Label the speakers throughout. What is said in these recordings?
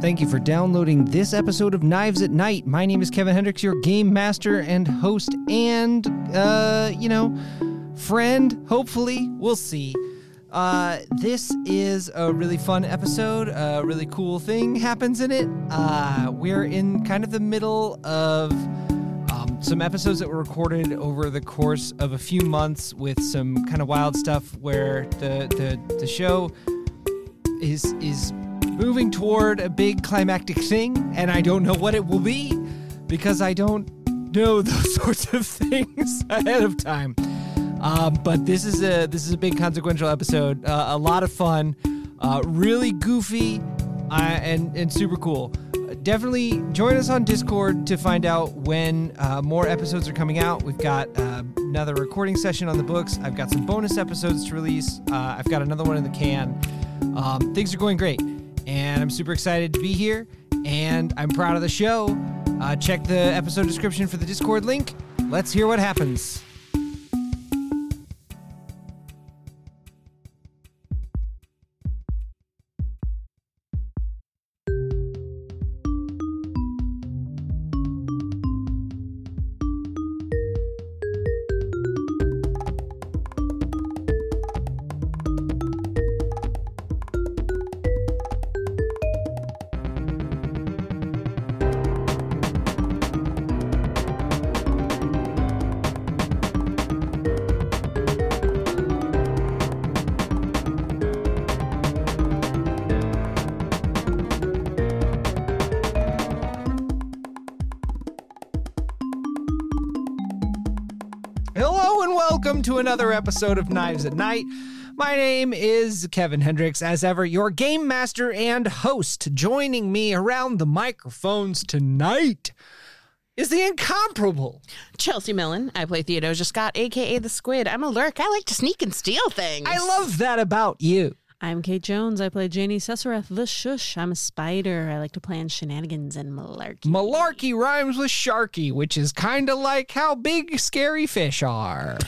Speaker 1: Thank you for downloading this episode of Knives at Night. My name is Kevin Hendricks, your game master and host, and, uh, you know, friend. Hopefully, we'll see. Uh, this is a really fun episode. A really cool thing happens in it. Uh, we're in kind of the middle of um, some episodes that were recorded over the course of a few months with some kind of wild stuff where the, the, the show is is moving toward a big climactic thing and I don't know what it will be because I don't know those sorts of things ahead of time. Um, but this is a this is a big consequential episode. Uh, a lot of fun, uh, really goofy, uh, and and super cool. Definitely join us on Discord to find out when uh, more episodes are coming out. We've got uh, another recording session on the books. I've got some bonus episodes to release. Uh, I've got another one in the can. Um, things are going great, and I'm super excited to be here. And I'm proud of the show. Uh, check the episode description for the Discord link. Let's hear what happens. Hello and welcome to another episode of Knives at Night. My name is Kevin Hendricks, as ever, your game master and host. Joining me around the microphones tonight is the incomparable.
Speaker 2: Chelsea Millen. I play Theodosia Scott, aka the Squid. I'm a lurk. I like to sneak and steal things.
Speaker 1: I love that about you.
Speaker 3: I'm Kate Jones. I play Janie Cesareth, the Shush. I'm a spider. I like to plan shenanigans and malarkey.
Speaker 1: Malarkey rhymes with sharky, which is kind of like how big scary fish are.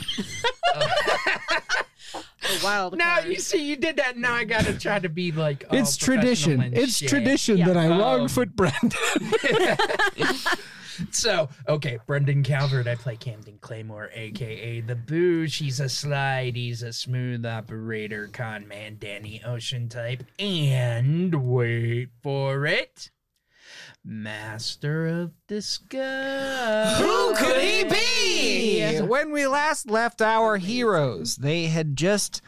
Speaker 2: wild
Speaker 4: Now you see, you did that. Now I gotta try to be like. all
Speaker 1: it's tradition.
Speaker 4: Oh, professional and
Speaker 1: It's
Speaker 4: shit. Um,
Speaker 1: tradition that I Longfoot Brendan.
Speaker 4: So okay, Brendan Calvert. I play Camden Claymore, aka the Boo. She's a slide. He's a smooth operator, con man, Danny Ocean type, and wait for it, master of disguise.
Speaker 1: Who could he be? When we last left our heroes, they had just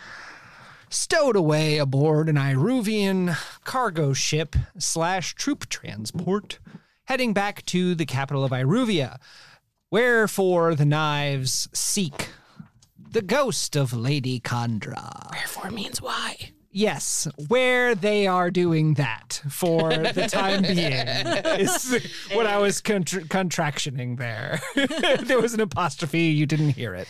Speaker 1: stowed away aboard an Iruvian cargo ship slash troop transport, heading back to the capital of Iruvia, wherefore the knives seek the ghost of Lady Chandra.
Speaker 2: Therefore means why.
Speaker 1: Yes, where they are doing that for the time being is what I was contr contractioning there. there was an apostrophe, you didn't hear it.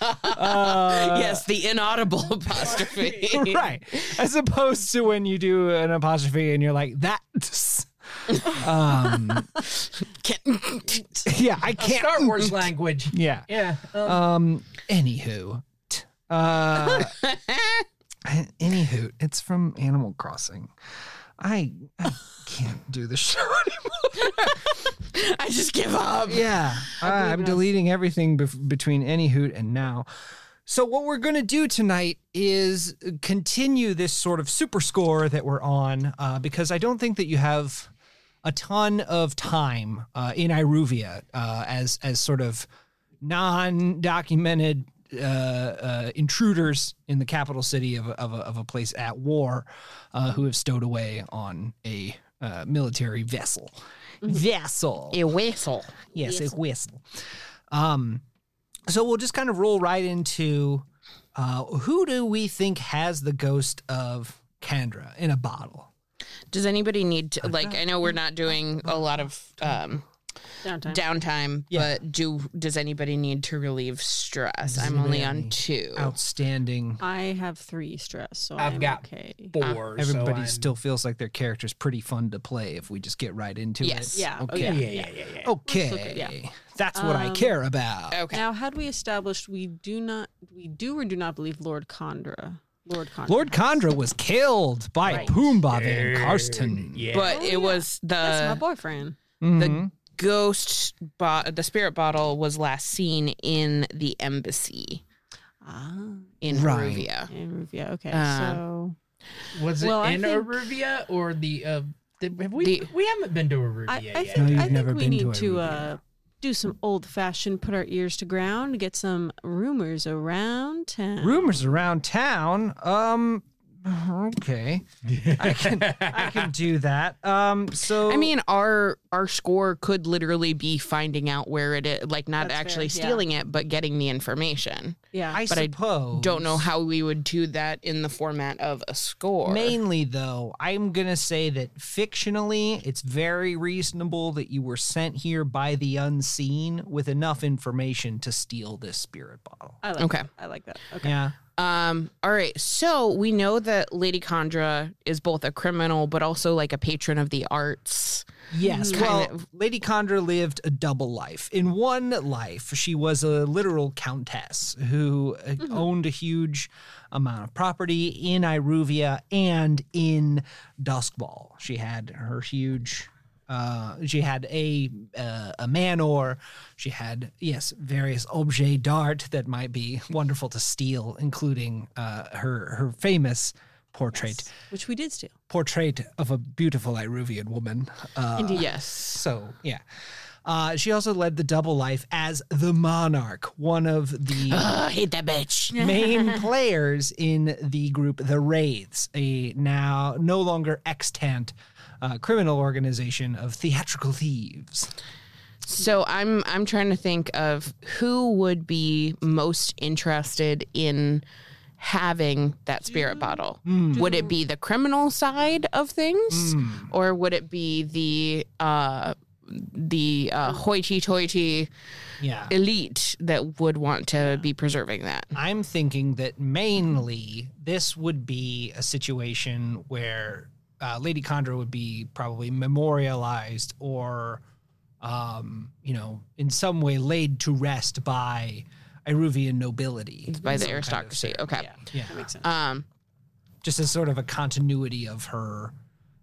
Speaker 2: Uh, yes, the inaudible apostrophe.
Speaker 1: right. As opposed to when you do an apostrophe and you're like, that's. um,
Speaker 2: Can't-
Speaker 1: yeah, I can't.
Speaker 4: Star Wars language.
Speaker 1: Yeah.
Speaker 4: Yeah. um,
Speaker 1: Um, anywho. T- Uh, anywho, it's from Animal Crossing. I, I can't do the show anymore.
Speaker 2: I just give up.
Speaker 1: Yeah, I'm deleting everything bef- between any hoot and now. So what we're going to do tonight is continue this sort of super score that we're on, uh, because I don't think that you have a ton of time uh, in Iruvia uh, as as sort of non-documented uh, uh, intruders in the capital city of, a- of, a, of a place at war uh, who have stowed away on a uh, military vessel. Vessel.
Speaker 2: A whistle.
Speaker 1: Yes, a whistle. Um, so we'll just kind of roll right into uh, who do we think has the ghost of Kandra in a bottle?
Speaker 2: Does anybody need to like I know we're not doing a lot of um
Speaker 3: Downtime.
Speaker 2: downtime,
Speaker 1: Yeah.
Speaker 2: but do does anybody need to relieve stress? I'm
Speaker 1: anybody
Speaker 2: only
Speaker 1: have
Speaker 2: on
Speaker 1: any
Speaker 2: two.
Speaker 1: Outstanding.
Speaker 3: I have three stress, so
Speaker 4: I've
Speaker 3: I'm
Speaker 4: got
Speaker 3: okay.
Speaker 4: four. so
Speaker 1: Everybody
Speaker 4: I'm-
Speaker 1: still feels like their character's pretty fun to play if we just get right into
Speaker 2: Yes.
Speaker 1: it.
Speaker 3: Yeah, oh,
Speaker 1: Okay.
Speaker 4: Yeah, yeah, yeah, yeah. yeah.
Speaker 1: Okay.
Speaker 3: Let's look at- yeah.
Speaker 1: That's what I
Speaker 3: Um,
Speaker 1: care about.
Speaker 2: Okay.
Speaker 3: Now, had we established we do not, we do or do not believe Lord Condra? Lord Conrad.
Speaker 1: Lord Condra was killed by
Speaker 3: Right.
Speaker 1: Pumbaa Van Karsten.
Speaker 4: Yeah.
Speaker 2: But
Speaker 3: Oh,
Speaker 2: it
Speaker 3: yeah.
Speaker 2: was
Speaker 3: That's my
Speaker 2: the
Speaker 3: boyfriend.
Speaker 1: Mhm.
Speaker 2: ghost bo- the spirit bottle was last seen in the embassy
Speaker 3: Ah, Um,
Speaker 2: in
Speaker 1: Right.
Speaker 2: Haruvia.
Speaker 3: in Ruvia. Okay,
Speaker 2: Uh,
Speaker 3: so
Speaker 4: was it
Speaker 3: Well, I
Speaker 4: in
Speaker 3: think-
Speaker 4: Aruvia or the? Uh, did, have we?
Speaker 2: The-
Speaker 4: we haven't been to Aruvia
Speaker 3: I, I
Speaker 4: yet.
Speaker 3: think
Speaker 1: No,
Speaker 3: I
Speaker 1: you've
Speaker 3: think
Speaker 1: never
Speaker 3: we
Speaker 1: been to
Speaker 3: need
Speaker 1: a
Speaker 3: to
Speaker 1: Ruvia.
Speaker 3: uh, do some old fashioned, put our ears to ground, get some rumors around town.
Speaker 1: Rumors around town. Um, okay, I can I can do that. Um, so
Speaker 2: I mean, our our score could literally be finding out where it is, like not
Speaker 3: That's fair,
Speaker 2: actually
Speaker 3: yeah.
Speaker 2: stealing it, but getting the information.
Speaker 3: yeah,
Speaker 1: I
Speaker 2: but I
Speaker 1: suppose
Speaker 2: Don't know how we would do that in the format of a score.
Speaker 1: Mainly, though, I'm going to say that fictionally, it's very reasonable that you were sent here by the unseen with enough information to steal this spirit bottle.
Speaker 3: I like
Speaker 2: Okay.
Speaker 3: That. I like that. Okay.
Speaker 1: Yeah.
Speaker 2: Um. All right. So we know that Lady Condra is both a criminal, but also like a patron of the arts.
Speaker 1: Yes.
Speaker 2: Mm.
Speaker 1: Well,
Speaker 2: Kind
Speaker 1: Lady Condra lived a double life. In one life, she was a literal countess who uh, owned a huge amount of property in Iruvia and in Duskball. She had her huge. Uh, she had a uh, a manor. She had yes various objets d'art that might be wonderful to steal, including uh, her her famous portrait
Speaker 3: Which we did steal.
Speaker 1: portrait of a beautiful Iruvian woman. Uh,
Speaker 2: yes.
Speaker 1: so yeah. Uh, she also led the double life as the monarch, one of the
Speaker 2: Ugh, I hate that bitch.
Speaker 1: main players in the group the Wraiths, a now no longer extant uh, criminal organization of theatrical thieves.
Speaker 2: So I'm I'm trying to think of who would be most interested in having that spirit bottle.
Speaker 1: Hmm.
Speaker 2: Would it be the criminal side of things, or would it be the uh, the uh, hoity-toity
Speaker 1: Yeah.
Speaker 2: elite that would want to be preserving that?
Speaker 1: I'm thinking that mainly this would be a situation where uh, Lady Condra would be probably memorialized or, um, you know, in some way laid to rest by Iruvian nobility.
Speaker 2: By
Speaker 1: Some
Speaker 2: the
Speaker 1: kind of
Speaker 2: aristocracy.
Speaker 1: ceremony.
Speaker 2: okay.
Speaker 3: Yeah,
Speaker 1: Yeah.
Speaker 3: that makes sense.
Speaker 2: Um,
Speaker 1: Just as sort of a continuity of her.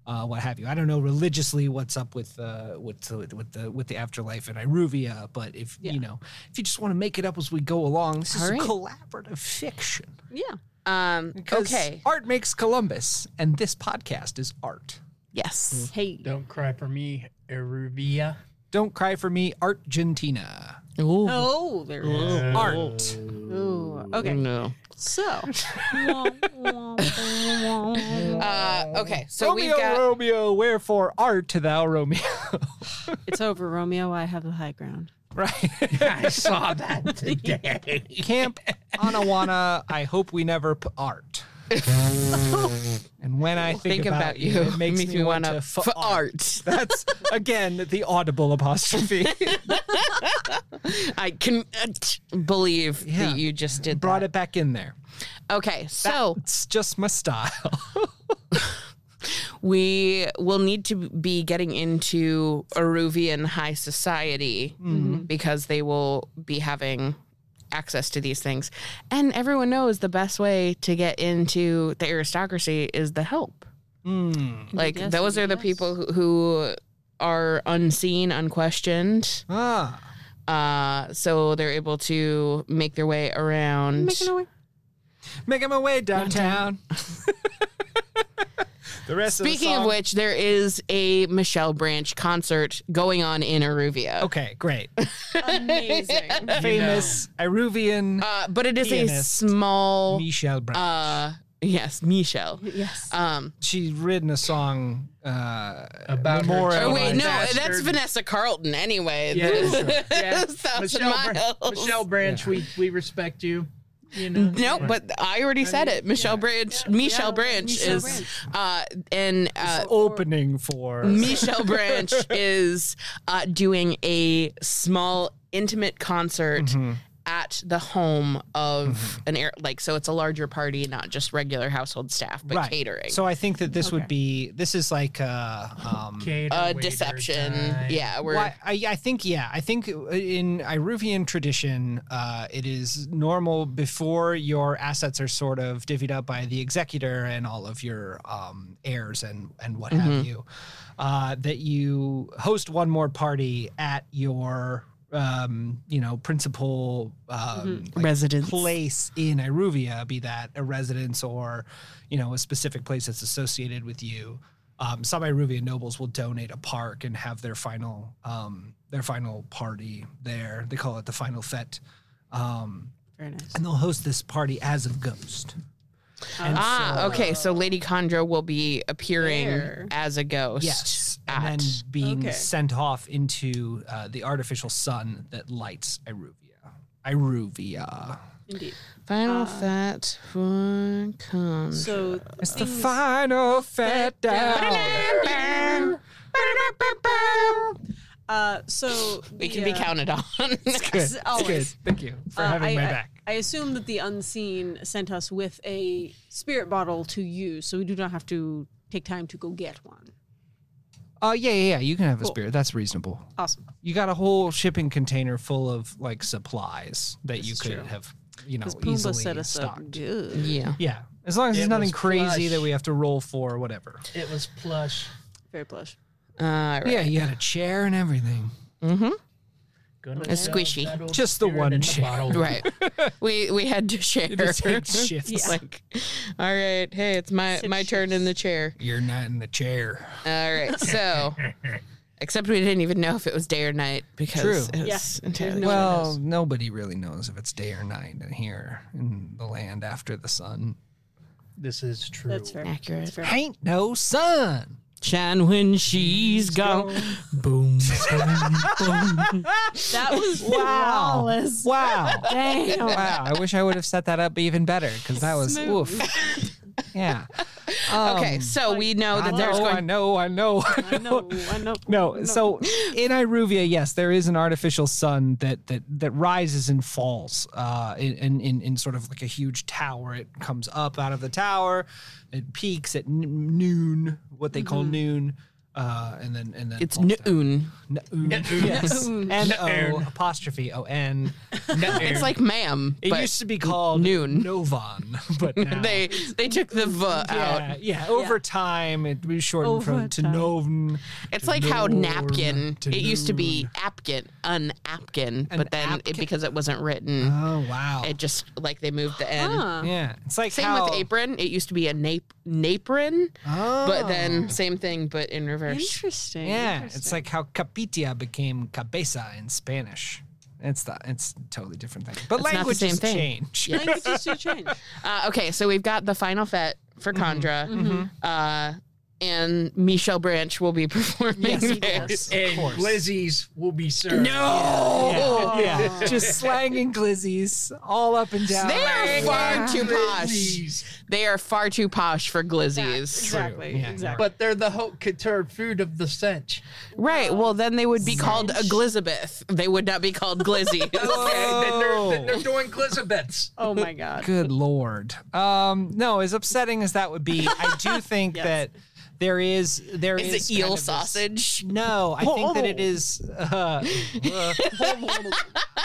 Speaker 1: Uh, what have you? I don't know religiously what's up with uh, with the, with the with the afterlife in Iruvia, but if
Speaker 3: Yeah.
Speaker 1: you know if you just want to make it up as we go along, this is
Speaker 2: All right.
Speaker 1: a collaborative fiction.
Speaker 3: yeah.
Speaker 2: um,
Speaker 1: Because
Speaker 2: okay.
Speaker 1: art makes Columbus, and this podcast is art.
Speaker 2: Yes.
Speaker 3: Hey.
Speaker 4: Don't cry for me, Aruvia.
Speaker 1: Don't cry for me, Argentina.
Speaker 3: Oh, there it is.
Speaker 1: Art.
Speaker 3: Ooh. Okay.
Speaker 2: No.
Speaker 3: So.
Speaker 2: Uh, okay. So
Speaker 1: Mm. Romeo,
Speaker 2: we've got.
Speaker 1: Romeo, wherefore art thou, Romeo?
Speaker 3: it's over, Romeo. I have the high ground.
Speaker 1: right.
Speaker 4: I saw that today.
Speaker 1: Camp Anawana, I hope we never p- art. and when I think,
Speaker 2: think about, you.
Speaker 1: it makes me, want to
Speaker 2: for
Speaker 1: f- art.
Speaker 2: art.
Speaker 1: That's, again, the audible apostrophe.
Speaker 2: I can uh, t- believe
Speaker 1: Yeah.
Speaker 2: that you just did
Speaker 1: Brought
Speaker 2: that.
Speaker 1: it back in there.
Speaker 2: Okay, so
Speaker 1: It's just my style.
Speaker 2: we will need to be getting into Aruvian high society because they will be having access to these things. And everyone knows the best way to get into the aristocracy is the help. Like,
Speaker 3: Yes,
Speaker 2: those are the
Speaker 3: yes.
Speaker 2: people who, who are unseen, unquestioned.
Speaker 1: ah.
Speaker 2: Uh, so they're able to make their way around.
Speaker 3: Making our way.
Speaker 1: Making my way downtown. the rest
Speaker 2: Speaking
Speaker 1: the
Speaker 2: of,
Speaker 1: song-
Speaker 2: which, there is a Michelle Branch concert going on in Aruvia.
Speaker 1: Okay, great.
Speaker 3: Amazing.
Speaker 1: Famous Iruvian
Speaker 2: Uh, but it is a
Speaker 1: Pianist.
Speaker 2: small.
Speaker 1: Michelle Brown.
Speaker 2: Uh, yes, Michelle.
Speaker 3: yes.
Speaker 2: Um,
Speaker 1: She's written a song uh,
Speaker 4: About her
Speaker 1: Memorial.
Speaker 2: or
Speaker 4: Oh,
Speaker 2: wait,
Speaker 4: I
Speaker 2: no,
Speaker 4: bastard.
Speaker 2: that's Vanessa Carlton anyway.
Speaker 4: Yeah,
Speaker 2: That is-
Speaker 4: sure. Yeah.
Speaker 2: Thousand
Speaker 4: Michelle, Bran-
Speaker 2: miles.
Speaker 4: Michelle Branch, we, we respect you. You know.
Speaker 2: No, but I already said it. Michelle Branch. Michelle
Speaker 3: Yeah,
Speaker 2: Branch
Speaker 3: Michelle
Speaker 2: is,
Speaker 3: Branch.
Speaker 2: uh, and uh,
Speaker 1: opening for.
Speaker 2: Michelle Branch
Speaker 1: Mm-hmm.
Speaker 2: is uh, doing a small intimate concert at the home of an air like so it's a larger party, not just regular household staff, but
Speaker 1: right.
Speaker 2: catering.
Speaker 1: So I think that this would be this is like uh, um,
Speaker 4: Cater
Speaker 2: uh,
Speaker 4: waiter
Speaker 2: deception.
Speaker 4: time.
Speaker 2: Yeah, we're
Speaker 1: Well, I, I think yeah, I think in Iruvian tradition, uh, it is normal before your assets are sort of divvied up by the executor and all of your um, heirs and and what have you, uh, that you host one more party at your um, you know principal um,
Speaker 2: Mm-hmm.
Speaker 1: like,
Speaker 3: Residence.
Speaker 1: place in Iruvia, be that a residence or, you know, a specific place that's associated with you. Um, some Iruvian nobles will donate a park and have their final um, their final party there. They call it the final fete, um,
Speaker 3: Very nice.
Speaker 1: and they'll host this party as a ghost. And
Speaker 2: Ah, okay. So Lady Condra will be appearing
Speaker 3: There.
Speaker 2: as a ghost.
Speaker 1: Yes,
Speaker 2: At,
Speaker 1: and then being
Speaker 3: Okay.
Speaker 1: sent off into uh, the artificial sun that lights Iruvia. Iruvia.
Speaker 3: Indeed.
Speaker 1: uh,
Speaker 2: Final Fat for Condra.
Speaker 3: So
Speaker 1: It's the final fete.
Speaker 2: Bam.
Speaker 3: uh, so
Speaker 2: we
Speaker 3: the,
Speaker 2: can be
Speaker 3: uh,
Speaker 2: counted on.
Speaker 1: Good.
Speaker 3: As always.
Speaker 1: Good. Thank you for
Speaker 3: uh,
Speaker 1: having
Speaker 3: I,
Speaker 1: my
Speaker 3: I-
Speaker 1: back.
Speaker 3: I assume that the unseen sent us with a spirit bottle to use, so we do not have to take time to go get one.
Speaker 1: Oh yeah, yeah, yeah. You can have a
Speaker 3: Cool.
Speaker 1: spirit. That's reasonable.
Speaker 3: Awesome.
Speaker 1: You got a whole shipping container full of like supplies that you
Speaker 3: is
Speaker 1: could
Speaker 3: true.
Speaker 1: have, you know,
Speaker 3: Because
Speaker 1: Oh, easily
Speaker 3: Pumbaa set us up
Speaker 1: stocked.
Speaker 3: good.
Speaker 2: yeah.
Speaker 1: Yeah, as long as
Speaker 4: It
Speaker 1: it's nothing
Speaker 4: was
Speaker 1: crazy
Speaker 4: plush.
Speaker 1: that we have to roll for or whatever.
Speaker 4: It was plush.
Speaker 3: Very plush.
Speaker 2: All right.
Speaker 1: Yeah, you had a chair and everything.
Speaker 4: Gonna
Speaker 2: A squishy.
Speaker 4: sell that old
Speaker 1: Just the
Speaker 4: spirit
Speaker 1: one
Speaker 4: in
Speaker 1: chair.
Speaker 4: bottle.
Speaker 2: Right. we we had to share.
Speaker 1: Just take shifts.
Speaker 2: It's like, all right, hey, it's my
Speaker 3: Six
Speaker 2: my turn in the chair.
Speaker 1: You're not in the chair.
Speaker 2: All right, so except we didn't even know if it was day or night because
Speaker 1: True.
Speaker 2: it was
Speaker 3: Yeah.
Speaker 2: entirely
Speaker 3: No one
Speaker 1: well, nobody really knows if it's day or night in here in the land after the sun.
Speaker 4: This is true.
Speaker 3: That's fair.
Speaker 2: accurate.
Speaker 3: That's fair.
Speaker 1: Ain't no sun.
Speaker 2: Shine when she's gone. Boom.
Speaker 3: That was
Speaker 1: Wow.
Speaker 3: flawless.
Speaker 1: Wow.
Speaker 3: Damn.
Speaker 1: wow, I wish I would have set that up even better because that was
Speaker 3: Smooth.
Speaker 1: oof. Yeah.
Speaker 2: Okay,
Speaker 1: Um,
Speaker 2: so we know
Speaker 1: I
Speaker 2: that there's
Speaker 1: know, I
Speaker 2: going.
Speaker 1: know, I know.
Speaker 3: I know. I know.
Speaker 1: No, so in Iruvia, yes, there is an artificial sun that that that rises and falls uh, in, in in in sort of like a huge tower. It comes up out of the tower, it peaks at n- noon, what they
Speaker 3: Mm-hmm.
Speaker 1: call noon, uh, and then and then
Speaker 2: It's
Speaker 1: falls down.
Speaker 2: noon.
Speaker 1: Noon, yes, N O apostrophe O N.
Speaker 2: It's like ma'am.
Speaker 1: It
Speaker 2: but
Speaker 1: used to be called
Speaker 2: noon.
Speaker 1: Novon, but now
Speaker 2: they they took the v out.
Speaker 1: yeah, yeah. Over time, it was shortened
Speaker 3: Over
Speaker 1: from to
Speaker 3: time.
Speaker 1: Novn.
Speaker 2: It's like how
Speaker 1: Noon
Speaker 2: napkin.
Speaker 1: to
Speaker 2: It used to be
Speaker 1: noon.
Speaker 2: apkin, an apkin, but then it,
Speaker 1: apkin.
Speaker 2: because it wasn't written,
Speaker 1: Oh wow!
Speaker 2: it just like they moved the n.
Speaker 3: Huh.
Speaker 1: yeah, it's like
Speaker 2: Same
Speaker 1: how,
Speaker 2: with apron. It used to be a nap- napron,
Speaker 1: Oh,
Speaker 2: but then same thing, but in reverse.
Speaker 3: Interesting.
Speaker 1: yeah,
Speaker 3: Interesting.
Speaker 1: it's like how capitia became cabeza in Spanish. It's the it's a totally different thing. But
Speaker 2: It's not the
Speaker 1: languages
Speaker 2: same thing.
Speaker 1: change.
Speaker 3: Languages do change.
Speaker 2: Uh, okay, so we've got the final fet for Condra, uh, and Michelle Branch will be performing. there.
Speaker 3: Yes.
Speaker 4: and
Speaker 1: course.
Speaker 4: Glizzies will be served.
Speaker 1: No, yeah, just slanging glizzies all up and down.
Speaker 2: They are far too posh.
Speaker 4: Glizzies.
Speaker 2: They are far too posh for glizzies.
Speaker 3: Exactly.
Speaker 1: Yeah,
Speaker 3: exactly.
Speaker 4: But they're the haute couture food of the stench.
Speaker 2: Right. Well, then they would be called Elizabeth. They would not be called glizzies.
Speaker 4: Okay, then they're, then
Speaker 1: Oh.
Speaker 4: they're doing Glizabeths.
Speaker 3: oh my god.
Speaker 1: Good lord. Um, no, as upsetting as that would be, I do think
Speaker 3: Yes.
Speaker 1: that there is there is
Speaker 2: It's an eel
Speaker 1: kind of this-
Speaker 2: sausage.
Speaker 1: No, I think that it is. Uh,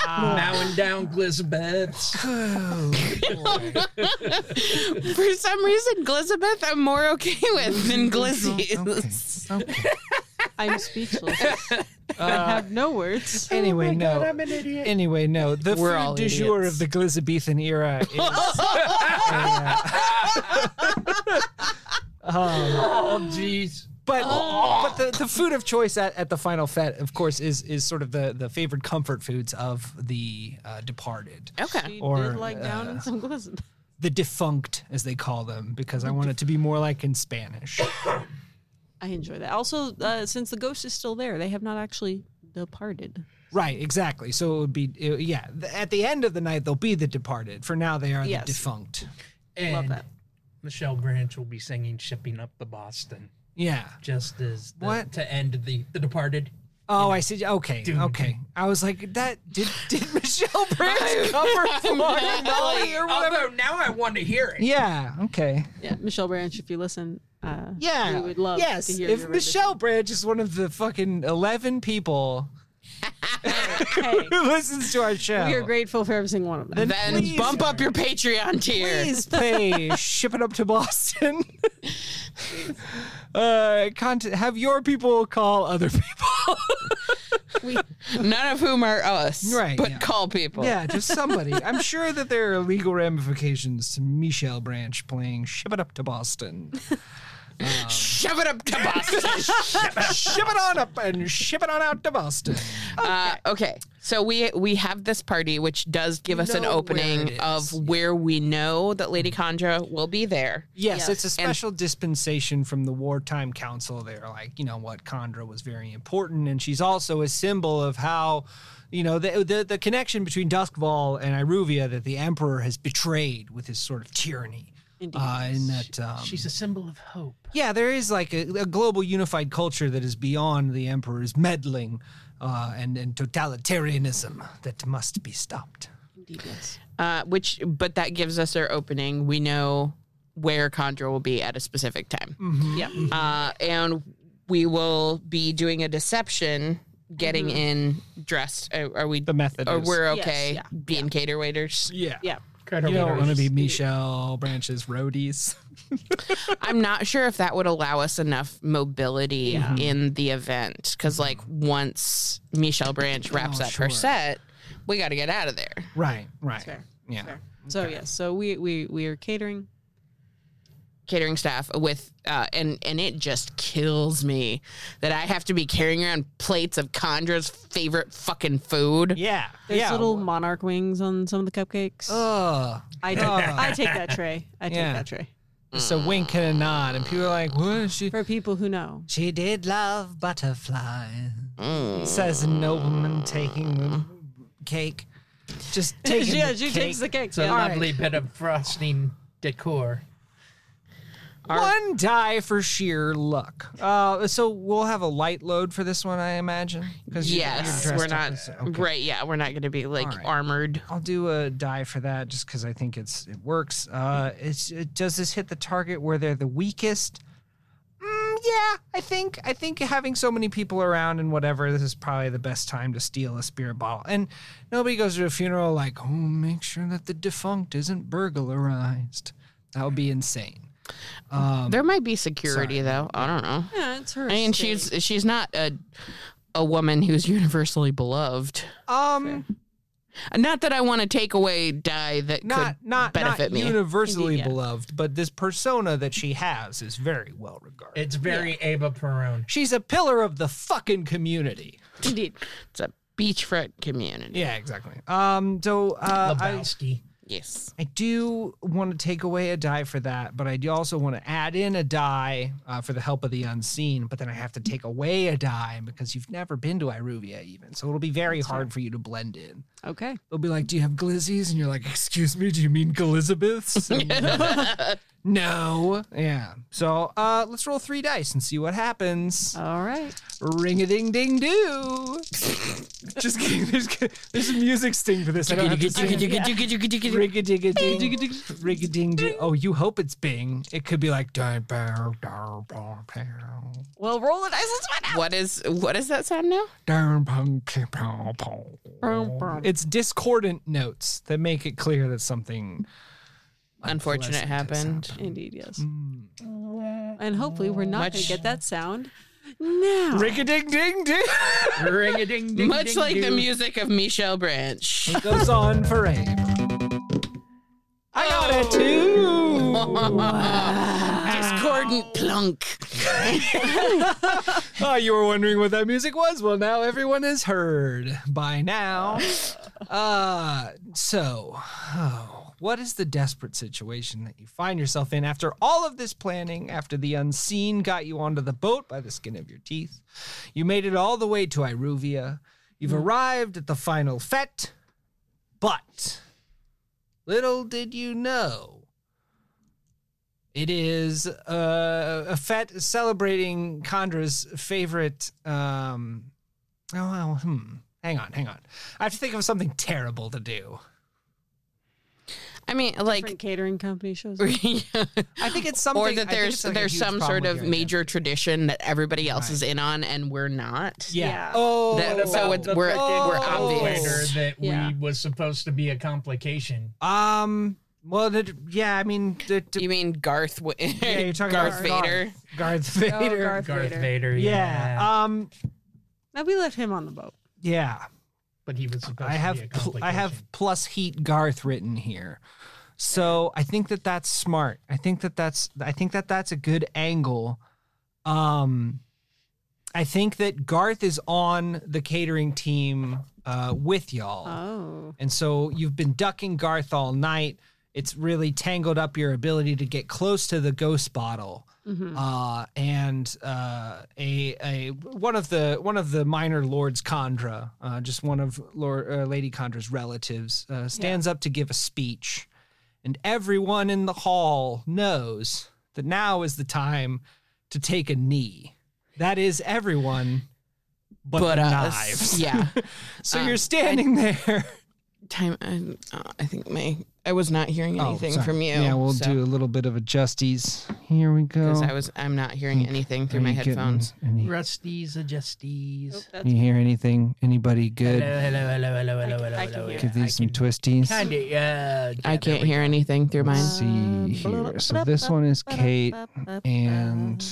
Speaker 1: uh,
Speaker 4: now and down Glizabeths.
Speaker 2: For some reason, Glizabeth, I'm more okay with than
Speaker 1: okay.
Speaker 2: glizzies.
Speaker 1: okay.
Speaker 3: I'm speechless. I have no words.
Speaker 1: Anyway, no.
Speaker 4: God, I'm an idiot.
Speaker 1: Anyway, no. The
Speaker 2: We're
Speaker 1: food
Speaker 2: all
Speaker 1: du jour
Speaker 2: idiots.
Speaker 1: of the Elizabethan era is.
Speaker 4: Oh, jeez.
Speaker 1: But but the, the food of choice at, at the final fete, of course, is is sort of the, the favorite comfort foods of the uh, departed.
Speaker 2: Okay.
Speaker 3: We
Speaker 1: Or,
Speaker 3: did like down in some glass.
Speaker 1: The defunct, as they call them, because I want it to be more like in Spanish.
Speaker 3: I enjoy that. Also, uh, since the ghost is still there, they have not actually departed.
Speaker 1: Right, exactly. So it would be, it- yeah. th- At the end of the night, they'll be the departed. For now, they are
Speaker 3: Yes.
Speaker 1: the defunct.
Speaker 4: And
Speaker 3: Love that.
Speaker 4: Michelle Branch will be singing Shipping Up the Boston
Speaker 1: Yeah.
Speaker 4: just as the,
Speaker 1: What?
Speaker 4: to end the, the departed.
Speaker 1: Oh, I see. Okay, okay. I was like, that did did Michelle Branch cover for Molly or whatever?
Speaker 4: Although now I want to hear it.
Speaker 1: Yeah. Okay.
Speaker 3: Yeah, Michelle Branch, if you listen, uh,
Speaker 1: Yeah.
Speaker 3: we would love
Speaker 1: yes.
Speaker 3: to hear
Speaker 1: if
Speaker 3: your
Speaker 1: Michelle Branch is one of the fucking eleven people
Speaker 3: rendition. Hey,
Speaker 1: who listens to our show,
Speaker 3: we are grateful for every single one of them.
Speaker 1: Then,
Speaker 2: Then
Speaker 1: please,
Speaker 2: bump up your Patreon tier.
Speaker 1: Please pay. Ship it up to Boston. uh, content. Have your people call other people.
Speaker 2: None of whom are us.
Speaker 1: Right,
Speaker 2: But
Speaker 1: yeah.
Speaker 2: call people.
Speaker 1: Yeah, just somebody. I'm sure that there are legal ramifications to Michelle Branch playing Ship It Up to Boston.
Speaker 2: Shove it up to Boston.
Speaker 1: ship it on up and ship it on out to Boston.
Speaker 2: Uh, okay, so we we have this party, which does give us an
Speaker 1: know where
Speaker 2: opening
Speaker 1: it
Speaker 2: of
Speaker 1: is.
Speaker 2: where we know that Lady Condra will be there.
Speaker 1: Yes,
Speaker 3: Yes.
Speaker 1: it's a special dispensation from the wartime council. They're like, you know what, Condra was very important, and she's also a symbol of how, you know, the the, the connection between Duskval and Iruvia that the Emperor has betrayed with his sort of tyranny.
Speaker 3: Indeed.
Speaker 1: Uh, in that um,
Speaker 4: She's a symbol of hope.
Speaker 1: Yeah, there is like a, a global unified culture that is beyond the emperor's meddling uh, and, and totalitarianism that must be stopped.
Speaker 3: Indeed, yes.
Speaker 2: Uh, which, but that gives us our opening. We know where Condra will be at a specific time,
Speaker 3: Yeah.
Speaker 2: uh, and we will be doing a deception, getting in dressed. Uh, Are, are we?
Speaker 1: The method
Speaker 2: or
Speaker 1: is-
Speaker 2: we're
Speaker 3: Mm-hmm. Yes,
Speaker 2: okay
Speaker 3: yeah,
Speaker 2: being cater waiters.
Speaker 1: Yeah.
Speaker 3: Yeah.
Speaker 1: You don't want to be Michelle Branch's roadies.
Speaker 2: I'm not sure if that would allow us enough mobility in the event because, like, once Michelle Branch wraps
Speaker 1: Oh,
Speaker 2: up
Speaker 1: sure.
Speaker 2: her set, we got to get out of there.
Speaker 1: Right, right.
Speaker 3: fair.
Speaker 1: Yeah.
Speaker 3: Fair. So yes, so we we we are catering.
Speaker 2: Catering staff with, uh, and and it just kills me that I have to be carrying around plates of Condra's favorite fucking food.
Speaker 1: Yeah.
Speaker 3: There's
Speaker 1: yeah.
Speaker 3: little monarch wings on some of the cupcakes.
Speaker 1: Ugh.
Speaker 3: I take that, I take that tray. I take
Speaker 1: Yeah.
Speaker 3: that tray.
Speaker 1: Just a wink and a nod, and people are like, "What she?"
Speaker 3: For people who know.
Speaker 1: She did love butterflies," says a nobleman taking the cake. Just taking
Speaker 3: yeah,
Speaker 1: the
Speaker 3: she
Speaker 1: cake.
Speaker 3: takes the cake.
Speaker 4: It's a
Speaker 3: yeah.
Speaker 4: lovely bit of frosting decor.
Speaker 1: one die for sheer luck. Uh, so we'll have a light load for this one, I imagine. Because
Speaker 2: Yes, we're not right. Yeah, we're not going to be like
Speaker 1: All right.
Speaker 2: armored.
Speaker 1: I'll do a die for that just because I think it's it works. Uh, it's it, does this hit the target where they're the weakest? Mm, yeah, I think I think having so many people around and whatever, this is probably the best time to steal a spirit bottle. And nobody goes to a funeral like, oh, make sure that the defunct isn't burglarized. That would be insane. Um,
Speaker 2: there might be security though. I don't know.
Speaker 3: Yeah, it's her.
Speaker 2: I mean,
Speaker 3: state.
Speaker 2: she's she's not a a woman who's universally beloved.
Speaker 1: Um.
Speaker 2: Not that I want to take away die that
Speaker 1: not
Speaker 2: could
Speaker 1: not
Speaker 2: benefit
Speaker 1: not
Speaker 2: me.
Speaker 1: universally
Speaker 3: Indeed, yeah.
Speaker 1: beloved, but this persona that she has is very well regarded.
Speaker 4: It's very Ava Perone.
Speaker 1: She's a pillar of the fucking community.
Speaker 3: indeed.
Speaker 2: it's a beachfront community.
Speaker 1: Yeah, exactly. Um, so uh, I,
Speaker 4: Lebowski.
Speaker 2: Yes.
Speaker 1: I do want to take away a die for that, but I do also want to add in a die uh, for the help of the unseen. But then I have to take away a die because you've never been to Iruvia even, so it'll be very hard for you to blend in.
Speaker 3: Okay.
Speaker 1: They'll be like, "Do you have glizzies?" And you're like, "Excuse me, do you mean Elizabeths?" no. Yeah. So uh, let's roll three dice and see what happens.
Speaker 3: All right.
Speaker 1: Ring a ding ding doo. Just kidding. There's, there's a music sting for this. I don't have to sing it. Ring a ding a ding. Ring a ding ding. Oh, you hope it's Bing. It could be like. "Dun, bow, dow, bow, pow.
Speaker 3: Well, roll the dice. Let's find out.
Speaker 2: What is what is that sound now?
Speaker 1: Dun, pum, ki, pow, pow." It's discordant notes that make it clear that something
Speaker 2: Unfortunate
Speaker 1: unpleasant has
Speaker 2: happened.
Speaker 3: Indeed, yes. And hopefully, we're not going
Speaker 2: Much-
Speaker 3: to get that sound now.
Speaker 1: Ring a ding ding ding.
Speaker 4: Ring a ding ding.
Speaker 2: Much like the music of Michelle Branch.
Speaker 1: Goes on forever. I got it too.
Speaker 2: Discordant plunk.
Speaker 1: oh, you were wondering what that music was. Well, now everyone has heard by now. Uh, so, oh, what is the desperate situation that you find yourself in after all of this planning? After the unseen got you onto the boat by the skin of your teeth, you made it all the way to Iruvia. You've arrived at the final fete, but little did you know it is uh, a fete celebrating Condra's favorite um, Oh, well, hmm. Hang on, hang on. I have to think of something terrible to do.
Speaker 2: I mean, like,
Speaker 3: Different catering company shows up.
Speaker 1: I think it's something.
Speaker 2: or
Speaker 1: I
Speaker 2: that
Speaker 1: think
Speaker 2: there's
Speaker 1: it's like a
Speaker 2: there's
Speaker 1: huge
Speaker 2: some
Speaker 1: problem
Speaker 2: sort
Speaker 1: with
Speaker 2: of
Speaker 1: your
Speaker 2: major tradition that everybody else is in on and we're not.
Speaker 4: Yeah.
Speaker 3: Yeah.
Speaker 1: Oh,
Speaker 2: That- so it's- we're- we're
Speaker 4: Later
Speaker 2: obvious.
Speaker 4: that
Speaker 3: Yeah.
Speaker 4: we was supposed to be a complication.
Speaker 1: Um. Well, the, yeah. I mean, the, the-
Speaker 2: You mean Garth? W-
Speaker 1: yeah, you're talking
Speaker 2: Garth
Speaker 1: about
Speaker 2: Vader.
Speaker 1: Garth, Garth
Speaker 3: Oh,
Speaker 1: Vader.
Speaker 3: Darth
Speaker 4: Garth
Speaker 3: Vader.
Speaker 4: Vader.
Speaker 1: yeah.
Speaker 4: yeah. uh,
Speaker 1: Um.
Speaker 3: Now we left him on the boat.
Speaker 1: Yeah.
Speaker 4: but he was supposed
Speaker 1: I have
Speaker 4: to be a
Speaker 1: pl-
Speaker 4: complication.
Speaker 1: I have plus heat Garth written here. So I think that that's smart. I think that that's I think that that's a good angle. Um I think that Garth is on the catering team uh with y'all.
Speaker 3: Oh.
Speaker 1: And so you've been ducking Garth all night. It's really tangled up your ability to get close to the ghost bottle. Uh, and uh, a a one of the one of the minor lords Condra, uh, just one of Lord uh, Lady Condra's relatives, uh, stands up to give a speech, and everyone in the hall knows that now is the time to take a knee. That is everyone, but,
Speaker 2: But
Speaker 1: the
Speaker 2: us.
Speaker 1: knives.
Speaker 2: Yeah.
Speaker 1: So
Speaker 2: Um,
Speaker 1: you're standing there.
Speaker 2: Time. I, uh, I think my I was not hearing
Speaker 1: Oh,
Speaker 2: anything
Speaker 1: sorry.
Speaker 2: from you.
Speaker 1: Yeah, we'll
Speaker 2: so-
Speaker 1: do a little bit of adjusties. Here we go.
Speaker 2: Because I was I'm not hearing anything through
Speaker 1: Are
Speaker 2: my
Speaker 1: you getting
Speaker 2: headphones.
Speaker 1: Any,
Speaker 4: Rusty's
Speaker 3: Nope,
Speaker 4: adjusties.
Speaker 3: that's
Speaker 1: you hear anything? Anybody good?
Speaker 4: Hello, hello, hello, hello, hello, hello,
Speaker 3: I can
Speaker 4: hello.
Speaker 3: hear.
Speaker 1: Give these some
Speaker 4: I can
Speaker 1: twisties.
Speaker 4: Kinda, uh, yeah,
Speaker 2: I
Speaker 4: there
Speaker 2: can't
Speaker 4: we
Speaker 2: hear anything through mine.
Speaker 1: Let's see here. So this one is Kate and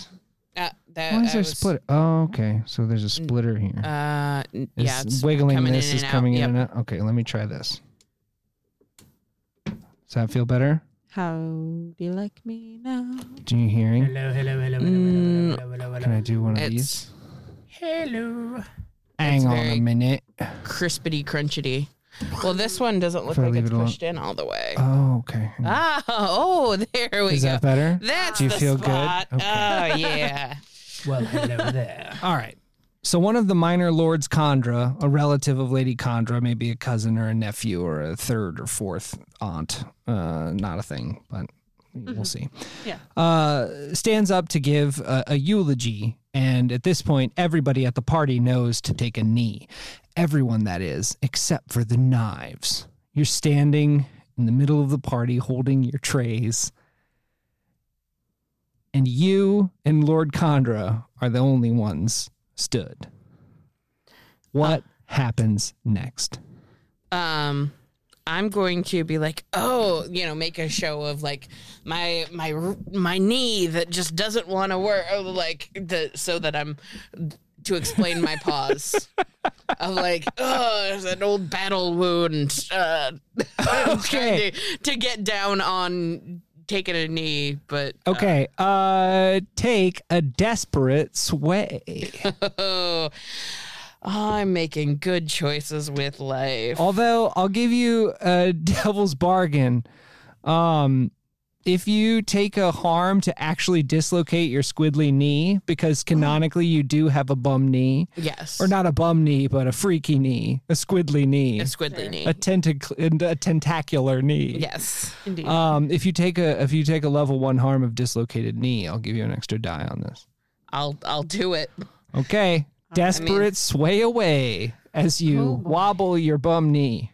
Speaker 2: Uh, that,
Speaker 1: why is
Speaker 2: I
Speaker 1: there
Speaker 2: was-
Speaker 1: split? Oh, okay. So there's a splitter here.
Speaker 2: Uh, n-
Speaker 1: It's
Speaker 2: yeah, it's
Speaker 1: wiggling.
Speaker 2: coming
Speaker 1: This
Speaker 2: in
Speaker 1: is
Speaker 2: and out.
Speaker 1: coming
Speaker 2: Yep.
Speaker 1: in and out. Okay, let me try this. Does that feel better?
Speaker 3: How do you like me now?
Speaker 1: Do you
Speaker 4: go.
Speaker 1: hearing?
Speaker 4: Hello, hello, hello, hello,
Speaker 2: Mm.
Speaker 4: hello, hello, hello,
Speaker 1: Can I
Speaker 4: hello.
Speaker 1: do one of
Speaker 2: It's
Speaker 1: these?
Speaker 4: Hello.
Speaker 1: Hang on
Speaker 2: very-
Speaker 1: a minute.
Speaker 2: crispity crunchity. Well, this one doesn't look
Speaker 1: If I
Speaker 2: like
Speaker 1: leave
Speaker 2: it's
Speaker 1: it alone.
Speaker 2: pushed in all the way.
Speaker 1: Oh, okay.
Speaker 2: Ah, oh, there we
Speaker 1: Is
Speaker 2: go.
Speaker 1: that better?
Speaker 2: That's
Speaker 1: Do you
Speaker 2: the
Speaker 1: feel good?
Speaker 2: spot.
Speaker 1: Okay.
Speaker 2: Oh yeah.
Speaker 4: Well, hello there.
Speaker 1: All right. So one of the minor lords Condra, a relative of Lady Condra, maybe a cousin or a nephew or a third or fourth aunt, uh, not a thing, but we'll see.
Speaker 3: Yeah.
Speaker 1: Uh, stands up to give a, a eulogy, and at this point, everybody at the party knows to take a knee. Everyone that is, except for the knives. You're standing in the middle of the party, holding your trays and you and Lord Condra are the only ones stood. What happens next?
Speaker 2: um I'm going to be like, oh, you know, make a show of like my my my knee that just doesn't want to work, oh, like the so that I'm to explain my pause of like, oh, there's an old battle wound. Uh, I'm trying
Speaker 1: Okay.
Speaker 2: to, to get down on taking a knee, but uh,
Speaker 1: Okay, uh, take a desperate sway.
Speaker 2: oh, I'm making good choices with life.
Speaker 1: Although I'll give you a devil's bargain. Um, if you take a harm to actually dislocate your squiddly knee, because canonically you do have a bum knee,
Speaker 2: yes,
Speaker 1: or not a bum knee, but a freaky knee, a squiddly knee,
Speaker 2: a squiddly knee.
Speaker 1: a, tentac- a tentacular knee.
Speaker 2: yes.
Speaker 3: Indeed.
Speaker 1: Um, if you take a if you take a level one harm of dislocated knee, I'll give you an extra die on this.
Speaker 2: I'll I'll do it.
Speaker 1: Okay, desperate sway away as you
Speaker 2: Oh,
Speaker 1: wobble your bum knee.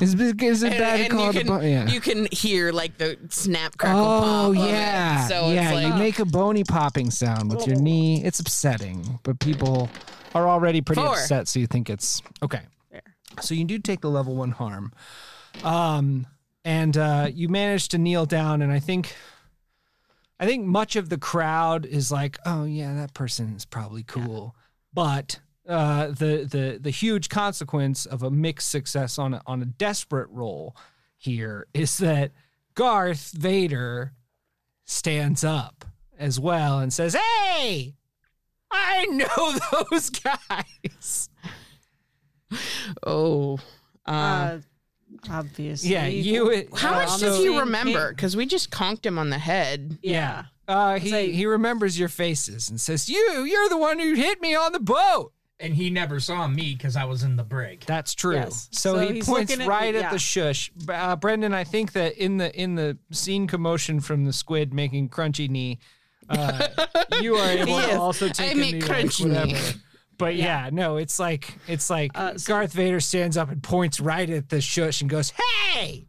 Speaker 1: Is, it- is it bad to
Speaker 2: and
Speaker 1: call
Speaker 2: you
Speaker 1: it
Speaker 2: can
Speaker 1: a bum? Yeah.
Speaker 2: you can hear like the snap crackle
Speaker 1: oh
Speaker 2: pop. of it.
Speaker 1: yeah,
Speaker 2: so
Speaker 1: yeah.
Speaker 2: it's
Speaker 1: you
Speaker 2: like
Speaker 1: make a bony popping sound with your knee. It's upsetting, but people are already pretty
Speaker 2: Four.
Speaker 1: upset, so you think it's okay.
Speaker 3: Fair.
Speaker 1: So you do take the level one harm, um, and uh, you manage to kneel down, and I think. I think much of the crowd is like, "Oh yeah, that person is probably cool," but uh, the the the huge consequence of a mixed success on a, on a desperate roll here is that Garth Vader stands up as well and says, "Hey, I know those guys."
Speaker 2: oh. Uh,
Speaker 3: uh, obviously.
Speaker 1: Yeah, you.
Speaker 2: how
Speaker 1: uh,
Speaker 2: much
Speaker 1: so-
Speaker 2: does he remember? Because we just conked him on the head.
Speaker 3: Yeah.
Speaker 1: Uh, he
Speaker 3: like-
Speaker 1: he remembers your faces and says, "You, you're the one who hit me on the boat."
Speaker 4: And he never saw me because I was in the break.
Speaker 1: That's true.
Speaker 3: Yes.
Speaker 1: So,
Speaker 3: So
Speaker 1: he
Speaker 3: he's
Speaker 1: points
Speaker 3: looking at
Speaker 1: right
Speaker 3: me,
Speaker 1: at the
Speaker 3: yeah.
Speaker 1: shush. B- Uh, Brendan, I think that in the in the scene commotion from the squid making crunchy knee, uh, you are able
Speaker 2: Yes,
Speaker 1: to also
Speaker 2: I
Speaker 1: take a
Speaker 2: make
Speaker 1: knee, like,
Speaker 2: crunchy knee.
Speaker 1: whatever. But yeah. no, it's like it's like
Speaker 3: Uh, so-
Speaker 1: Garth Vader stands up and points right at the shush and goes, "Hey,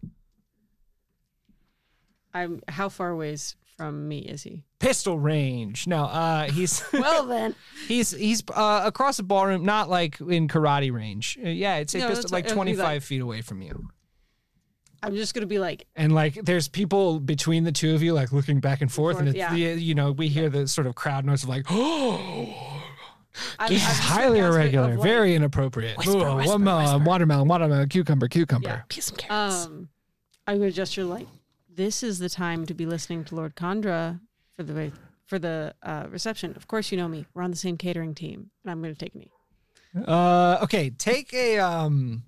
Speaker 3: I'm how far ways from me is he?
Speaker 1: pistol range." No, uh, he's
Speaker 2: Well then,
Speaker 1: he's he's uh, across the ballroom, not like in karate range. Uh, yeah, it's
Speaker 3: No,
Speaker 1: pistol,
Speaker 3: that's-
Speaker 1: like
Speaker 3: it'd be
Speaker 1: twenty
Speaker 3: like-
Speaker 1: five feet away from you.
Speaker 3: I'm just gonna be like,
Speaker 1: and like there's people between the two of you like looking back and forth and it's
Speaker 3: Forth,
Speaker 1: the, you know we hear the sort of crowd noise of like oh
Speaker 3: I'm,
Speaker 1: it's
Speaker 3: I'm just
Speaker 1: highly
Speaker 3: gonna concentrate
Speaker 1: irregular
Speaker 3: of, like,
Speaker 1: very inappropriate
Speaker 2: Whisper,
Speaker 1: Oh,
Speaker 2: whisper,
Speaker 1: watermelon,
Speaker 2: whisper.
Speaker 1: watermelon watermelon cucumber cucumber
Speaker 3: Yeah.
Speaker 2: piece some carrots.
Speaker 3: Um, I'm gonna gesture like, this is the time to be listening to Lord Condra for the for the uh, reception. Of course, you know me. We're on the same catering team, and I'm gonna take me.
Speaker 1: Uh, okay, take a um.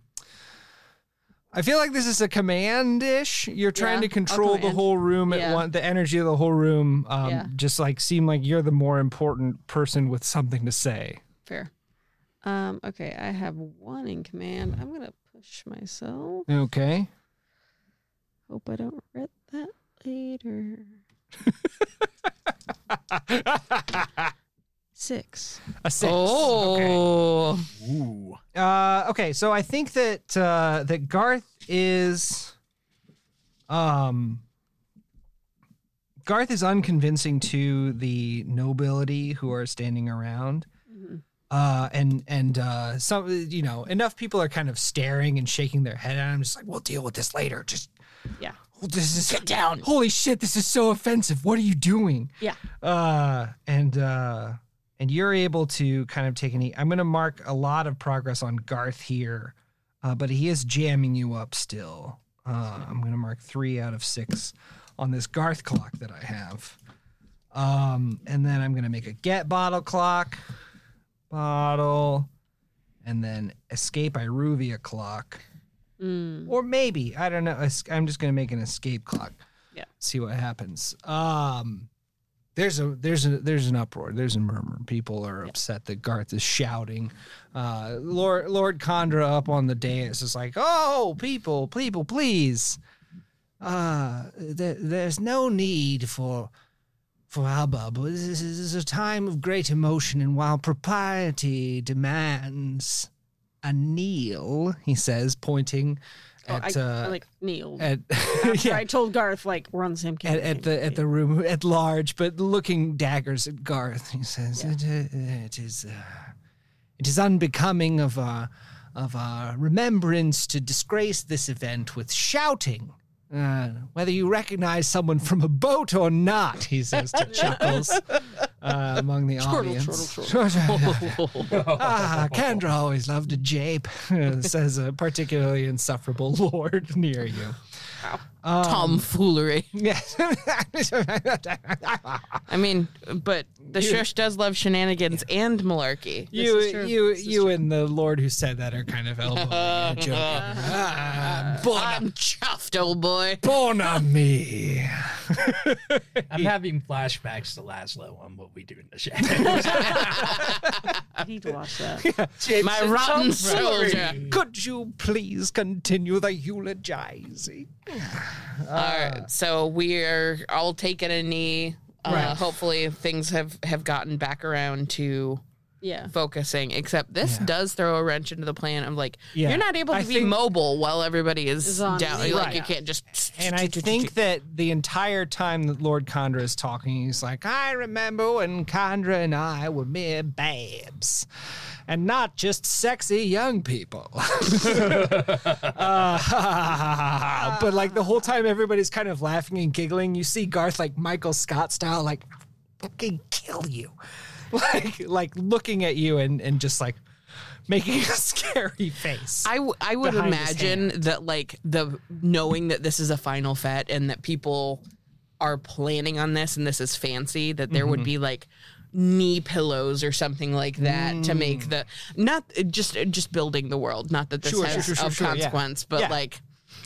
Speaker 1: I feel like this is a command ish. You're trying to
Speaker 2: Yeah, a
Speaker 1: control the
Speaker 2: command.
Speaker 1: whole room at
Speaker 3: Yeah.
Speaker 1: one, the energy of the whole room. Um,
Speaker 3: Yeah.
Speaker 1: just like seem like you're the more important person with something to say.
Speaker 3: Fair. Um, okay, I have one in command. I'm gonna push myself.
Speaker 1: Okay.
Speaker 3: Hope I don't regret that later. Six.
Speaker 1: A six.
Speaker 2: oh,
Speaker 4: Ooh.
Speaker 1: Uh, okay, so I think that uh, that Garth is, um, Garth is unconvincing to the nobility who are standing around, uh, and and uh, some you know enough people are kind of staring and shaking their head at him, just like we'll deal with this later. Just
Speaker 3: Yeah.
Speaker 1: oh, this is
Speaker 2: Sit down.
Speaker 1: Holy shit, this is so offensive. What are you doing?
Speaker 3: Yeah.
Speaker 1: Uh, and uh, and you're able to kind of take any. I'm going to mark a lot of progress on Garth here, uh, but he is jamming you up still. Uh, I'm going to mark three out of six on this Garth clock that I have. Um, and then I'm going to make a get bottle clock, bottle, and then escape Iruvia clock.
Speaker 3: Mm.
Speaker 1: Or maybe, I don't know. es- I'm just going to make an escape clock.
Speaker 3: Yeah.
Speaker 1: See what happens. Um, there's a there's a there's an uproar. There's a murmur. People are upset that Garth is shouting. Uh, Lord Lord Condra up on the dais is like, "Oh, people, people, please! Uh, there, there's no need for for hubbub. This is, this is a time of great emotion, and while propriety demands a kneel," he says, pointing
Speaker 3: Oh,
Speaker 1: at
Speaker 3: I, I
Speaker 1: uh,
Speaker 3: like Neil.
Speaker 1: at
Speaker 3: After
Speaker 1: yeah
Speaker 3: I told Garth like we're on the same
Speaker 1: at,
Speaker 3: catering
Speaker 1: at
Speaker 3: team.
Speaker 1: the at the room at large, but looking daggers at Garth. He says, "It, uh, "It is, uh, it is unbecoming of our of our remembrance to disgrace this event with shouting." Uh, whether you recognize someone from a boat or not, he says to chuckles uh, among the audience. ah, Kendra always loved a jape, says a particularly insufferable lord near you. Um,
Speaker 2: tomfoolery.
Speaker 1: Yes.
Speaker 2: I mean, but the shush does love shenanigans and malarkey.
Speaker 1: you,
Speaker 3: is true.
Speaker 1: you, you, and the Lord who said that are kind of elbowing and joking. Ah,
Speaker 2: I'm chuffed, old boy.
Speaker 1: bon ami.
Speaker 4: I'm having flashbacks to Laszlo on what we do in the shadows.
Speaker 3: I need to watch that.
Speaker 2: My rotten soldier.
Speaker 1: Could you please continue the eulogizing?
Speaker 2: all
Speaker 1: Uh.
Speaker 2: right, so we are all taking a knee. Uh, Hopefully, things have have gotten back around to
Speaker 3: Yeah.
Speaker 2: focusing. Except this does throw a wrench into the plan of like
Speaker 1: Yeah.
Speaker 2: you're not able to
Speaker 1: I
Speaker 2: be
Speaker 1: think-
Speaker 2: mobile while everybody is,
Speaker 3: Is on
Speaker 2: down.
Speaker 3: leave.
Speaker 2: Like you
Speaker 1: Right.
Speaker 2: can't just.
Speaker 1: And I think that the entire time that Lord Condra is talking, he's like, I remember when Condra and I were mere babes and not just sexy young people. uh, but like the whole time, everybody's kind of laughing and giggling. You see Garth, like Michael Scott style, like, fucking kill you. Like, like looking at you and, and just like making a scary face.
Speaker 2: I, w- I would
Speaker 1: behind his
Speaker 2: imagine that like the knowing that this is a final fet and that people are planning on this and this is fancy that there would
Speaker 1: Mm-hmm.
Speaker 2: be like knee pillows or something like that
Speaker 1: Mm.
Speaker 2: to make the not uh, just just building the world not that this
Speaker 1: Sure,
Speaker 2: has
Speaker 1: sure, sure, sure,
Speaker 2: of
Speaker 1: sure, yeah.
Speaker 2: consequence but
Speaker 1: Yeah.
Speaker 2: like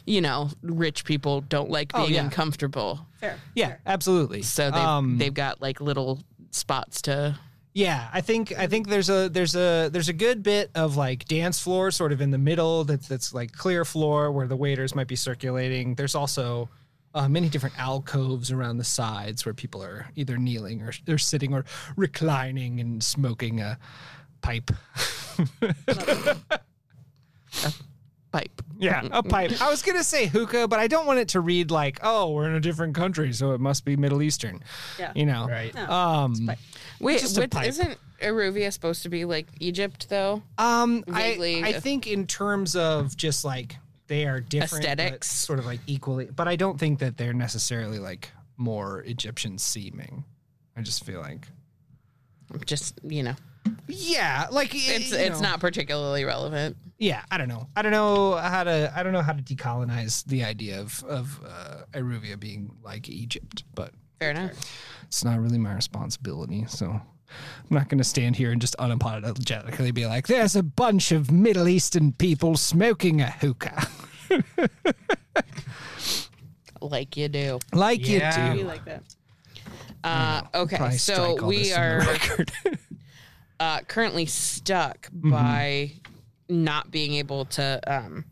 Speaker 2: you know rich people don't like being
Speaker 1: Oh, yeah.
Speaker 2: uncomfortable
Speaker 3: Fair.
Speaker 1: yeah, absolutely.
Speaker 2: so they've,
Speaker 1: Um,
Speaker 2: they've got like little spots to
Speaker 1: Yeah, I think I think there's a there's a there's a good bit of like dance floor sort of in the middle that's that's like clear floor where the waiters might be circulating. There's also uh, many different alcoves around the sides where people are either kneeling or they're sitting or reclining and smoking a pipe.
Speaker 2: pipe.
Speaker 1: Yeah, a pipe. I was gonna say hookah, but I don't want it to read like, oh, we're in a different country, so it must be Middle Eastern.
Speaker 3: Yeah.
Speaker 1: You know.
Speaker 4: Right.
Speaker 3: No.
Speaker 1: Um,
Speaker 3: pipe.
Speaker 2: Wait,
Speaker 1: Just a
Speaker 2: what-
Speaker 1: pipe.
Speaker 2: isn't Eruvia supposed to be like Egypt though?
Speaker 1: um I,
Speaker 2: Vaguely.
Speaker 1: I think in terms of just like they are different but
Speaker 2: Aesthetics.
Speaker 1: sort of like equally but I don't think that they're necessarily like more Egyptian seeming. I just feel like
Speaker 2: Just you know,
Speaker 1: Yeah, like
Speaker 2: it's
Speaker 1: you
Speaker 2: it's
Speaker 1: know.
Speaker 2: not particularly relevant.
Speaker 1: yeah i don't know i don't know how to i don't know how to decolonize the idea of of uh eruvia being like egypt but
Speaker 2: Fair enough.
Speaker 1: it's not really my responsibility so i'm not going to stand here and just unapologetically be like there's a bunch of middle eastern people smoking a hookah
Speaker 2: Like you do.
Speaker 1: like
Speaker 4: Yeah.
Speaker 1: you
Speaker 3: Be
Speaker 1: do
Speaker 3: like that.
Speaker 2: Uh, okay,
Speaker 1: Probably strike
Speaker 2: so
Speaker 1: all this
Speaker 2: we
Speaker 1: in the
Speaker 2: are
Speaker 1: record. Mm-hmm.
Speaker 2: uh, currently stuck by not being able to um,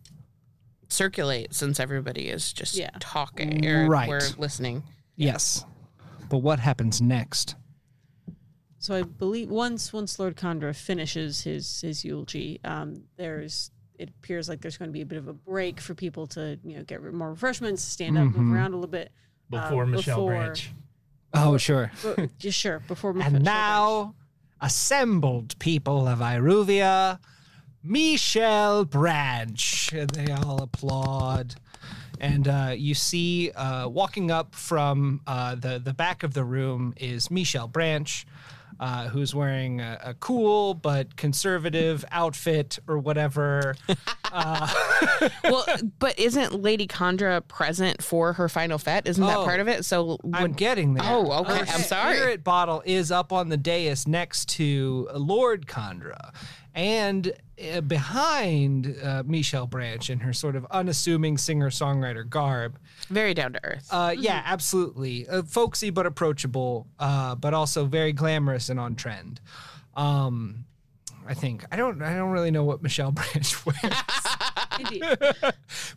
Speaker 2: circulate since everybody is just
Speaker 3: Yeah.
Speaker 2: talking or
Speaker 1: Right.
Speaker 2: we're listening.
Speaker 1: yes but what happens next
Speaker 3: So I believe once once Lord Condra finishes his his eulogy, um, there's it appears like there's going to be a bit of a break for people to you know get re- more refreshments, stand up,
Speaker 1: Mm-hmm.
Speaker 3: move around a little bit.
Speaker 4: Before
Speaker 3: um,
Speaker 4: Michelle
Speaker 3: before-
Speaker 4: Branch.
Speaker 1: oh sure
Speaker 3: but- yeah, sure. Before Michelle
Speaker 1: And now, assembled people of Iruvia, Michel Branch. And they all applaud. And uh, you see, uh, walking up from uh, the, the back of the room is Michel Branch, uh, who's wearing a, a cool but conservative outfit or whatever.
Speaker 2: well, but isn't Lady Condra present for her final fete? Isn't that
Speaker 1: Oh.
Speaker 2: part of it? So
Speaker 1: I'm
Speaker 2: would,
Speaker 1: getting there.
Speaker 2: oh, okay.
Speaker 1: Her
Speaker 2: I'm sorry.
Speaker 1: Spirit bottle is up on the dais next to uh, Lord Condra, and uh, behind uh, Michelle Branch in her sort of unassuming singer-songwriter garb.
Speaker 2: Very down to earth.
Speaker 1: Uh, Yeah, absolutely, uh, folksy but approachable, uh, but also very glamorous and on trend. Um, I think I don't I don't really know what Michelle Branch wears,
Speaker 3: Branch. Indeed.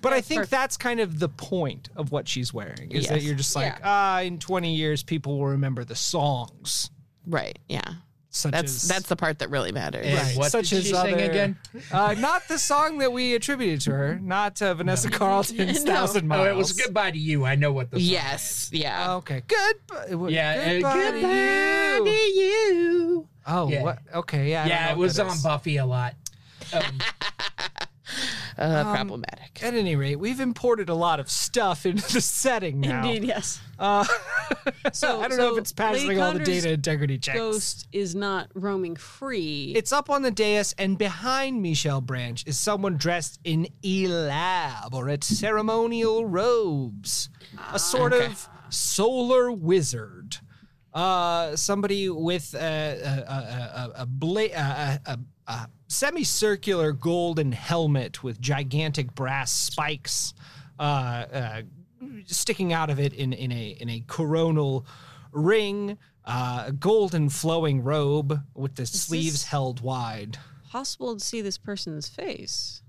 Speaker 1: but I think that's kind of the point of what she's wearing is that
Speaker 2: Yes.
Speaker 1: you're just like
Speaker 3: Yeah.
Speaker 1: ah, in 20 years people will remember the songs.
Speaker 2: right. Yeah.
Speaker 1: Such
Speaker 2: That's
Speaker 1: as
Speaker 2: that's the part that really matters.
Speaker 4: And
Speaker 1: Right.
Speaker 4: what
Speaker 1: Such
Speaker 4: did
Speaker 1: as
Speaker 4: she sing
Speaker 1: other-
Speaker 4: again?
Speaker 1: Uh, not the song that we attributed to her, not uh, Vanessa Carlton's
Speaker 3: No.
Speaker 1: Thousand Miles.
Speaker 4: Oh, it was goodbye to you. I know what the song is.
Speaker 2: Yes. Yeah.
Speaker 1: Okay, good.
Speaker 4: Yeah,
Speaker 1: goodbye,
Speaker 4: uh,
Speaker 1: to you.
Speaker 2: you.
Speaker 1: Oh,
Speaker 4: Yeah.
Speaker 1: what? Okay, yeah. I don't know
Speaker 4: Yeah, it
Speaker 1: what
Speaker 4: was
Speaker 1: that
Speaker 4: on
Speaker 1: is.
Speaker 4: Buffy a lot.
Speaker 1: Oh,
Speaker 2: Uh,
Speaker 1: um,
Speaker 2: problematic.
Speaker 1: At any rate, we've imported a lot of stuff into the setting now.
Speaker 3: Indeed, yes.
Speaker 1: Uh,
Speaker 3: So-
Speaker 1: I don't know
Speaker 3: so
Speaker 1: if it's passing
Speaker 3: Lady
Speaker 1: all the
Speaker 3: Condra's
Speaker 1: data integrity checks.
Speaker 3: Ghost is not roaming free.
Speaker 1: It's up on the dais, and behind Michelle Branch is someone dressed in elaborate ceremonial robes. A sort
Speaker 2: Okay.
Speaker 1: of solar wizard. Uh, somebody with a, a, a, a, a, bla- a, a, a, a semicircular golden helmet with gigantic brass spikes uh, uh, sticking out of it in, in, a, in a coronal ring. Uh, a golden flowing robe with the sleeves held wide.
Speaker 3: possible to see this person's face.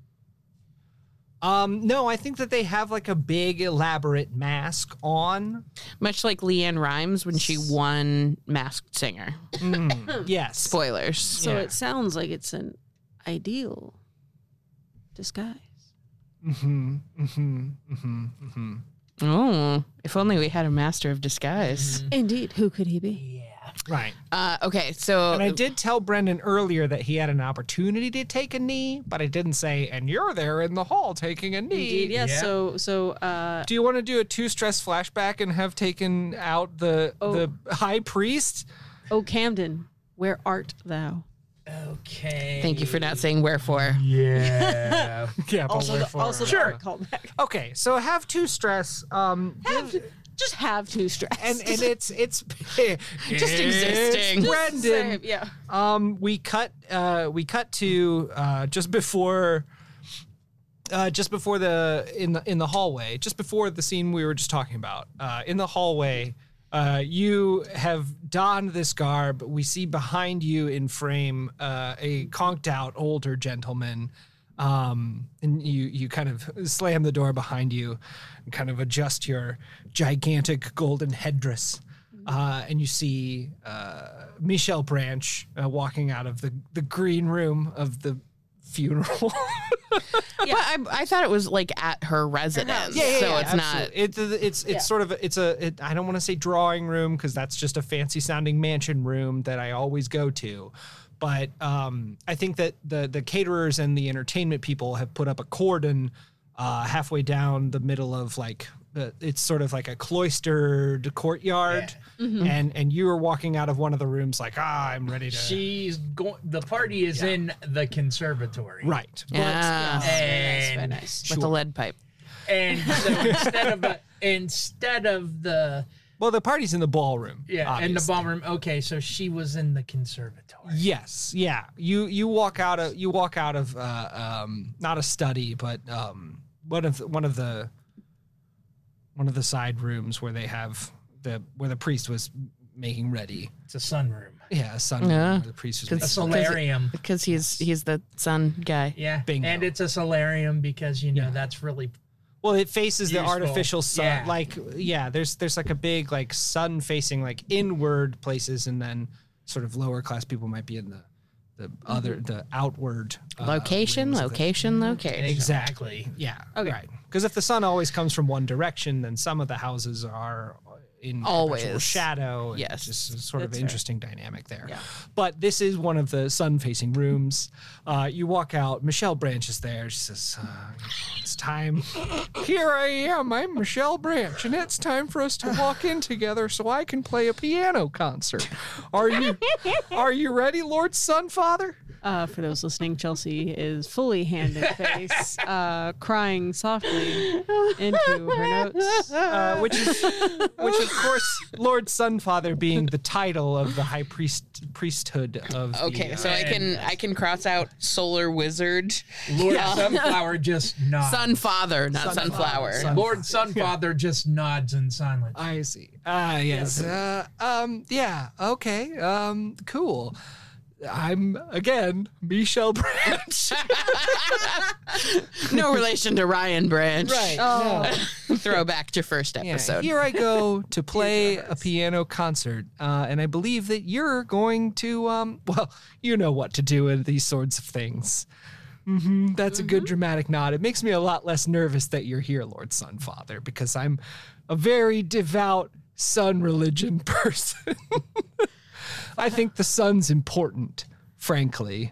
Speaker 1: Um, no, I think that they have like a big elaborate mask on.
Speaker 2: Much like Leanne Rhymes when she won Masked Singer.
Speaker 1: Yes.
Speaker 2: Spoilers.
Speaker 3: So
Speaker 1: Yeah.
Speaker 3: it sounds like it's an ideal disguise.
Speaker 1: Mm-hmm,
Speaker 2: Oh, if only we had a master of
Speaker 3: Mm-hmm.
Speaker 2: disguise.
Speaker 3: Indeed, who could he be?
Speaker 1: Right.
Speaker 2: Uh, okay, so
Speaker 1: And I did tell Brendan earlier that he had an opportunity to take a knee, but I didn't say, and you're there in the hall taking a knee.
Speaker 3: Indeed, yes.
Speaker 4: Yeah.
Speaker 3: So, so uh,
Speaker 1: Do you want to do a two stress flashback and have taken out the the high priest?
Speaker 3: O Oh, Camden, where art thou?
Speaker 4: Okay.
Speaker 2: thank you for not saying wherefore.
Speaker 4: Yeah.
Speaker 1: Yeah, but
Speaker 3: Also, the,
Speaker 1: wherefore?
Speaker 3: also the
Speaker 4: Sure.
Speaker 3: art callback.
Speaker 1: Okay, so have two stress. Um,
Speaker 3: Have, just have two stress.
Speaker 1: and and it's it's just
Speaker 2: existing.
Speaker 1: Brendan,
Speaker 3: Same, yeah.
Speaker 1: um, we cut uh, we cut to uh, just before uh, just before the in the in the hallway, just before the scene we were just talking about uh, in the hallway. Uh, you have donned this garb. We see behind you in frame uh, a conked out older gentleman. Um, and you you kind of slam the door behind you, and kind of adjust your gigantic golden headdress. uh, and you see uh, Michelle Branch uh, walking out of the, the green room of the funeral.
Speaker 2: But I, I thought it was like at her residence. so it's not.
Speaker 1: It's it's it's sort of a- it's a it, I don't want to say drawing room because that's just a fancy sounding mansion room that I always go to, but um, I think that the the caterers and the entertainment people have put up a cordon uh, halfway down the middle of like. Uh, it's sort of like a cloistered courtyard,
Speaker 4: Mm-hmm.
Speaker 1: and and you are walking out of one of the rooms like ah, I'm ready to
Speaker 4: She's going. The party is in the conservatory.
Speaker 1: right.
Speaker 2: Yeah.
Speaker 4: And,
Speaker 2: With a lead pipe.
Speaker 4: and so instead of a, instead of the
Speaker 1: Well, the party's in the ballroom.
Speaker 4: yeah in the
Speaker 1: obviously.
Speaker 4: ballroom. Okay, so she was in the conservatory.
Speaker 1: Yes, yeah. You you walk out of you walk out of uh, um, not a study, but um, one of the, one of the one of the side rooms where they have the where the priest was making ready.
Speaker 4: It's a sunroom,
Speaker 1: Yeah, a sun room
Speaker 2: Yeah.
Speaker 1: where the priest was
Speaker 4: a
Speaker 1: making.
Speaker 4: solarium.
Speaker 2: Because he's he's the sun guy.
Speaker 4: Yeah,
Speaker 1: Bingo.
Speaker 4: and it's a solarium because you know
Speaker 1: Yeah.
Speaker 4: that's really
Speaker 1: Well, it faces the
Speaker 4: Useful.
Speaker 1: artificial sun.
Speaker 4: Yeah.
Speaker 1: Like yeah, there's there's like a big like sun facing like inward places, and then sort of lower class people might be in the the other the outward uh,
Speaker 2: Location,
Speaker 1: rooms of the-
Speaker 2: location, location.
Speaker 1: Exactly. Yeah. Okay. Right. Because if the sun always comes from one direction, then some of the houses are in perpetual
Speaker 2: Always.
Speaker 1: shadow. and
Speaker 2: Yes.
Speaker 1: it's Just a sort of
Speaker 3: That's fair.
Speaker 1: interesting dynamic there. But this is one of the sun facing rooms. Uh, you walk out. Michelle Branch is there. She says, uh, "It's time. Here I am. I'm Michelle Branch, and it's time for us to walk in together so I can play a piano concert. Are you Are you ready, Lord Sunfather?"
Speaker 3: Uh, for those listening, Chelsea is fully hand in face, uh, crying softly into her notes.
Speaker 1: uh, which is which of course Lord Sunfather being the title of the high priest priesthood of the,
Speaker 2: Okay,
Speaker 1: uh,
Speaker 2: so I can I can cross out solar wizard,
Speaker 4: Lord Sunflower just nods.
Speaker 2: sun father, not sunflower.
Speaker 4: Lord Sunfather just nods in silence.
Speaker 1: I see. Ah, yes. Uh, um, yeah. Okay. Um, cool. I'm again Michelle Branch.
Speaker 2: No relation to Ryan Branch.
Speaker 1: Oh.
Speaker 2: Throwback to first episode.
Speaker 1: Here I go to play a piano concert, uh, and I believe that you're going to. Um, well, you know what to do in these sorts of things. hmm that's a good dramatic nod. It makes me a lot less nervous that you're here, Lord Sun Father, because I'm a very devout sun religion person. I think the sun's important, frankly.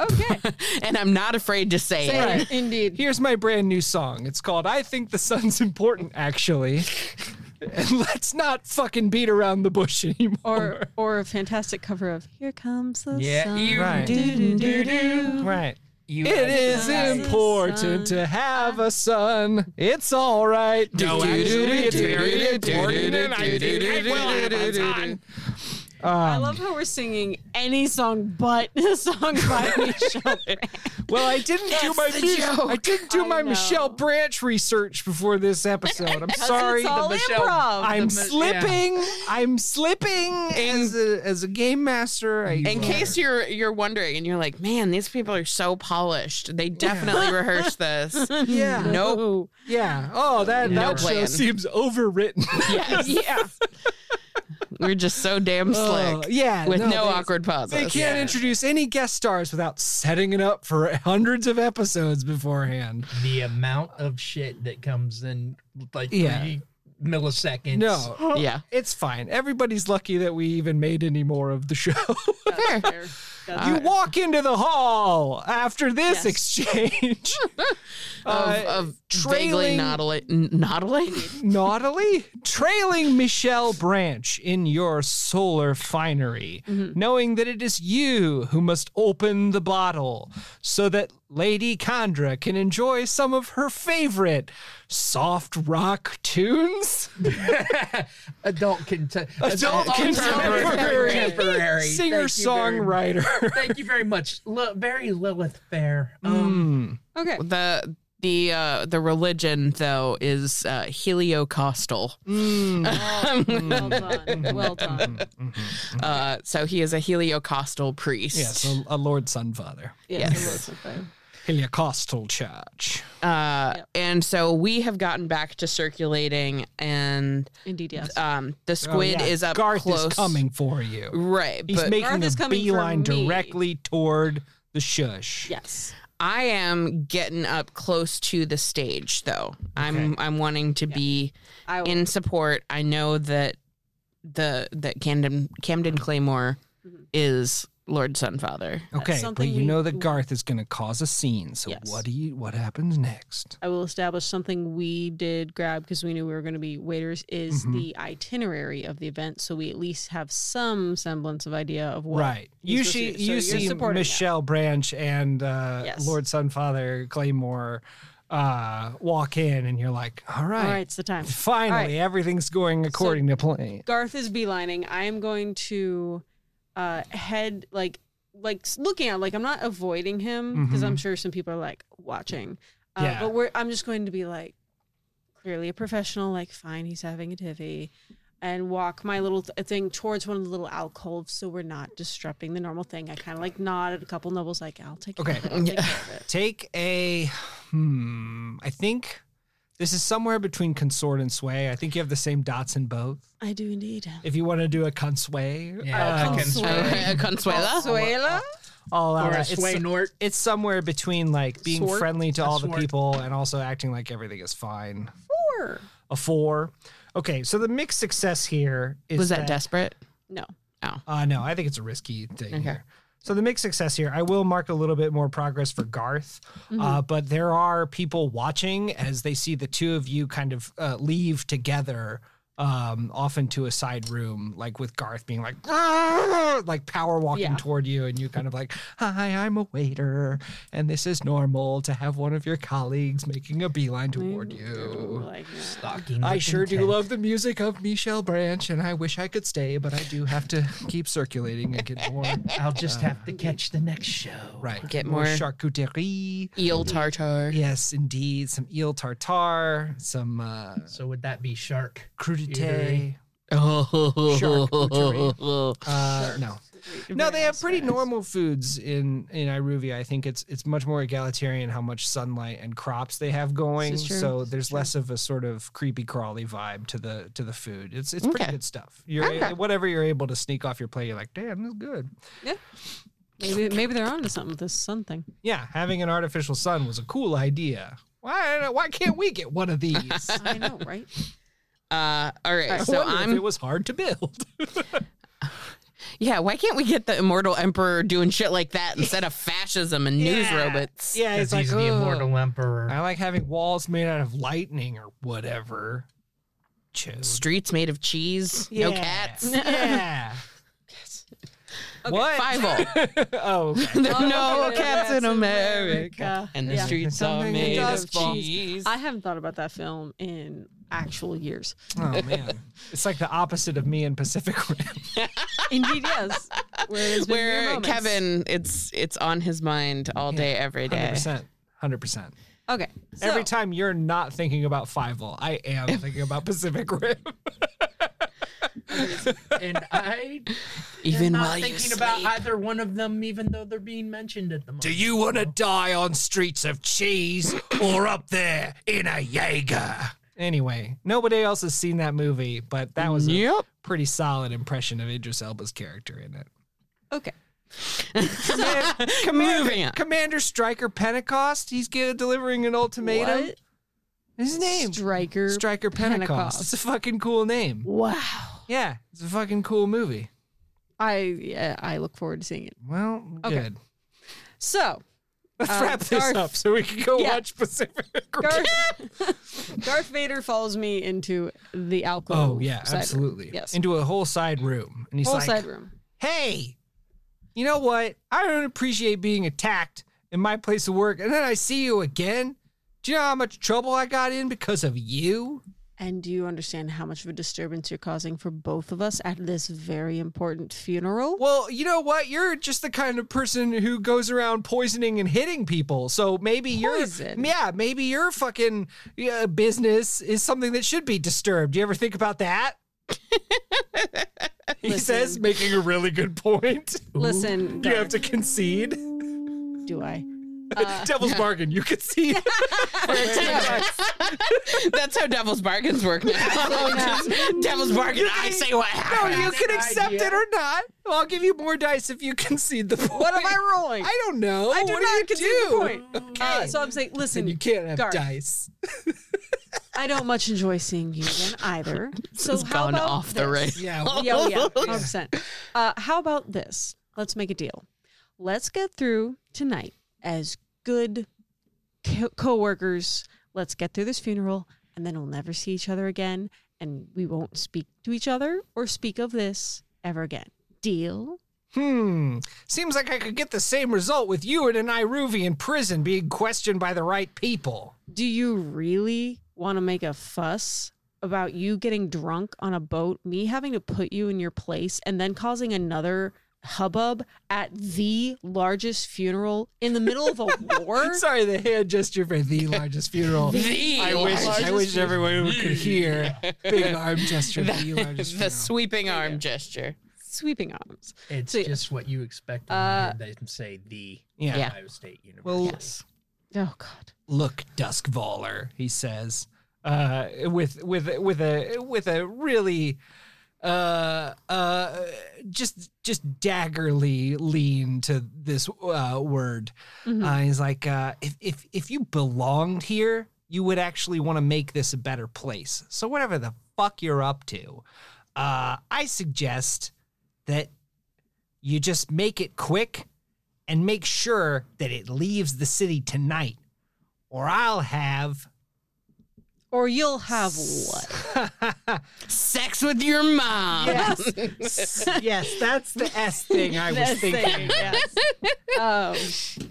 Speaker 3: Okay.
Speaker 2: and I'm not afraid to say it.
Speaker 3: Right. Indeed.
Speaker 1: Here's my brand new song. It's called I Think the Sun's Important, actually. and let's not fucking beat around the bush anymore.
Speaker 3: Or, or a fantastic cover of Here Comes the
Speaker 4: Yeah,
Speaker 3: Sun.
Speaker 4: you-
Speaker 1: Right.
Speaker 3: Doo-doo-doo-doo.
Speaker 1: right.
Speaker 4: You
Speaker 1: It is
Speaker 3: Recognize the
Speaker 1: important
Speaker 3: sun.
Speaker 1: to have a son. It's all right. No, actually, it's very important. And I think I will have a son.
Speaker 3: I love how we're singing any song but the song by Michelle Branch.
Speaker 1: Well, I didn't do my
Speaker 2: the
Speaker 1: Mich-
Speaker 2: joke.
Speaker 1: I didn't do
Speaker 3: I
Speaker 1: my
Speaker 3: know.
Speaker 1: Michelle Branch research before this episode. I'm sorry.
Speaker 3: It's all
Speaker 4: Michelle-
Speaker 3: improv.
Speaker 1: I'm
Speaker 4: yeah.
Speaker 1: slipping. I'm slipping as a as a game master. I,
Speaker 2: In case you're you're wondering and you're like, man, these people are so polished. They definitely rehearsed this.
Speaker 1: yeah,
Speaker 2: Nope.
Speaker 1: yeah. Oh, that
Speaker 2: No
Speaker 1: that show
Speaker 2: plan.
Speaker 1: seems overwritten.
Speaker 2: Yes. yeah. We're just so damn
Speaker 1: Oh,
Speaker 2: slick.
Speaker 1: yeah,
Speaker 2: With
Speaker 1: no,
Speaker 2: no,
Speaker 1: they-
Speaker 2: awkward pauses.
Speaker 1: They can't introduce any guest stars without setting it up for hundreds of episodes beforehand.
Speaker 4: the amount of shit that comes in like
Speaker 1: Yeah.
Speaker 4: three milliseconds.
Speaker 1: No,
Speaker 2: Yeah.
Speaker 1: it's fine. Everybody's lucky that we even made any more of the show.
Speaker 2: Fair.
Speaker 1: you
Speaker 2: uh,
Speaker 1: walk into the hall after this
Speaker 3: Yes.
Speaker 1: exchange.
Speaker 2: Of, of
Speaker 1: Uh, trailing-
Speaker 2: vaguely noddling. Noddling?
Speaker 1: naughtily trailing Michelle Branch in your solar finery,
Speaker 3: Mm-hmm.
Speaker 1: knowing that it is you who must open the bottle so that Lady Condra can enjoy some of her favorite soft rock tunes.
Speaker 4: Adult contemporary.
Speaker 1: Adult contemporary. Singer songwriter.
Speaker 4: Thank you very much. Li- very Lilith Fair.
Speaker 1: Mm,
Speaker 4: Um,
Speaker 3: Okay.
Speaker 2: The the uh the religion though is uh heliocostal.
Speaker 1: Mm-hmm.
Speaker 3: Well done. Well done.
Speaker 2: Uh so he is a heliocostal priest.
Speaker 1: yes, a, a Lord Sunfather.
Speaker 3: Yeah, it was a thing.
Speaker 1: Heliocostal charge.
Speaker 2: Uh,
Speaker 3: Yep.
Speaker 2: And so we have gotten back to circulating, and
Speaker 3: Indeed, yes.
Speaker 1: Uh,
Speaker 2: um, the squid
Speaker 1: Oh, yeah.
Speaker 2: is up
Speaker 1: Garth
Speaker 2: close.
Speaker 1: is coming for you.
Speaker 2: Right,
Speaker 1: He's
Speaker 2: but
Speaker 1: making
Speaker 3: Garth is
Speaker 1: a
Speaker 3: coming for
Speaker 1: beeline
Speaker 3: me.
Speaker 1: directly toward the shush.
Speaker 3: yes.
Speaker 2: I am getting up close to the stage, though. I'm I'm wanting to be
Speaker 3: I will.
Speaker 2: in support. I know that the that Camden Camden Claymore
Speaker 1: Mm-hmm.
Speaker 2: is Lord Sunfather.
Speaker 1: Okay, but
Speaker 3: something
Speaker 1: you
Speaker 3: we-
Speaker 1: know that Garth is going to cause a scene. So
Speaker 3: Yes.
Speaker 1: what do you? What happens next?
Speaker 3: I will establish something we did grab because we knew we were going to be waiters is
Speaker 1: Mhm.
Speaker 3: the itinerary of the event, so we at least have some semblance of idea of what.
Speaker 1: right. You
Speaker 3: He's
Speaker 1: see,
Speaker 3: supposed to- so
Speaker 1: you
Speaker 3: you're
Speaker 1: see
Speaker 3: supporting that.
Speaker 1: Michelle Branch and uh,
Speaker 3: Yes.
Speaker 1: Lord Sunfather Claymore uh, walk in, and you're like, all right,
Speaker 3: All right, it's the time.
Speaker 1: finally,
Speaker 3: All right.
Speaker 1: everything's going according to plan.
Speaker 3: Garth is beelining. I am going to uh, head like like s- looking at like I'm not avoiding him because I'm sure some people are like watching. Uh,
Speaker 1: Yeah.
Speaker 3: But we're I'm just going to be like clearly a professional. Like fine, he's having a divvy, and walk my little th- thing towards one of the little alcoves so we're not disrupting the normal thing. I kind of like nod at a couple nobles like I'll take.
Speaker 1: Okay.
Speaker 3: Care of it. I'll take care of it.
Speaker 1: Take a hmm. I think this is somewhere between consort and sway. I think you have the same dots in both.
Speaker 3: I do indeed.
Speaker 1: If you want to do a consway,
Speaker 4: Yeah,
Speaker 1: uh,
Speaker 4: I can
Speaker 3: Consuela.
Speaker 4: sway.
Speaker 2: Uh, Consuela.
Speaker 1: all
Speaker 4: Or
Speaker 1: out.
Speaker 4: a
Speaker 1: It's,
Speaker 4: sway nort.
Speaker 1: it's somewhere between like being
Speaker 4: Sword?
Speaker 1: friendly to
Speaker 4: A
Speaker 1: all the
Speaker 4: sword.
Speaker 1: people and also acting like everything is fine.
Speaker 3: Or
Speaker 1: A four. Okay, so the mixed success here is
Speaker 2: Was that desperate?
Speaker 3: no.
Speaker 1: Uh, no, I think it's a risky thing
Speaker 2: Okay.
Speaker 1: here. So the mixed success here, I will mark a little bit more progress for Garth, uh, but there are people watching as they see the two of you kind of uh, leave together, um, off into a side room, like with Garth being like, "Ah!" like power walking
Speaker 3: Yeah.
Speaker 1: toward you, and you kind of like, "Hi, I'm a waiter, and this is normal to have one of your colleagues making a beeline toward you."
Speaker 3: Like, no.
Speaker 4: Stalking
Speaker 1: I
Speaker 4: with
Speaker 1: sure do
Speaker 4: intent.
Speaker 1: love the music of Michelle Branch, and I wish I could stay, but I do have to keep circulating and get more.
Speaker 4: I'll just have to catch the next show.
Speaker 1: Right.
Speaker 2: Get more-
Speaker 1: charcuterie.
Speaker 2: Eel tartar.
Speaker 1: Yes, indeed. Some eel tartare, some uh,
Speaker 4: So would that be shark?
Speaker 1: crudité.
Speaker 4: Eatery.
Speaker 1: Charcuterie. Uh, no, no, they have pretty normal foods in in Iruvia. I think it's it's much more egalitarian how much sunlight and crops they have going.
Speaker 2: This is true.
Speaker 1: So there's less of a sort of creepy crawly vibe to the to the food. It's it's pretty
Speaker 2: Okay.
Speaker 1: good stuff. You're a-
Speaker 2: Okay.
Speaker 1: whatever you're able to sneak off your plate. You're like, damn, this is good.
Speaker 3: Maybe maybe they're onto something with this sun thing.
Speaker 1: Yeah, having an artificial sun was a cool idea. Why why can't we get one of these?
Speaker 3: I know, right?
Speaker 2: Uh, all right.
Speaker 1: I
Speaker 2: So
Speaker 1: wonder if
Speaker 2: I'm.
Speaker 1: it was hard to build.
Speaker 2: Yeah. Why can't we get the immortal emperor doing shit like that instead of fascism and news robots?
Speaker 1: yeah, oh.
Speaker 4: Because he's the immortal emperor.
Speaker 1: I like having walls made out of lightning or whatever. Chose.
Speaker 2: Streets made of cheese. No
Speaker 1: Yeah.
Speaker 2: cats.
Speaker 1: Yeah. What?
Speaker 2: Five all.
Speaker 1: oh, okay.
Speaker 2: There are
Speaker 3: Oh,
Speaker 2: no cats in
Speaker 3: Captain
Speaker 2: America.
Speaker 3: America.
Speaker 2: And the
Speaker 3: Uh, Yeah.
Speaker 2: streets are
Speaker 1: Something
Speaker 2: made
Speaker 1: does
Speaker 2: of cheese.
Speaker 3: I haven't thought about that film in actual years.
Speaker 1: oh man, it's like the opposite of me in Pacific Rim.
Speaker 3: Indeed, yes. Where, it has been mere
Speaker 2: Where
Speaker 3: moments.
Speaker 2: Kevin, it's it's on his mind all day, every
Speaker 1: Hundred
Speaker 2: day.
Speaker 1: percent, hundred percent.
Speaker 3: Okay.
Speaker 1: Every
Speaker 3: Every time.
Speaker 1: time you're not thinking about Fievel, I am thinking about Pacific Rim.
Speaker 4: and I
Speaker 2: Even
Speaker 4: not
Speaker 2: while you
Speaker 4: thinking
Speaker 2: sleep.
Speaker 4: about either one of them, even though they're being mentioned at the moment.
Speaker 1: you want to die on streets of cheese or up there in a Jaeger? Anyway, nobody else has seen that movie, but that was a
Speaker 2: Yep.
Speaker 1: pretty solid impression of Idris Elba's character in it.
Speaker 3: Okay.
Speaker 2: Moving on.
Speaker 1: Commander Striker Pentecost. He's gi- delivering an ultimatum.
Speaker 3: What?
Speaker 1: His name
Speaker 3: Striker.
Speaker 1: Striker Pentecost.
Speaker 3: Pentecost.
Speaker 1: It's a fucking cool name.
Speaker 2: Wow.
Speaker 1: Yeah, it's a fucking cool movie.
Speaker 3: I yeah, I look forward to seeing it.
Speaker 1: Well,
Speaker 3: Okay. uh,
Speaker 1: good.
Speaker 3: So
Speaker 1: Let's
Speaker 3: Uh,
Speaker 1: wrap this
Speaker 3: Garth-
Speaker 1: up so we can go
Speaker 3: Yeah.
Speaker 1: watch Pacific Rim.
Speaker 3: Darth, Darth Vader follows me into the alcove.
Speaker 1: Oh yeah,
Speaker 3: side room.
Speaker 1: absolutely.
Speaker 3: Yes.
Speaker 1: Into a whole side room, and he's
Speaker 3: Whole
Speaker 1: like,
Speaker 3: side room.
Speaker 1: "Hey, you know what? I don't appreciate being attacked in my place of work, and then I see you again. Do you know how much trouble I got in because of you?"
Speaker 3: And do you understand how much of a disturbance you're causing for both of us at this very important funeral?
Speaker 1: Well, you know what? You're just the kind of person who goes around poisoning and hitting people. So maybe
Speaker 3: Poison?
Speaker 1: you're, yeah, maybe your fucking uh, business is something that should be disturbed. You ever think about that? he
Speaker 3: Listen.
Speaker 1: says, making a really good point.
Speaker 3: Listen,
Speaker 1: You
Speaker 3: Darth,
Speaker 1: have to concede.
Speaker 3: do I?
Speaker 1: Devil's bargain. You could see.
Speaker 2: That's how devil's bargains work now. Just devil's bargain. I say what
Speaker 1: No,
Speaker 2: happens.
Speaker 1: you can accept
Speaker 4: idea.
Speaker 1: it or not. I'll give you more dice if you concede the point.
Speaker 3: What am I rolling?
Speaker 1: I don't know.
Speaker 3: I do
Speaker 1: what
Speaker 3: not
Speaker 1: do
Speaker 3: concede
Speaker 1: you
Speaker 3: the
Speaker 1: do?
Speaker 3: point. Uh, so I'm saying, listen,
Speaker 1: And you can't have
Speaker 3: Garth,
Speaker 1: dice.
Speaker 3: I don't much enjoy seeing you again either. so
Speaker 2: It's
Speaker 3: how
Speaker 2: gone
Speaker 3: about
Speaker 2: off the
Speaker 3: this?
Speaker 2: rails.
Speaker 1: Yeah.
Speaker 3: Yeah, oh, yeah, 100%. Uh, how about this? Let's make a deal. Let's get through tonight as good co- coworkers. Let's get through this funeral, and then we'll never see each other again, and we won't speak to each other or speak of this ever again. Deal?
Speaker 1: Hmm. Seems like I could get the same result with you and an Iruvi in prison being questioned by the right people.
Speaker 3: Do you really want to make a fuss about you getting drunk on a boat, me having to put you in your place, and then causing another hubbub at the largest funeral in the middle of a war?
Speaker 1: Sorry, the hand gesture for the largest funeral.
Speaker 2: The
Speaker 1: I wish I
Speaker 2: largest-
Speaker 1: wish everyone could hear big arm gesture. The largest
Speaker 2: the
Speaker 1: funeral.
Speaker 2: sweeping arm gesture.
Speaker 3: sweeping arms.
Speaker 4: It's
Speaker 3: So, yeah.
Speaker 4: just what you expect when
Speaker 3: Uh,
Speaker 4: you hear them say the
Speaker 1: Yeah.
Speaker 2: Yeah.
Speaker 4: Ohio State University.
Speaker 1: Well,
Speaker 3: Oh God.
Speaker 1: look, Duskvaller, he says, uh, with with with a with a really uh uh just just daggerly lean to this uh word uh, he's like uh if, if if you belonged here you would actually want to make this a better place so whatever the fuck you're up to uh i suggest that you just make it quick and make sure that it leaves the city tonight or i'll have
Speaker 3: Or you'll have what?
Speaker 2: Sex with your mom.
Speaker 1: Yes. yes, that's the S thing I was thinking.
Speaker 3: yes. Um,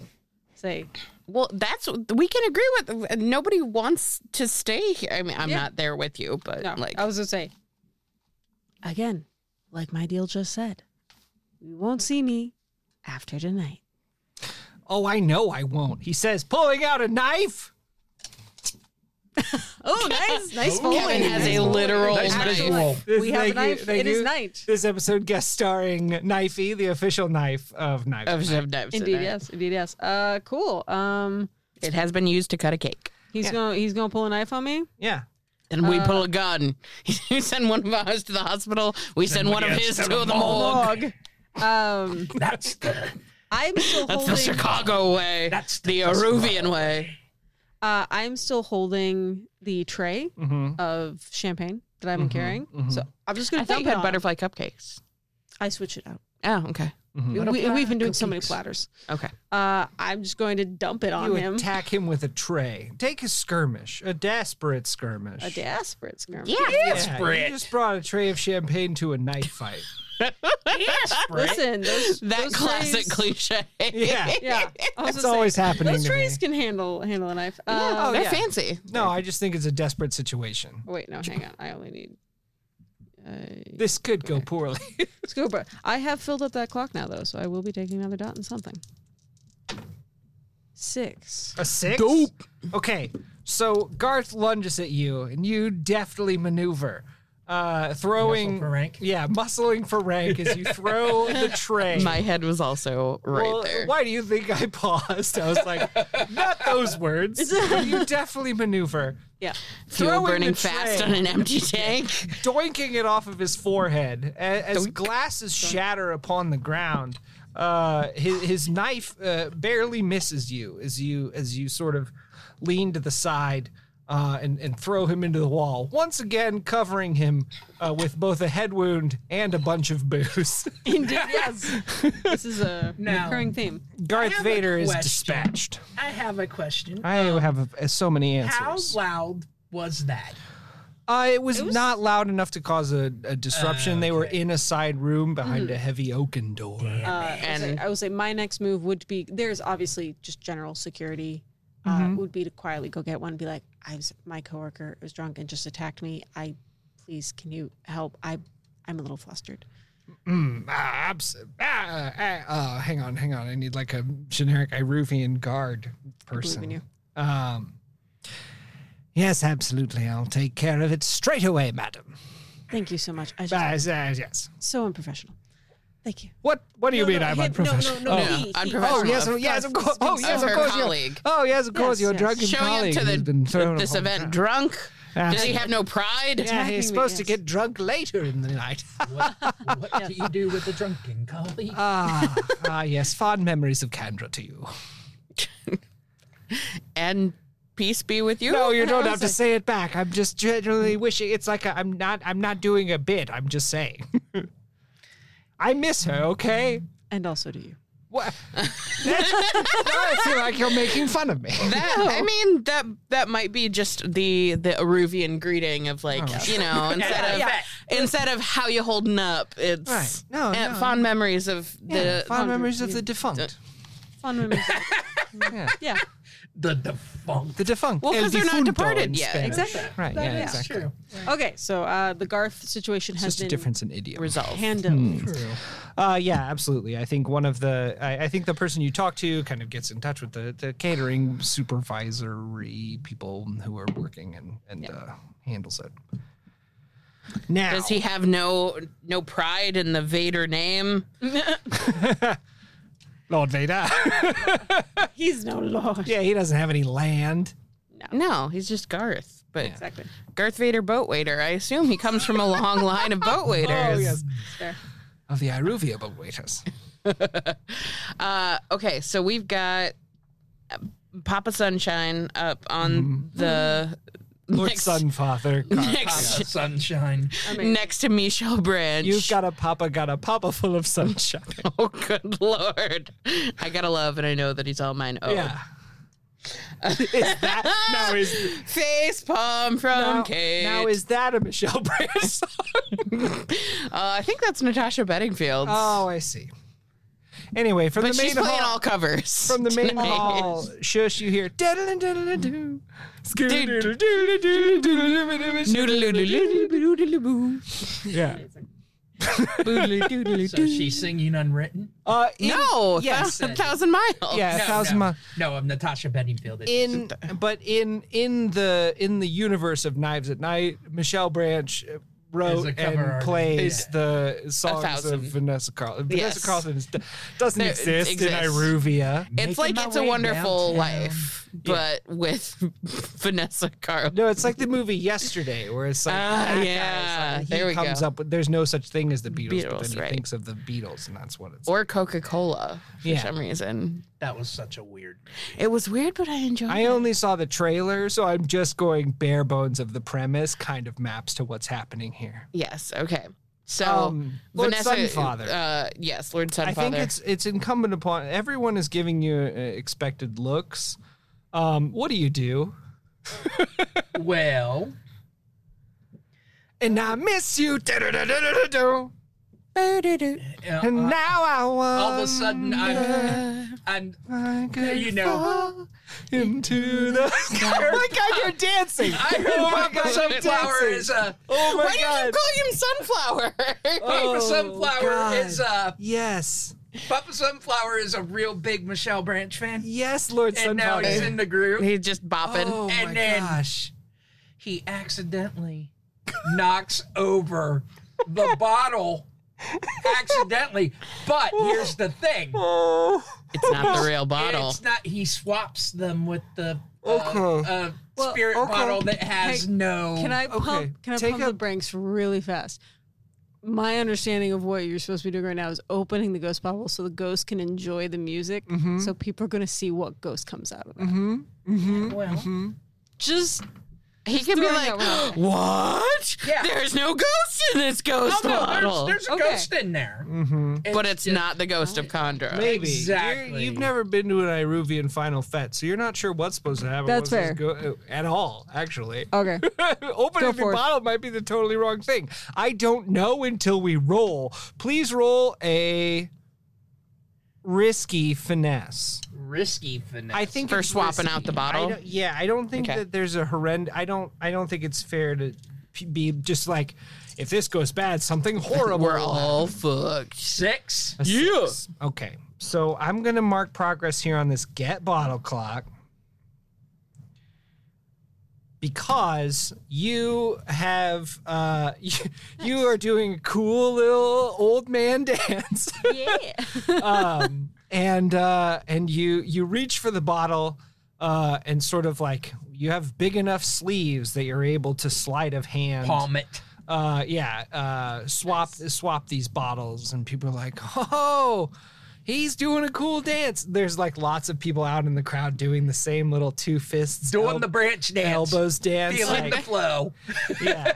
Speaker 3: say
Speaker 2: Well, that's we can agree with. Nobody wants to stay here. I mean, I'm not there with you, but
Speaker 3: no.
Speaker 2: like
Speaker 3: I was gonna say again, like my deal just said, you won't see me after tonight.
Speaker 1: Oh, I know I won't. He says, pulling out a knife.
Speaker 3: Oh, nice, nice
Speaker 2: Kevin has a literal
Speaker 4: Nice
Speaker 2: knife.
Speaker 4: roll.
Speaker 1: This-
Speaker 3: We have a
Speaker 1: thank you-
Speaker 3: knife.
Speaker 1: thank
Speaker 3: it is
Speaker 1: you.
Speaker 3: night.
Speaker 1: This episode guest starring Knifey, the official knife of Knife.
Speaker 2: of shoved knives. in
Speaker 3: Indeed,
Speaker 2: it.
Speaker 3: yes. Indeed, yes. Uh, cool. Um,
Speaker 2: It has been used to cut a cake.
Speaker 3: he's
Speaker 1: Yeah.
Speaker 3: gonna he's gonna pull a knife on me.
Speaker 1: yeah.
Speaker 2: And we pull a gun. You send one of us to the hospital. We send, one of
Speaker 4: one of
Speaker 2: his
Speaker 4: us
Speaker 2: to
Speaker 4: to the
Speaker 2: the morgue.
Speaker 3: Um,
Speaker 4: That's the
Speaker 3: I'm still
Speaker 2: That's
Speaker 3: holding.
Speaker 2: the Chicago way.
Speaker 4: That's
Speaker 2: the
Speaker 4: the
Speaker 2: Aruvian way.
Speaker 3: Uh, I'm still holding the tray
Speaker 1: Mhm.
Speaker 3: of champagne that I've been carrying. So I'm just
Speaker 2: Mm-hmm. I
Speaker 3: going to
Speaker 2: thought
Speaker 3: dump
Speaker 2: you
Speaker 3: it
Speaker 2: had
Speaker 3: on.
Speaker 2: butterfly cupcakes.
Speaker 3: I switch it out.
Speaker 2: Oh, okay.
Speaker 3: We, have been doing so many platters.
Speaker 2: Okay.
Speaker 3: Uh, I'm just going to dump it on
Speaker 1: You
Speaker 3: him.
Speaker 1: attack him with a tray. Take a skirmish, a desperate skirmish.
Speaker 3: a desperate skirmish.
Speaker 2: Yeah.
Speaker 1: Yeah, you just brought a tray of champagne to a knife fight.
Speaker 3: Listen, those,
Speaker 2: That
Speaker 3: those
Speaker 2: classic
Speaker 3: trays-
Speaker 2: cliche.
Speaker 1: Yeah.
Speaker 3: Yeah, I was
Speaker 1: It's
Speaker 3: gonna say,
Speaker 1: always happening
Speaker 3: Those
Speaker 1: to
Speaker 3: trays
Speaker 1: me.
Speaker 3: can handle handle a knife.
Speaker 2: Oh,
Speaker 3: Uh,
Speaker 2: they're
Speaker 1: yeah.
Speaker 2: fancy.
Speaker 1: No, I just think it's a desperate situation.
Speaker 3: oh, Wait, no, hang on. I only need. Uh,
Speaker 1: This could go poorly.
Speaker 3: scuba. I have filled up that clock now, though, so I will be taking another dot and something. Six.
Speaker 1: A six? Okay, so Garth lunges at you, and you deftly maneuver, uh, throwing
Speaker 4: Muscle for rank?
Speaker 1: Yeah, muscling for rank as you throw the tray.
Speaker 2: My head was also right
Speaker 1: Well,
Speaker 2: there.
Speaker 1: Why do you think I paused? I was like, not those words. but you deftly maneuver,
Speaker 3: Yeah.
Speaker 2: Fuel
Speaker 1: throwing the
Speaker 2: burning fast
Speaker 1: tray.
Speaker 2: on an empty tank.
Speaker 1: doinking it off of his forehead a- as glasses shatter upon the ground. Uh, his, his knife uh, barely misses you as you as you sort of lean to the side uh, and and throw him into the wall once again, covering him uh, with both a head wound and a bunch of booze.
Speaker 3: Indeed, yes. this is a
Speaker 4: Now-
Speaker 3: recurring theme.
Speaker 1: Darth
Speaker 4: have a
Speaker 1: Vader is
Speaker 4: question.
Speaker 1: dispatched.
Speaker 4: I have a question.
Speaker 1: I have uh, so many
Speaker 4: How
Speaker 1: answers.
Speaker 4: loud was that?
Speaker 1: Uh, it, was not loud enough to cause a, a disruption. They were
Speaker 4: okay. Hmm.
Speaker 1: in a side room behind a heavy oaken door.
Speaker 3: Uh, and I will,
Speaker 2: And-
Speaker 3: say, I will say my next move would be there's obviously just general security.
Speaker 1: Mm-hmm.
Speaker 3: Uh, would be to quietly go get one and be like, I was my coworker was drunk and just attacked me. I please can you help? I I'm a little flustered.
Speaker 1: Ah, abs- ah, ah, ah, hang on, hang on. I need like a generic Iruvian guard person.
Speaker 3: in you.
Speaker 1: Um, yes, absolutely. I'll take care of it straight away, madam.
Speaker 3: Thank you so much. I just
Speaker 1: Ah, yes, yes.
Speaker 3: so unprofessional. Thank you.
Speaker 1: What? What do you
Speaker 3: No,
Speaker 1: mean
Speaker 3: no,
Speaker 1: I'm
Speaker 3: him- no, no,
Speaker 1: unprofessional?
Speaker 3: no,
Speaker 1: Oh.
Speaker 3: he-
Speaker 2: Yeah,
Speaker 3: he-
Speaker 2: unprofessional.
Speaker 1: Oh yes,
Speaker 2: Of-
Speaker 1: oh, yes, of course. Oh yes, of
Speaker 2: of her
Speaker 1: course. You're,
Speaker 2: colleague.
Speaker 1: oh yes, of course.
Speaker 3: Yes,
Speaker 1: Your
Speaker 3: yes.
Speaker 1: drunken
Speaker 2: Showing
Speaker 1: colleague
Speaker 2: up to
Speaker 1: has
Speaker 2: the, Ah.
Speaker 1: been thrown
Speaker 2: this
Speaker 1: upon.
Speaker 2: event drunk. Does he
Speaker 1: Absolutely.
Speaker 2: have no pride?
Speaker 1: Yeah,
Speaker 3: Attacking me,
Speaker 1: he's supposed to
Speaker 3: yes.
Speaker 1: get drunk later in the night.
Speaker 4: What, what do you do with a drunken colleague?
Speaker 3: Uh,
Speaker 1: ah, ah, yes. Fond memories of Candra to you.
Speaker 2: And peace be with you.
Speaker 1: No, you don't
Speaker 3: I
Speaker 1: have to
Speaker 3: was
Speaker 1: say it back. I'm just generally wishing. It's like a, I'm not. I'm not doing a bit. I'm just saying. I miss her. Okay.
Speaker 3: And also to you.
Speaker 1: What? That's, I feel like you're making fun of me.
Speaker 2: That, I mean that that might be just the the Aruvian greeting of like you know instead of
Speaker 4: Yeah.
Speaker 2: instead of how you holding up it's
Speaker 1: Right. No,
Speaker 2: and
Speaker 1: no.
Speaker 2: fond memories of
Speaker 1: Yeah,
Speaker 2: the
Speaker 1: fond memories of the defunct.
Speaker 3: Fun memories.
Speaker 1: Yeah.
Speaker 3: yeah.
Speaker 4: The defunct.
Speaker 1: The defunct.
Speaker 2: Well,
Speaker 1: El
Speaker 2: 'cause they're not
Speaker 1: difunto
Speaker 2: departed
Speaker 1: in
Speaker 2: yet.
Speaker 1: Spanish.
Speaker 3: Exactly.
Speaker 1: Right.
Speaker 4: That
Speaker 1: Yeah.
Speaker 4: is
Speaker 1: Exactly.
Speaker 4: true.
Speaker 3: Okay, so uh, the Garth situation
Speaker 1: It's
Speaker 3: has
Speaker 1: just a
Speaker 3: been
Speaker 1: difference in idiom.
Speaker 2: resolve.
Speaker 3: handled.
Speaker 4: True.
Speaker 1: Uh, yeah, absolutely. I think one of the, I, I think the person you talk to kind of gets in touch with the, the catering supervisory people who are working and and uh, handles it. Now,
Speaker 2: Does he have no no pride in the Vader name?
Speaker 1: Lord Vader?
Speaker 3: He's no lord.
Speaker 1: yeah, he doesn't have any land.
Speaker 2: No, he's just Garth. But
Speaker 3: Exactly.
Speaker 2: Garth Vader boat waiter. I assume he comes from a long line of boat waiters.
Speaker 3: Fair.
Speaker 1: of the Iruvia boat waiters.
Speaker 2: Uh, okay, so we've got uh, Papa Sunshine up on the
Speaker 1: Lord
Speaker 2: next
Speaker 1: Sunfather.
Speaker 2: next
Speaker 3: Uh,
Speaker 4: Papa sunshine.
Speaker 3: Amazing.
Speaker 2: next to Michelle Branch.
Speaker 1: You've got a papa, got a papa full of sunshine.
Speaker 2: oh good lord! I gotta love, and I know that he's all mine. Oh,
Speaker 1: Yeah. is that, now is
Speaker 2: face palm from
Speaker 1: now,
Speaker 2: Kate.
Speaker 1: now is that a Michelle Branch song?
Speaker 2: uh, I think that's Natasha Bedingfield.
Speaker 1: Oh, I see. Anyway, from
Speaker 2: but
Speaker 1: the main
Speaker 2: she's playing
Speaker 1: hall,
Speaker 2: all covers
Speaker 1: from the main
Speaker 2: tonight.
Speaker 1: hall, shush, you hear diddle diddle doo,
Speaker 2: Noodle-loodle-loodle-boo-doodle-boo.
Speaker 1: yeah.
Speaker 4: So she's singing unwritten.
Speaker 1: Uh, in,
Speaker 2: No,
Speaker 1: yes,
Speaker 2: a thousand miles.
Speaker 1: yeah, a thousand
Speaker 4: no,
Speaker 1: mi-
Speaker 4: no, I'm Natasha Bedingfield. It's
Speaker 1: in but in in the in the universe of Knives at Night, Michelle Branch
Speaker 4: Is
Speaker 1: wrote
Speaker 4: a cover
Speaker 1: and
Speaker 4: artist.
Speaker 1: plays the songs
Speaker 2: thousand.
Speaker 1: of Vanessa Carlton. Vanessa
Speaker 2: Yes.
Speaker 1: Carlton is, doesn't
Speaker 2: There-
Speaker 1: exist in
Speaker 2: exists.
Speaker 1: Iruvia.
Speaker 2: It's
Speaker 4: Making
Speaker 2: like
Speaker 4: my
Speaker 2: it's a
Speaker 4: way
Speaker 2: wonderful
Speaker 4: downtown.
Speaker 2: life, but with Vanessa Carlton.
Speaker 1: No, it's like the movie Yesterday, where it's like,
Speaker 2: Ah,
Speaker 1: that guy's
Speaker 2: yeah.
Speaker 1: like, he
Speaker 2: There we
Speaker 1: comes
Speaker 2: go.
Speaker 1: up. with- There's no such thing as the Beatles, but
Speaker 2: Beatles,
Speaker 1: then he
Speaker 2: right.
Speaker 1: thinks of the Beatles, and that's what it's.
Speaker 2: Or Coca Cola for
Speaker 1: Yeah.
Speaker 2: some reason.
Speaker 4: that was such a weird.
Speaker 2: It was weird, but I enjoyed
Speaker 1: I
Speaker 2: it.
Speaker 1: only saw the trailer, so I'm just going bare bones of the premise. Kind of maps to what's happening here.
Speaker 2: Yes. Okay. So
Speaker 1: Um, Lord
Speaker 2: Vanessa,
Speaker 1: Sunfather.
Speaker 2: Uh, yes, Lord Sunfather.
Speaker 1: I think it's it's incumbent upon everyone is giving you uh, expected looks. Um, what do you do?
Speaker 4: Well,
Speaker 1: And I miss you. Da-da-da-da-da-da.
Speaker 4: uh,
Speaker 1: And now I want.
Speaker 4: all of a sudden I'm, I'm you know.
Speaker 1: into the sky. oh my god, you're dancing!
Speaker 4: I heard
Speaker 1: oh my
Speaker 4: Papa
Speaker 1: god, you're
Speaker 4: sunflower
Speaker 1: dancing!
Speaker 4: is uh, a
Speaker 1: oh my
Speaker 2: Why do
Speaker 1: god!
Speaker 2: you keep calling him Sunflower?
Speaker 4: Papa
Speaker 1: Oh,
Speaker 4: Sunflower
Speaker 1: God.
Speaker 4: is a
Speaker 1: yes,
Speaker 4: Papa Sunflower is a real big Michelle Branch fan,
Speaker 1: yes, Lord
Speaker 4: and now
Speaker 1: Sunflower.
Speaker 4: he's in the group.
Speaker 2: He's just bopping.
Speaker 1: oh my
Speaker 4: and then-
Speaker 1: gosh!
Speaker 4: he accidentally knocks over the bottle accidentally. But here's the thing.
Speaker 1: Oh,
Speaker 2: It's not the real bottle.
Speaker 4: It's not he swaps them with the uh,
Speaker 1: Okay.
Speaker 4: uh, spirit
Speaker 1: okay.
Speaker 4: bottle that has
Speaker 3: Hey,
Speaker 4: no
Speaker 3: Can I pump?
Speaker 1: Oh, Okay,
Speaker 3: Can I
Speaker 1: take
Speaker 3: pump
Speaker 1: a-
Speaker 3: the brakes really fast? My understanding of what you're supposed to be doing right now is opening the ghost bottle so the ghost can enjoy the music.
Speaker 1: Mm-hmm.
Speaker 3: So people are going to see what ghost comes out of it.
Speaker 4: well
Speaker 3: Just
Speaker 2: He could be
Speaker 3: throwing
Speaker 2: like,
Speaker 3: that one out
Speaker 2: "What?
Speaker 4: Yeah.
Speaker 2: There's no ghost in this ghost
Speaker 4: Oh, no, there's-
Speaker 2: bottle."
Speaker 4: there's, a
Speaker 3: Okay.
Speaker 4: ghost in there.
Speaker 1: Mm-hmm.
Speaker 2: but it's not the ghost of Condra.
Speaker 1: Maybe
Speaker 4: Exactly.
Speaker 1: you have never been to an Iruvian final fete, so you're not sure what's supposed to happen.
Speaker 3: That's
Speaker 1: what's supposed
Speaker 3: fair. Oh.
Speaker 1: to Go, uh, at all, actually.
Speaker 3: okay.
Speaker 1: Opening the
Speaker 3: for it.
Speaker 1: bottle might be the totally wrong thing. I don't know until we roll. Please roll a risky finesse.
Speaker 4: Risky finesse.
Speaker 1: I think
Speaker 2: For
Speaker 1: it's
Speaker 2: swapping
Speaker 1: risky.
Speaker 2: out the
Speaker 1: I
Speaker 2: bottle.
Speaker 1: don't- yeah, I don't think
Speaker 2: Okay.
Speaker 1: that there's a horrendous. I don't. I don't think it's fair to p- be just like if this goes bad, something horrible.
Speaker 2: We're
Speaker 1: will
Speaker 2: all fucked.
Speaker 4: six.
Speaker 1: happen. A six. Okay. So I'm gonna mark progress here on this get bottle clock. because you have uh, you, you are doing a cool little old man dance.
Speaker 3: Yeah.
Speaker 1: um, and uh, and you you reach for the bottle uh, and sort of like you have big enough sleeves that you're able to sleight of hand
Speaker 4: Palm it.
Speaker 1: uh yeah uh swap swap these bottles and people are like oh he's doing a cool dance there's like lots of people out in the crowd doing the same little two fists
Speaker 4: Doing
Speaker 1: el-
Speaker 4: the branch dance.
Speaker 1: elbows dance
Speaker 4: Feeling the
Speaker 1: like,
Speaker 4: flow.
Speaker 1: yeah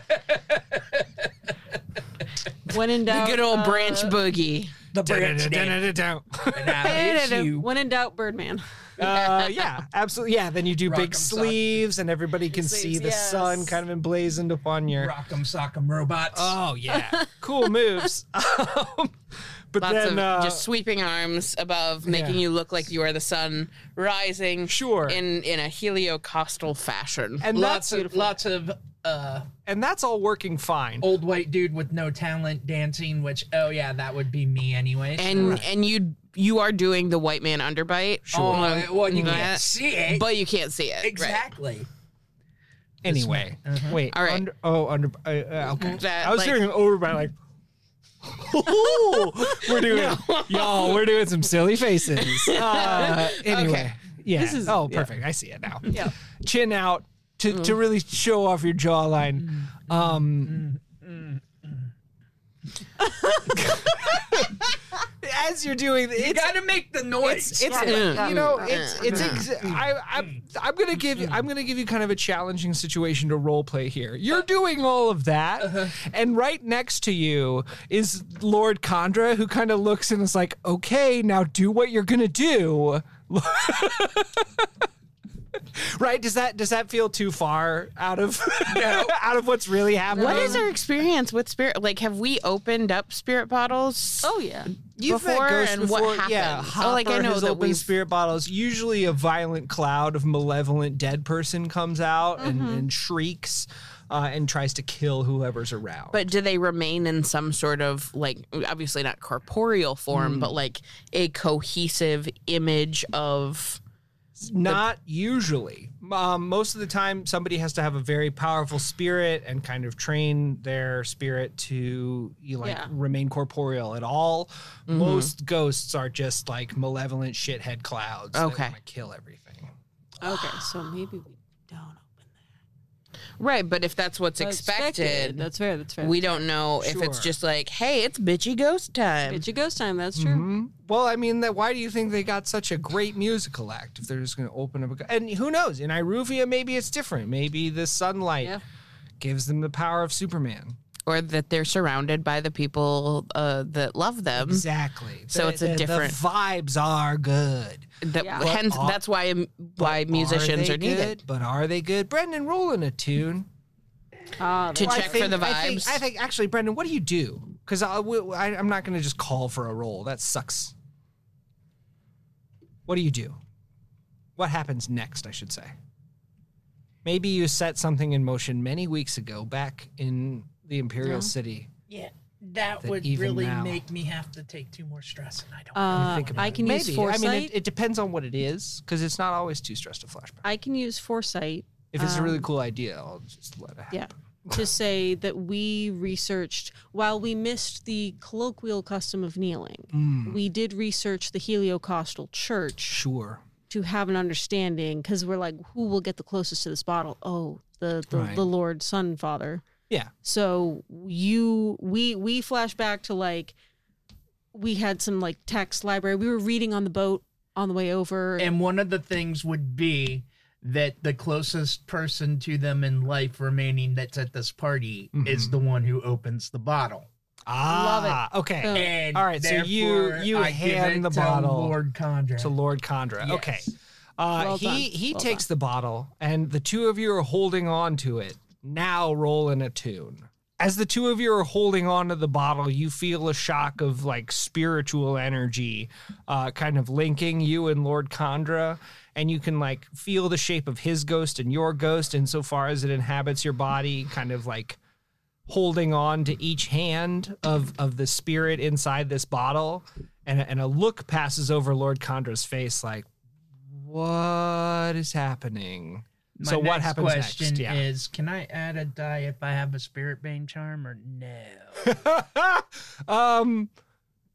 Speaker 3: when in doubt,
Speaker 2: Good old
Speaker 3: uh,
Speaker 2: branch boogie.
Speaker 4: The branch dance.
Speaker 1: Uh,
Speaker 4: And I miss you.
Speaker 3: When in doubt, Birdman.
Speaker 1: Uh, yeah absolutely yeah then you do
Speaker 4: Rock 'em,
Speaker 1: big
Speaker 4: sock 'em.
Speaker 1: sleeves and everybody can see
Speaker 3: sleeves,
Speaker 1: the sun
Speaker 3: yes.
Speaker 1: kind of emblazoned upon your
Speaker 4: Rock'em sock'em robots.
Speaker 1: oh yeah cool moves Um, but
Speaker 2: Lots
Speaker 1: then
Speaker 2: of
Speaker 1: uh,
Speaker 2: just sweeping arms above, making
Speaker 1: yeah.
Speaker 2: you look like you are the sun rising.
Speaker 1: Sure.
Speaker 2: In in a heliocostal fashion.
Speaker 1: and
Speaker 4: lots
Speaker 1: that's
Speaker 4: of lots of uh,
Speaker 1: and that's all working fine
Speaker 4: old white dude with no talent dancing. Which oh yeah, that would be me anyway.
Speaker 2: and and you you are doing the white man underbite.
Speaker 4: Sure.
Speaker 2: on
Speaker 4: Oh, Well, well, you can't
Speaker 2: that,
Speaker 4: see it.
Speaker 2: but you can't see it. right.
Speaker 4: exactly.
Speaker 1: Anyway, wait.
Speaker 2: All right. Mm-hmm.
Speaker 1: Under, oh, under. Uh, uh, okay.
Speaker 2: That,
Speaker 1: I was
Speaker 2: like-
Speaker 1: hearing over by like. "Ooh, we're doing y'all. We're doing some silly faces. Uh, anyway, yeah. oh, perfect. I see it now. Yeah. Chin out to,
Speaker 2: Mm.
Speaker 1: to really show off your jawline. Um,
Speaker 2: Mm. Mm.
Speaker 1: as you're doing, the-
Speaker 4: You
Speaker 1: it's
Speaker 4: gotta make the noise.
Speaker 1: it's
Speaker 2: Mm.
Speaker 1: you know it's it's ex- I, I'm I'm gonna give you I'm gonna give you kind of a challenging situation to role play here. You're doing all of that, and right next to you is Lord Condra, who kind of looks and is like, "Okay, now do what you're gonna do." right? Does that does that feel too far out of out of what's really happening?
Speaker 4: um,
Speaker 2: What is our experience with spirit? Like, have we opened up spirit bottles?
Speaker 3: Oh yeah.
Speaker 1: You've met
Speaker 2: before
Speaker 1: ghosts
Speaker 2: and what
Speaker 1: Yeah,
Speaker 2: happens.
Speaker 1: Hopper
Speaker 2: Oh, like, I know
Speaker 1: has
Speaker 2: that
Speaker 1: opened
Speaker 2: we've-
Speaker 1: spirit bottles. Usually, a violent cloud of malevolent dead person comes out
Speaker 2: Mm-hmm.
Speaker 1: and, and shrieks uh, and tries to kill whoever's around.
Speaker 2: But do they remain in some sort of like, obviously not corporeal
Speaker 4: Hmm.
Speaker 2: form, but like a cohesive image of?
Speaker 1: not usually. Um, most of the time, somebody has to have a very powerful spirit and kind of train their spirit to you like
Speaker 3: Yeah.
Speaker 1: remain corporeal at all.
Speaker 2: Mm-hmm.
Speaker 1: Most ghosts are just like malevolent shithead clouds.
Speaker 2: Okay.
Speaker 1: that want to kill everything.
Speaker 3: Okay, so maybe we don't open
Speaker 2: Right, but if that's what's expected,
Speaker 3: That's fair. That's fair.
Speaker 2: we don't know if it's
Speaker 1: Sure.
Speaker 2: just like, hey, it's bitchy ghost time.
Speaker 3: it's a ghost time. That's true.
Speaker 1: Mm-hmm. Well, I mean, that why do you think they got such a great musical act if they're just going to open up a and who knows? In Iruvia, maybe it's different. Maybe the sunlight
Speaker 3: Yeah.
Speaker 1: gives them the power of Superman.
Speaker 2: or that they're surrounded by the people uh, that love them.
Speaker 1: Exactly.
Speaker 2: So it's a different-
Speaker 1: The vibes are good.
Speaker 2: That,
Speaker 3: Yeah.
Speaker 2: Hence,
Speaker 1: But are-
Speaker 2: that's why why musicians
Speaker 1: they
Speaker 2: are needed.
Speaker 1: good? But are they good? Brendan, rolling a tune
Speaker 3: Ah,
Speaker 2: To
Speaker 1: Well, I
Speaker 2: check for the vibes.
Speaker 1: I think, I think actually, Brendan, what do you do? Because I, w- I, am not going to just call for a roll. That sucks. What do you do? What happens next? I should say. Maybe you set something in motion many weeks ago back in the Imperial City.
Speaker 4: yeah, that
Speaker 1: That
Speaker 4: would
Speaker 1: even
Speaker 4: really
Speaker 1: now-
Speaker 4: make me have to take two more stress, and I don't.
Speaker 3: uh,
Speaker 1: Think about
Speaker 3: I
Speaker 1: it.
Speaker 3: can use
Speaker 1: Maybe.
Speaker 3: foresight.
Speaker 1: I
Speaker 3: I,
Speaker 1: mean, it, it depends on what it is because it's not always too stressed to flashback.
Speaker 3: can use foresight.
Speaker 1: If it's a really
Speaker 3: um,
Speaker 1: cool idea, I'll just let it happen.
Speaker 3: Yeah. To say that we researched, while we missed the colloquial custom of kneeling,
Speaker 1: Mm.
Speaker 3: we did research the Heliocostal church
Speaker 1: Sure.
Speaker 3: to have an understanding because we're like, who will get the closest to this bottle? Oh, the the,
Speaker 1: Right.
Speaker 3: the Lord Son Father.
Speaker 1: Yeah.
Speaker 3: So you we we flash back to like we had some like text library. We were reading on the boat on the way over.
Speaker 4: And one of the things would be that the closest person to them in life remaining that's at this party
Speaker 1: Mm-hmm.
Speaker 4: is the one who opens the bottle.
Speaker 1: Ah, Okay.
Speaker 3: Boom.
Speaker 4: And
Speaker 1: All right, so you-
Speaker 4: therefore,
Speaker 1: you
Speaker 4: I
Speaker 1: hand
Speaker 4: give it
Speaker 1: the
Speaker 4: to
Speaker 1: bottle
Speaker 4: Lord Condra.
Speaker 1: to Lord Condra.
Speaker 4: Yes.
Speaker 1: Okay. Uh,
Speaker 3: Well
Speaker 1: he
Speaker 3: done.
Speaker 1: he
Speaker 3: Well
Speaker 1: takes the bottle, and the two of you are holding on to it. Now roll in a tune. As the two of you are holding on to the bottle, you feel a shock of like spiritual energy, uh, kind of linking you and Lord Condra, and you can like feel the shape of his ghost and your ghost, insofar as it inhabits your body, kind of like holding on to each hand of of the spirit inside this bottle and a, and a look passes over lord condra's face like what is happening
Speaker 4: My
Speaker 1: So what
Speaker 4: next
Speaker 1: happens next?
Speaker 4: question
Speaker 1: Yeah.
Speaker 4: is, can I add a die if I have a spirit bane charm or no?
Speaker 1: um,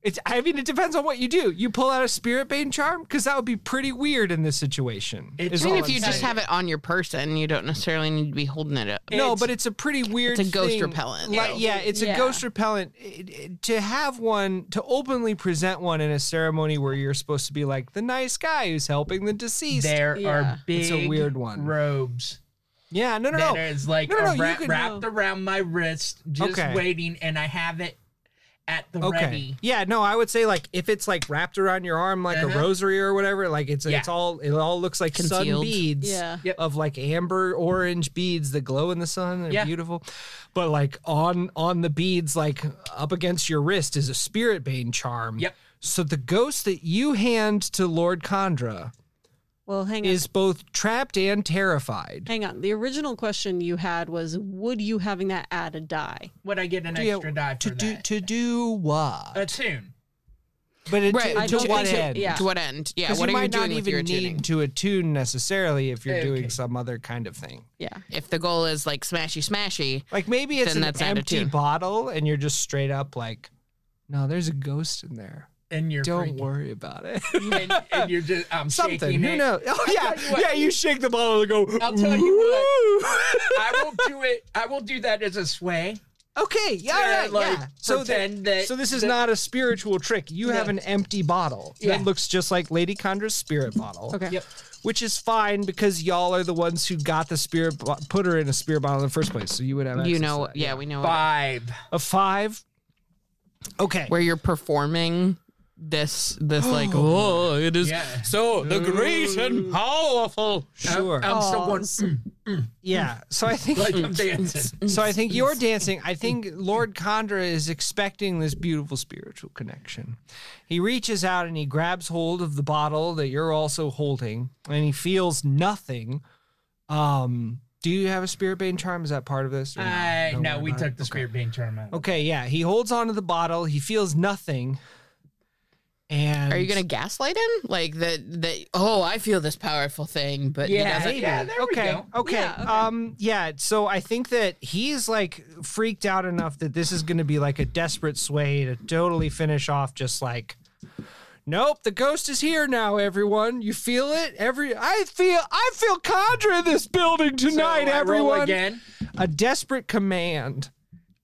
Speaker 1: it's. I mean, it depends on what you do. You pull out a spirit bane charm because that would be pretty weird in this situation.
Speaker 4: It-
Speaker 1: is
Speaker 4: I mean,
Speaker 1: all
Speaker 2: if
Speaker 1: I'm
Speaker 2: you just
Speaker 1: saying.
Speaker 2: have it on your person, you don't necessarily need to be holding it up.
Speaker 1: no,
Speaker 4: it's-
Speaker 1: but it's a pretty weird.
Speaker 2: It's a ghost
Speaker 1: thing.
Speaker 2: repellent.
Speaker 1: Like, yeah, it's a
Speaker 3: Yeah.
Speaker 1: ghost repellent. It- it- to have one, to openly present one in a ceremony where you're supposed to be like the nice guy who's helping the deceased.
Speaker 4: There
Speaker 3: Yeah.
Speaker 4: are big
Speaker 1: It's a weird one.
Speaker 4: robes
Speaker 1: Yeah, no, no,
Speaker 4: that
Speaker 1: no.
Speaker 4: is like
Speaker 1: No, no,
Speaker 4: a
Speaker 1: no, you
Speaker 4: wra-
Speaker 1: can-
Speaker 4: wrapped around my wrist, just
Speaker 1: Okay.
Speaker 4: waiting, and I have it at the
Speaker 1: Okay.
Speaker 4: ready.
Speaker 1: Yeah, no, I would say like if it's like wrapped around your arm like a
Speaker 4: Uh-huh.
Speaker 1: rosary or whatever, like it's
Speaker 4: Yeah.
Speaker 1: it's all it all looks like sun
Speaker 2: Concealed.
Speaker 1: beads
Speaker 3: Yeah.
Speaker 4: Yep.
Speaker 1: of like amber orange beads that glow in the sun. They're
Speaker 4: Yeah.
Speaker 1: beautiful. But like on on the beads, like up against your wrist is a spirit bane charm.
Speaker 4: Yep.
Speaker 1: So the ghost that you hand to Lord Condra
Speaker 3: Well, hang on.
Speaker 1: is both trapped and terrified.
Speaker 3: Hang on. The original question you had was would you having that add a die?
Speaker 4: Would I get an
Speaker 1: Yeah,
Speaker 4: extra die for
Speaker 1: to do
Speaker 4: that?
Speaker 1: to do what?
Speaker 4: a tune.
Speaker 1: But it,
Speaker 2: Right,
Speaker 1: to,
Speaker 2: I
Speaker 1: to
Speaker 3: don't
Speaker 1: what
Speaker 3: think it-
Speaker 1: end?
Speaker 3: yeah.
Speaker 2: To what end? Yeah.
Speaker 1: 'Cause
Speaker 2: What
Speaker 1: you
Speaker 2: are you
Speaker 1: might
Speaker 2: doing
Speaker 1: not
Speaker 2: with
Speaker 1: even
Speaker 2: your
Speaker 1: need
Speaker 2: tuning?
Speaker 1: to attune necessarily if you're doing
Speaker 4: Okay.
Speaker 1: some other kind of thing.
Speaker 3: Yeah.
Speaker 2: If the goal is like smashy smashy,
Speaker 1: Like maybe it's
Speaker 2: Then
Speaker 1: an
Speaker 2: that's out of
Speaker 1: empty
Speaker 2: tune.
Speaker 1: bottle and you're just straight up like, no, there's a ghost in there.
Speaker 4: And you're
Speaker 1: Don't
Speaker 4: freaking-
Speaker 1: worry about it.
Speaker 4: And, and you're just I'm
Speaker 1: Something.
Speaker 4: shaking
Speaker 1: Who
Speaker 4: it.
Speaker 1: knows? Oh yeah,
Speaker 4: tell you what-
Speaker 1: yeah. You shake the bottle and go.
Speaker 4: I'll tell you
Speaker 1: "Ooh."
Speaker 4: I will do it. I will do that as a sway.
Speaker 1: okay. Yeah.
Speaker 4: Yeah,
Speaker 1: Yeah. Right,
Speaker 4: like,
Speaker 1: yeah. So that-
Speaker 4: pretend that-
Speaker 1: So this is
Speaker 4: that-
Speaker 1: not a spiritual trick. You have
Speaker 4: No.
Speaker 1: an empty bottle
Speaker 4: Yeah.
Speaker 1: that looks just like Lady Condra's spirit bottle.
Speaker 3: Okay.
Speaker 4: Yep.
Speaker 1: which is fine because y'all are the ones who got the spirit bo- put her in a spirit bottle in the first place. So you would have
Speaker 2: you
Speaker 1: access
Speaker 2: know,
Speaker 1: to that.
Speaker 2: yeah, we know it.
Speaker 4: Five.
Speaker 1: a five. Okay,
Speaker 2: where you're performing this this like oh it is
Speaker 4: Yeah.
Speaker 2: so the great and powerful Uh,
Speaker 1: sure,
Speaker 4: I'm
Speaker 3: Aw,
Speaker 4: someone
Speaker 3: s-
Speaker 1: yeah. So I think
Speaker 4: like I'm dancing.
Speaker 1: so. I think you're dancing. I think Lord Condra is expecting this beautiful spiritual connection. He reaches out and he grabs hold of the bottle that you're also holding, and he feels nothing. Um, do you have a spirit bane charm? Is that part of this? or no?
Speaker 4: I
Speaker 1: Don't
Speaker 4: Uh, no,
Speaker 1: worry
Speaker 4: we
Speaker 1: about it.
Speaker 4: took the
Speaker 1: Okay.
Speaker 4: spirit being charm out.
Speaker 1: Okay, yeah. He holds onto the bottle. He feels nothing. And
Speaker 2: are you gonna gaslight him like the the oh i feel this powerful thing but he
Speaker 4: Yeah,
Speaker 2: doesn't.
Speaker 4: yeah, there we
Speaker 1: okay,
Speaker 4: go.
Speaker 1: okay.
Speaker 3: Yeah, okay.
Speaker 1: Um, yeah. So I think that he's like freaked out enough that this is going to be like a desperate sway to totally finish off. Just like, nope, the ghost is here now. Everyone, you feel it. Every I feel, I feel Condra in this building
Speaker 4: So
Speaker 1: tonight.
Speaker 4: I roll
Speaker 1: everyone,
Speaker 4: again.
Speaker 1: a desperate command.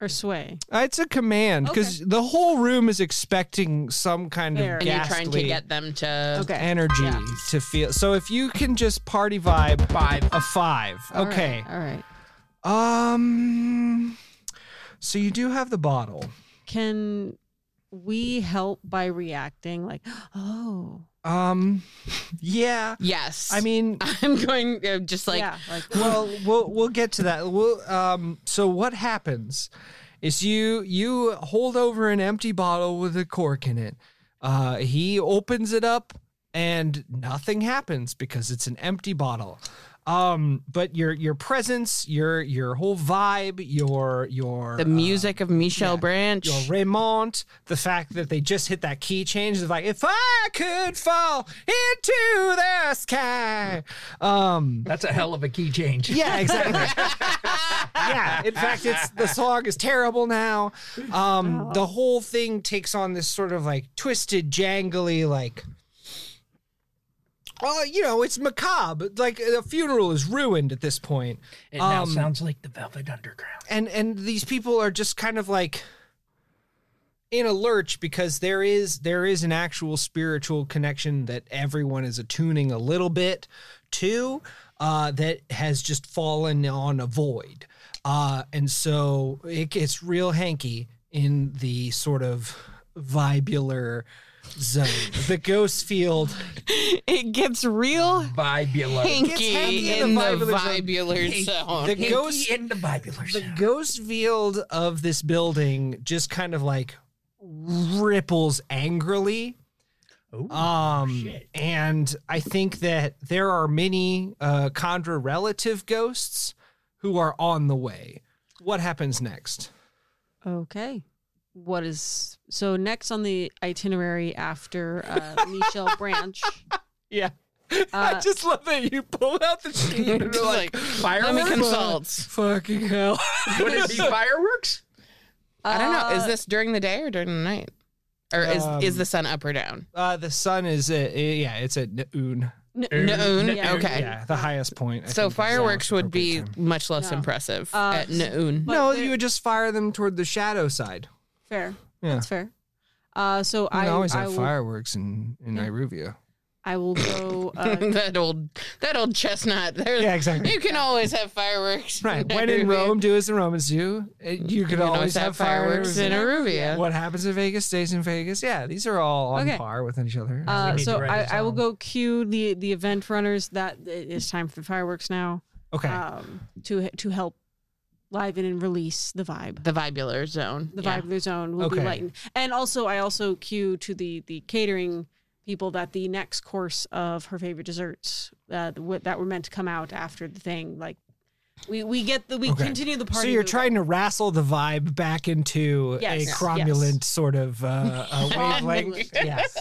Speaker 3: or sway.
Speaker 1: Uh, It's a command because the whole room is expecting some kind
Speaker 3: Fair.
Speaker 1: of
Speaker 2: and
Speaker 1: ghastly
Speaker 2: you're trying to get them to
Speaker 3: Okay.
Speaker 1: energy to feel. So if you can just party vibe
Speaker 4: Five.
Speaker 1: a five,
Speaker 3: All right,
Speaker 1: okay.
Speaker 3: All right.
Speaker 1: Um, so you do have the bottle.
Speaker 3: Can we help by reacting like, "Oh."
Speaker 1: Um, yeah.
Speaker 2: yes
Speaker 1: I mean,
Speaker 2: i'm going uh, just like
Speaker 3: yeah, like
Speaker 1: well, we'll we'll get to that. We'll, um, so what happens is you you hold over an empty bottle with a cork in it. Uh, he opens it up and nothing happens because it's an empty bottle. Um, but your your presence, your your whole vibe, your your
Speaker 2: the music of michelle branch
Speaker 1: your Raymond, the fact that they just hit that key change is like, if I could fall into the sky. Um,
Speaker 4: That's a hell of a key change.
Speaker 1: yeah, exactly. yeah, in fact, it's the song is terrible now. Um, the whole thing takes on this sort of like twisted, jangly, like. Oh, you know, it's macabre. Like a funeral is ruined at this point
Speaker 4: It now
Speaker 1: Um,
Speaker 4: sounds like the Velvet Underground.
Speaker 1: and and these people are just kind of like in a lurch because there is there is an actual spiritual connection that everyone is attuning a little bit to uh, that has just fallen on a void uh, and so it gets real hanky in the sort of vibular zone the ghost field
Speaker 2: it gets real
Speaker 4: Vibular.
Speaker 2: pinky
Speaker 1: hanky in
Speaker 2: in the
Speaker 1: the vibular
Speaker 2: vibular zone
Speaker 1: the ghost
Speaker 4: Pinky in the Vibular.
Speaker 1: the
Speaker 4: zone.
Speaker 1: ghost field of this building just kind of like ripples angrily
Speaker 4: Ooh,
Speaker 1: um
Speaker 4: shit.
Speaker 1: and i think that there are many uh condra relative ghosts who are on the way what happens next
Speaker 3: Okay. What is so next on the itinerary after uh, Michelle Branch
Speaker 1: yeah I just love that you pull out the sheet and you're like,
Speaker 2: Let me consult.
Speaker 1: fucking hell.
Speaker 4: Would it be fireworks?
Speaker 2: I don't know. Is
Speaker 3: Uh,
Speaker 2: this during the day or during the night? Or is
Speaker 1: Um,
Speaker 2: is the sun up or down?
Speaker 1: Uh, the sun is at, uh, yeah, it's at noon.
Speaker 2: Noon.
Speaker 3: yeah.
Speaker 2: Okay.
Speaker 1: uh, Yeah, the highest point. I
Speaker 2: So
Speaker 1: think, is the
Speaker 2: fireworks would be
Speaker 1: appropriate time.
Speaker 2: much less
Speaker 3: No.
Speaker 2: impressive
Speaker 3: Uh,
Speaker 2: at noon.
Speaker 3: but
Speaker 1: No,
Speaker 3: there-
Speaker 1: you would just fire them toward the shadow side.
Speaker 3: fair.
Speaker 1: Yeah.
Speaker 3: That's fair. Uh, so
Speaker 1: You
Speaker 3: I
Speaker 1: can always
Speaker 3: I
Speaker 1: have
Speaker 3: will,
Speaker 1: fireworks in, in
Speaker 3: Yeah.
Speaker 1: Iruvia.
Speaker 3: I will go. Uh,
Speaker 2: that old that old chestnut. There,
Speaker 1: Yeah, exactly.
Speaker 2: You can always have fireworks.
Speaker 1: Right. When in Rome, do as the Romans do. Uh, You could
Speaker 2: you can
Speaker 1: always have fireworks.
Speaker 2: in Aruvia.
Speaker 1: What happens in Vegas stays in Vegas. Yeah, these are all on
Speaker 3: Okay.
Speaker 1: par with each other.
Speaker 3: uh,
Speaker 4: need to
Speaker 3: so
Speaker 4: write
Speaker 3: I,
Speaker 4: this
Speaker 3: I will
Speaker 4: down.
Speaker 3: go cue the the event runners. That it is time for fireworks now.
Speaker 1: okay.
Speaker 3: Um, to to help liven and release the vibe.
Speaker 2: The vibular zone.
Speaker 3: the
Speaker 2: yeah.
Speaker 3: vibe of the zone will
Speaker 1: Okay.
Speaker 3: be lightened. And also, I also cue to the the catering people that the next course of her favorite desserts uh, what that were meant to come out after the thing. Like we we get the we
Speaker 1: Okay.
Speaker 3: continue the
Speaker 1: so
Speaker 3: party.
Speaker 1: you're
Speaker 3: moving.
Speaker 1: trying to wrestle the vibe back into
Speaker 3: Yes,
Speaker 1: a
Speaker 3: yes.
Speaker 1: cromulent sort of uh, uh, wavelength. yes.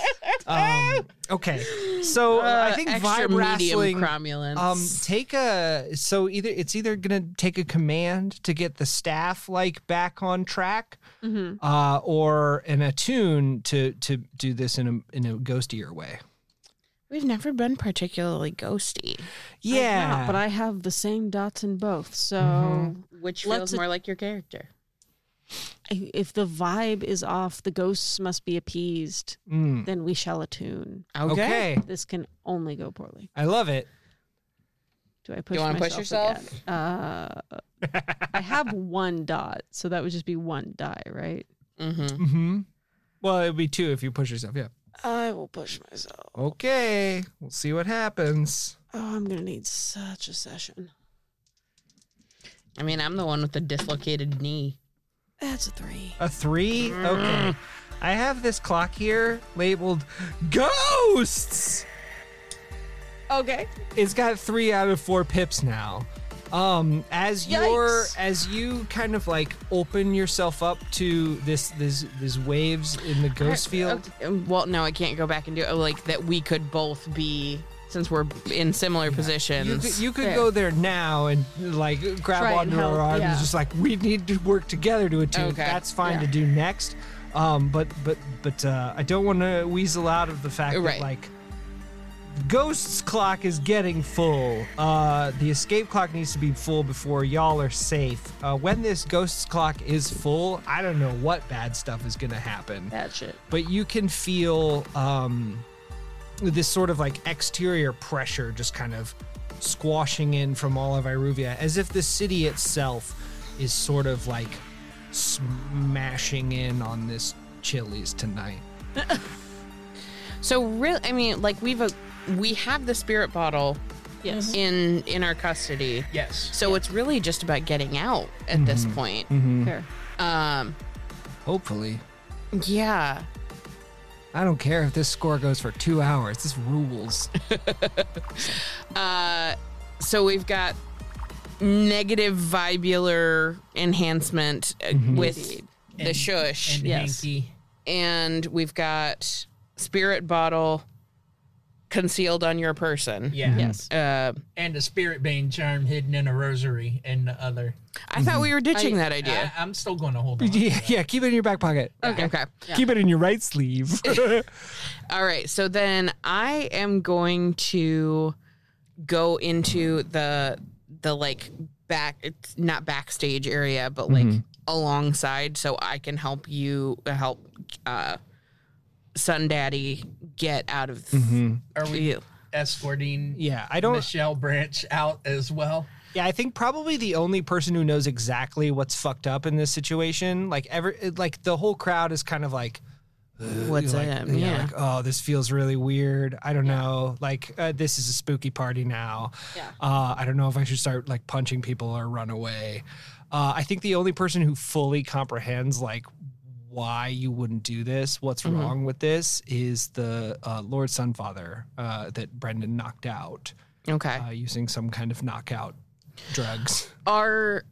Speaker 1: Um, okay. So
Speaker 2: Uh,
Speaker 1: I think
Speaker 2: extra
Speaker 1: vibe
Speaker 2: medium
Speaker 1: wrestling.
Speaker 2: cromulence.
Speaker 1: Um, take a so either it's either gonna take a command to get the staff like back on track,
Speaker 3: Mm-hmm.
Speaker 1: uh, or an attune to to do this in a in a ghostier way.
Speaker 2: We've never been particularly ghosty,
Speaker 3: I have not,
Speaker 1: Yeah,
Speaker 3: but I have the same dots in both. So
Speaker 2: which
Speaker 3: Let's feels a- more
Speaker 2: like your character.
Speaker 3: i- if the vibe is off, the ghosts must be appeased.
Speaker 1: Mm.
Speaker 3: Then we shall attune.
Speaker 1: okay.
Speaker 3: This can only go poorly.
Speaker 1: I love it.
Speaker 3: Do I push?
Speaker 2: wanna push
Speaker 3: myself again? Uh, I have one dot, so that would just be one die, right?
Speaker 2: Mm-hmm.
Speaker 1: hmm Well, it'd be two if you push yourself. Yeah.
Speaker 3: I will push myself.
Speaker 1: Okay, we'll see what happens.
Speaker 3: Oh, I'm gonna need such a session.
Speaker 2: I mean, I'm the one with the dislocated knee.
Speaker 3: That's a three.
Speaker 1: A three?
Speaker 3: Mm.
Speaker 1: Okay. I have this clock here labeled ghosts.
Speaker 3: Okay.
Speaker 1: It's got three out of four pips now. Um, as your
Speaker 3: Yikes.
Speaker 1: as you kind of like open yourself up to this this this waves in the ghost field.
Speaker 2: Okay, Um, Well, no, I can't go back and do it. Like that, we could both be since we're in similar
Speaker 1: You
Speaker 2: positions.
Speaker 1: could, you could go there now and like grab
Speaker 3: Try and
Speaker 1: onto her
Speaker 3: help,
Speaker 1: arm
Speaker 3: yeah.
Speaker 1: and just like we need to work together to attune.
Speaker 2: Okay.
Speaker 1: That's fine to
Speaker 2: Yeah.
Speaker 1: do next. Um, but but but uh, I don't want to weasel out of the fact that
Speaker 2: Right.
Speaker 1: like Ghost's clock is getting full. Uh, the escape clock needs to be full before y'all are safe. Uh, when this Ghost's clock is full, I don't know what bad stuff is gonna happen
Speaker 3: That shit.
Speaker 1: but you can feel um, this sort of like exterior pressure just kind of squashing in from all of Iruvia, as if the city itself is sort of like smashing in on this Chili's tonight.
Speaker 2: So, really, I mean, like we've a, we have the spirit bottle
Speaker 1: Mm-hmm.
Speaker 3: Yes.
Speaker 2: in in our custody.
Speaker 4: Yes.
Speaker 2: So it's really just about getting out at this
Speaker 1: Mm-hmm.
Speaker 2: point.
Speaker 3: Fair.
Speaker 2: Um,
Speaker 1: Hopefully.
Speaker 2: yeah.
Speaker 1: I don't care if this score goes for two hours. This rules.
Speaker 2: Uh, so we've got negative vibular enhancement uh, with the
Speaker 4: And-
Speaker 2: shush,
Speaker 4: And
Speaker 3: Yes.
Speaker 4: Hanky.
Speaker 2: and we've got spirit bottle concealed on your person.
Speaker 4: Yeah.
Speaker 3: Yes.
Speaker 2: Uh,
Speaker 4: And a spirit bane charm hidden in a rosary and the other.
Speaker 2: I thought we were ditching
Speaker 3: I-
Speaker 2: that idea.
Speaker 4: I, I'm still going to hold on.
Speaker 1: yeah, yeah, keep it in your back pocket.
Speaker 2: okay.
Speaker 1: Keep it in your right sleeve.
Speaker 2: All right. So then I am going to go into the the like back it's not backstage area, but like alongside so I can help you help uh Sun Daddy get out of
Speaker 4: Are we
Speaker 2: you.
Speaker 4: escorting
Speaker 1: yeah, I don't.
Speaker 4: Michelle Branch out as well?
Speaker 1: Yeah, I think probably the only person who knows exactly what's fucked up in this situation, like ever, like the whole crowd is kind of like,
Speaker 2: what's
Speaker 1: like,
Speaker 2: up.
Speaker 1: you know,
Speaker 2: Yeah.
Speaker 1: like, oh, this feels really weird. I don't know. Like, uh, this is a spooky party now.
Speaker 3: Yeah.
Speaker 1: Uh, I don't know if I should start like punching people or run away. Uh, I think the only person who fully comprehends like why you wouldn't do this, what's
Speaker 2: Mm-hmm.
Speaker 1: wrong with this, is the uh, Lord Sunfather uh, that Brendan knocked out
Speaker 2: okay.
Speaker 1: uh, using some kind of knockout drugs.
Speaker 2: Are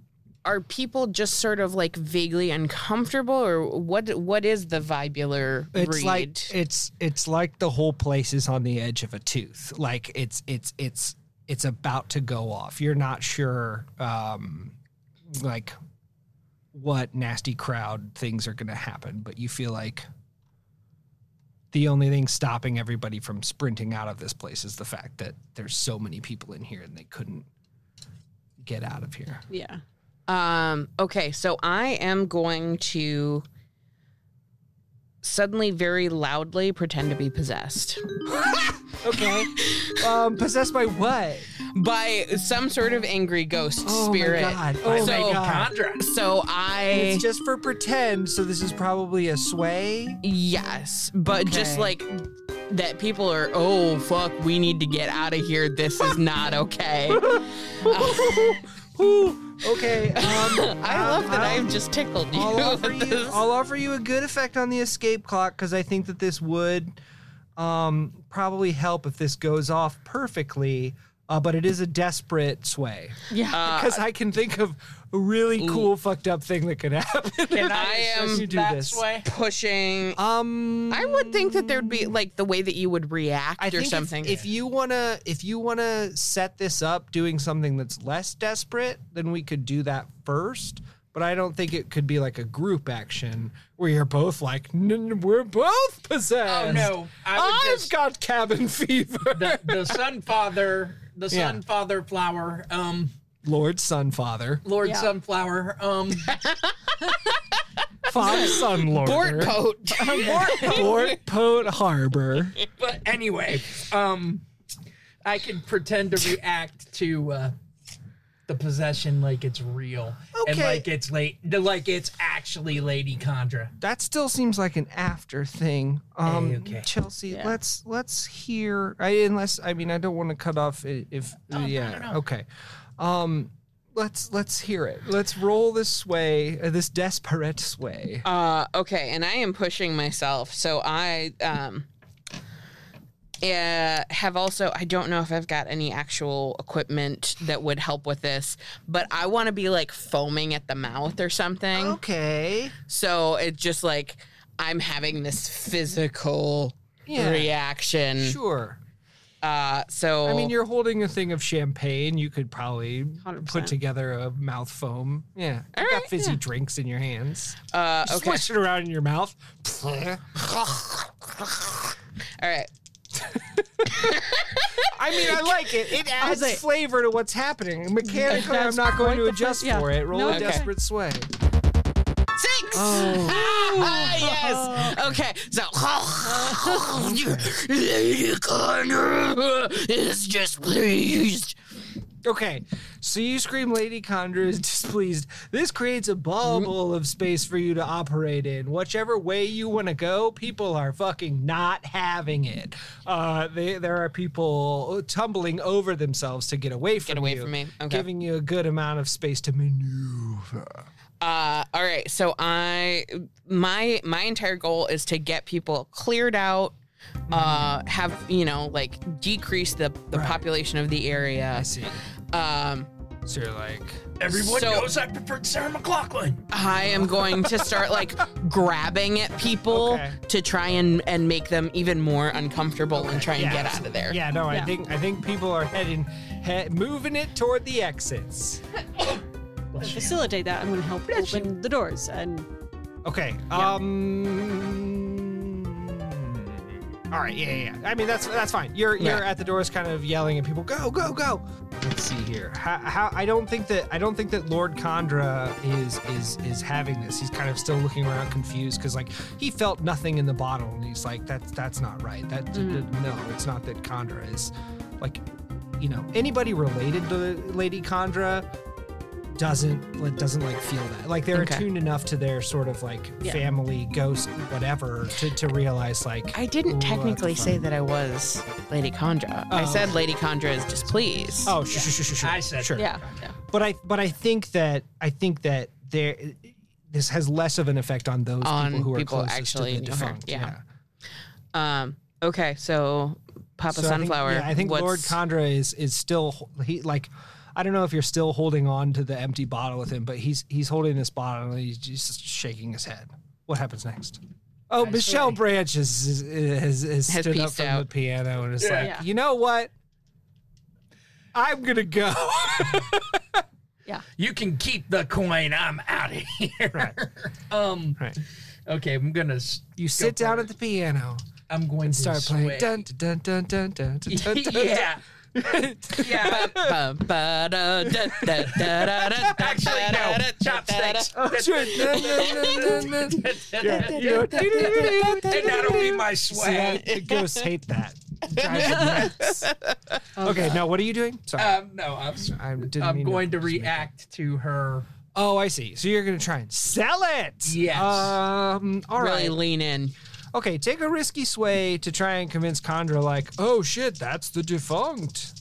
Speaker 2: are people just sort of like vaguely uncomfortable or what what is the vibular
Speaker 1: It's
Speaker 2: read?
Speaker 1: like it's it's like the whole place is on the edge of a tooth. Like it's it's it's it's about to go off. You're not sure um like what nasty crowd things are going to happen, but you feel like the only thing stopping everybody from sprinting out of this place is the fact that there's so many people in here and they couldn't get out of here.
Speaker 3: Yeah.
Speaker 2: Um, okay, so I am going to suddenly very loudly pretend to be possessed
Speaker 1: Okay. um possessed by what?
Speaker 2: by some sort of angry ghost
Speaker 1: Oh my
Speaker 2: spirit.
Speaker 1: God. Oh
Speaker 2: so,
Speaker 1: my God.
Speaker 2: so I
Speaker 1: It's just for pretend, so this is probably a sway.
Speaker 2: yes, but just
Speaker 1: Okay.
Speaker 2: like that people are oh fuck, we need to get out of here. This is not okay.
Speaker 1: Ooh, okay. Um,
Speaker 2: I love that
Speaker 1: I'll-
Speaker 2: I've just tickled you.
Speaker 1: I'll offer
Speaker 2: with
Speaker 1: you.
Speaker 2: this.
Speaker 1: I'll offer you a good effect on the escape clock because I think that this would um, probably help if this goes off perfectly. Uh, but it is a desperate sway
Speaker 3: Yeah.
Speaker 2: Uh,
Speaker 1: because I can think of a really cool fucked up thing that could happen.
Speaker 2: I am
Speaker 1: as you do
Speaker 4: that
Speaker 1: this.
Speaker 4: way.
Speaker 2: pushing.
Speaker 1: Um,
Speaker 2: I would think that there'd be like the way that you would react
Speaker 1: I
Speaker 2: or
Speaker 1: think if-
Speaker 2: something.
Speaker 1: If, you wanna, if you wanna set this up doing something that's less desperate, then we could do that first. But I don't think it could be like a group action where you're both like, "N- n- we're both possessed.
Speaker 4: Oh no! I would
Speaker 1: I've
Speaker 4: just
Speaker 1: got cabin fever.
Speaker 4: the, the Sunfather, the
Speaker 1: Yeah.
Speaker 4: Sunfather flower, um,
Speaker 1: Lord Sunfather,
Speaker 4: Lord
Speaker 3: Yeah.
Speaker 4: Sunflower, um,
Speaker 1: Father Sun Lord,
Speaker 2: Bort coat.
Speaker 1: Port Pote Harbor.
Speaker 4: But anyway, um, I can pretend to react to uh, the possession like it's real and
Speaker 1: Okay.
Speaker 4: like it's late, like it's actually Lady Condra.
Speaker 1: That still seems like an after thing. Um,
Speaker 4: Hey, okay.
Speaker 1: Chelsea,
Speaker 3: Yeah.
Speaker 1: let's let's hear. I unless I mean I don't want to cut off i- if yeah
Speaker 4: no, no.
Speaker 1: okay. Um, let's let's hear it. Let's roll this way, uh, this desperate sway.
Speaker 2: Uh, okay, and I am pushing myself, so I um, uh, have also. I don't know if I've got any actual equipment that would help with this, but I want to be like foaming at the mouth or something.
Speaker 1: Oh. Okay,
Speaker 2: So it's just like I'm having this physical
Speaker 1: Yeah.
Speaker 2: reaction.
Speaker 1: sure.
Speaker 2: Uh, so
Speaker 1: I mean, you're holding a thing of champagne. You could probably
Speaker 3: 100%.
Speaker 1: put together a mouth foam. Yeah, you got
Speaker 2: right,
Speaker 1: fizzy drinks in your hands.
Speaker 2: uh, okay.
Speaker 1: Swish it around in your mouth.
Speaker 2: All right.
Speaker 1: I mean, I like it. It adds
Speaker 3: like-
Speaker 1: flavor to what's happening. Mechanically, I'm
Speaker 3: That's
Speaker 1: not
Speaker 3: quite
Speaker 1: going to
Speaker 3: the
Speaker 1: adjust
Speaker 3: first- yeah.
Speaker 1: for it. Roll
Speaker 3: No,
Speaker 1: a
Speaker 3: okay.
Speaker 1: desperate sway.
Speaker 2: Six.
Speaker 1: Oh.
Speaker 2: Ah, yes. Okay. So Lady Connor is just pleased.
Speaker 1: Okay, so you scream, Lady Condra is displeased. This creates a bubble of space for you to operate in. Whichever way you want to go, people are fucking not having it. Uh, they, there are people tumbling over themselves to get away from
Speaker 2: away
Speaker 1: you,
Speaker 2: from me. Okay.
Speaker 1: giving you a good amount of space to maneuver.
Speaker 2: Uh, all right. So I my my entire goal is to get people cleared out. Uh, have you know like decrease the the
Speaker 1: Right.
Speaker 2: population of the area.
Speaker 1: see.
Speaker 2: Um,
Speaker 1: So you're like,
Speaker 4: Everyone
Speaker 2: So-
Speaker 4: knows I preferred Sarah McLaughlin.
Speaker 2: I am going to start like grabbing at people
Speaker 1: Okay.
Speaker 2: to try and and make them even more uncomfortable and try and
Speaker 1: Yeah.
Speaker 2: get out of there.
Speaker 1: Yeah, no, I
Speaker 3: Yeah.
Speaker 1: think I think people are heading, he, moving it toward the exits.
Speaker 3: To facilitate that, I'm going to help open the doors and
Speaker 1: Okay. Um. All right. Yeah, yeah, yeah. I mean, that's that's fine. You're you're
Speaker 2: Yeah.
Speaker 1: at the doors, kind of yelling at people, "Go, go, go!" Let's see here. How, how I don't think that I don't think that Lord Condra is is is having this. He's kind of still looking around, confused, because like he felt nothing in the bottle, and he's like, "That's that's not right. That no, it's not that Condra is like." You know, anybody related to Lady Condra doesn't like, doesn't like feel that like they're
Speaker 2: Okay.
Speaker 1: attuned enough to their sort of like
Speaker 3: Yeah.
Speaker 1: family ghost whatever to, to realize like
Speaker 2: I didn't
Speaker 1: What
Speaker 2: technically
Speaker 1: the
Speaker 2: say that I was Lady Condra. I
Speaker 1: Oh.
Speaker 2: said Lady Condra is displeased.
Speaker 1: oh sure sure sure sure, sure
Speaker 4: I said-
Speaker 1: sure
Speaker 3: yeah.
Speaker 1: but I but I think that I think that there this has less of an effect on those
Speaker 2: On
Speaker 1: people who are
Speaker 2: people
Speaker 1: closest to
Speaker 2: actually
Speaker 1: the
Speaker 2: know her,
Speaker 1: defunct
Speaker 2: yeah. Um, okay, so Papa
Speaker 1: So I think-
Speaker 2: Sunflower.
Speaker 1: yeah, I think Lord
Speaker 2: what's-
Speaker 1: Condra is is still he like I don't know if you're still holding on to the empty bottle with him, but he's he's holding this bottle and he's just shaking his head. What happens next? Oh, Michelle Branch is, is, is, is
Speaker 2: Has
Speaker 1: stood up
Speaker 2: peaced
Speaker 1: from the
Speaker 2: out.
Speaker 1: piano and is like,
Speaker 3: Yeah.
Speaker 1: you know what? I'm gonna go.
Speaker 4: You can keep the coin. I'm out of here. um.
Speaker 1: Right.
Speaker 4: Okay, I'm gonna. s-
Speaker 1: You sit
Speaker 4: for
Speaker 1: down
Speaker 4: it.
Speaker 1: at the piano
Speaker 4: I'm going
Speaker 1: and
Speaker 4: to
Speaker 1: start
Speaker 4: sway.
Speaker 1: playing. Dun, dun, dun, dun, dun, dun, dun, dun, dun.
Speaker 4: yeah. yeah. Actually, no. Chopsticks.
Speaker 1: Oh, sure. Dun, dun, dun, dun, dun.
Speaker 4: Yeah. And that'll be my swag.
Speaker 1: The ghosts hate that. Drives them nuts. okay, now what are you doing? Sorry,
Speaker 4: Um, no, I'm. s-
Speaker 1: I didn't.
Speaker 4: I'm
Speaker 1: mean
Speaker 4: going to
Speaker 1: just make that.
Speaker 4: react to her.
Speaker 1: Oh, I see. So you're going to try and sell it.
Speaker 4: Yes.
Speaker 1: Um. All right.
Speaker 2: Really lean in.
Speaker 1: Okay. Take a risky sway to try and convince Condra, like, oh shit, that's the defunct.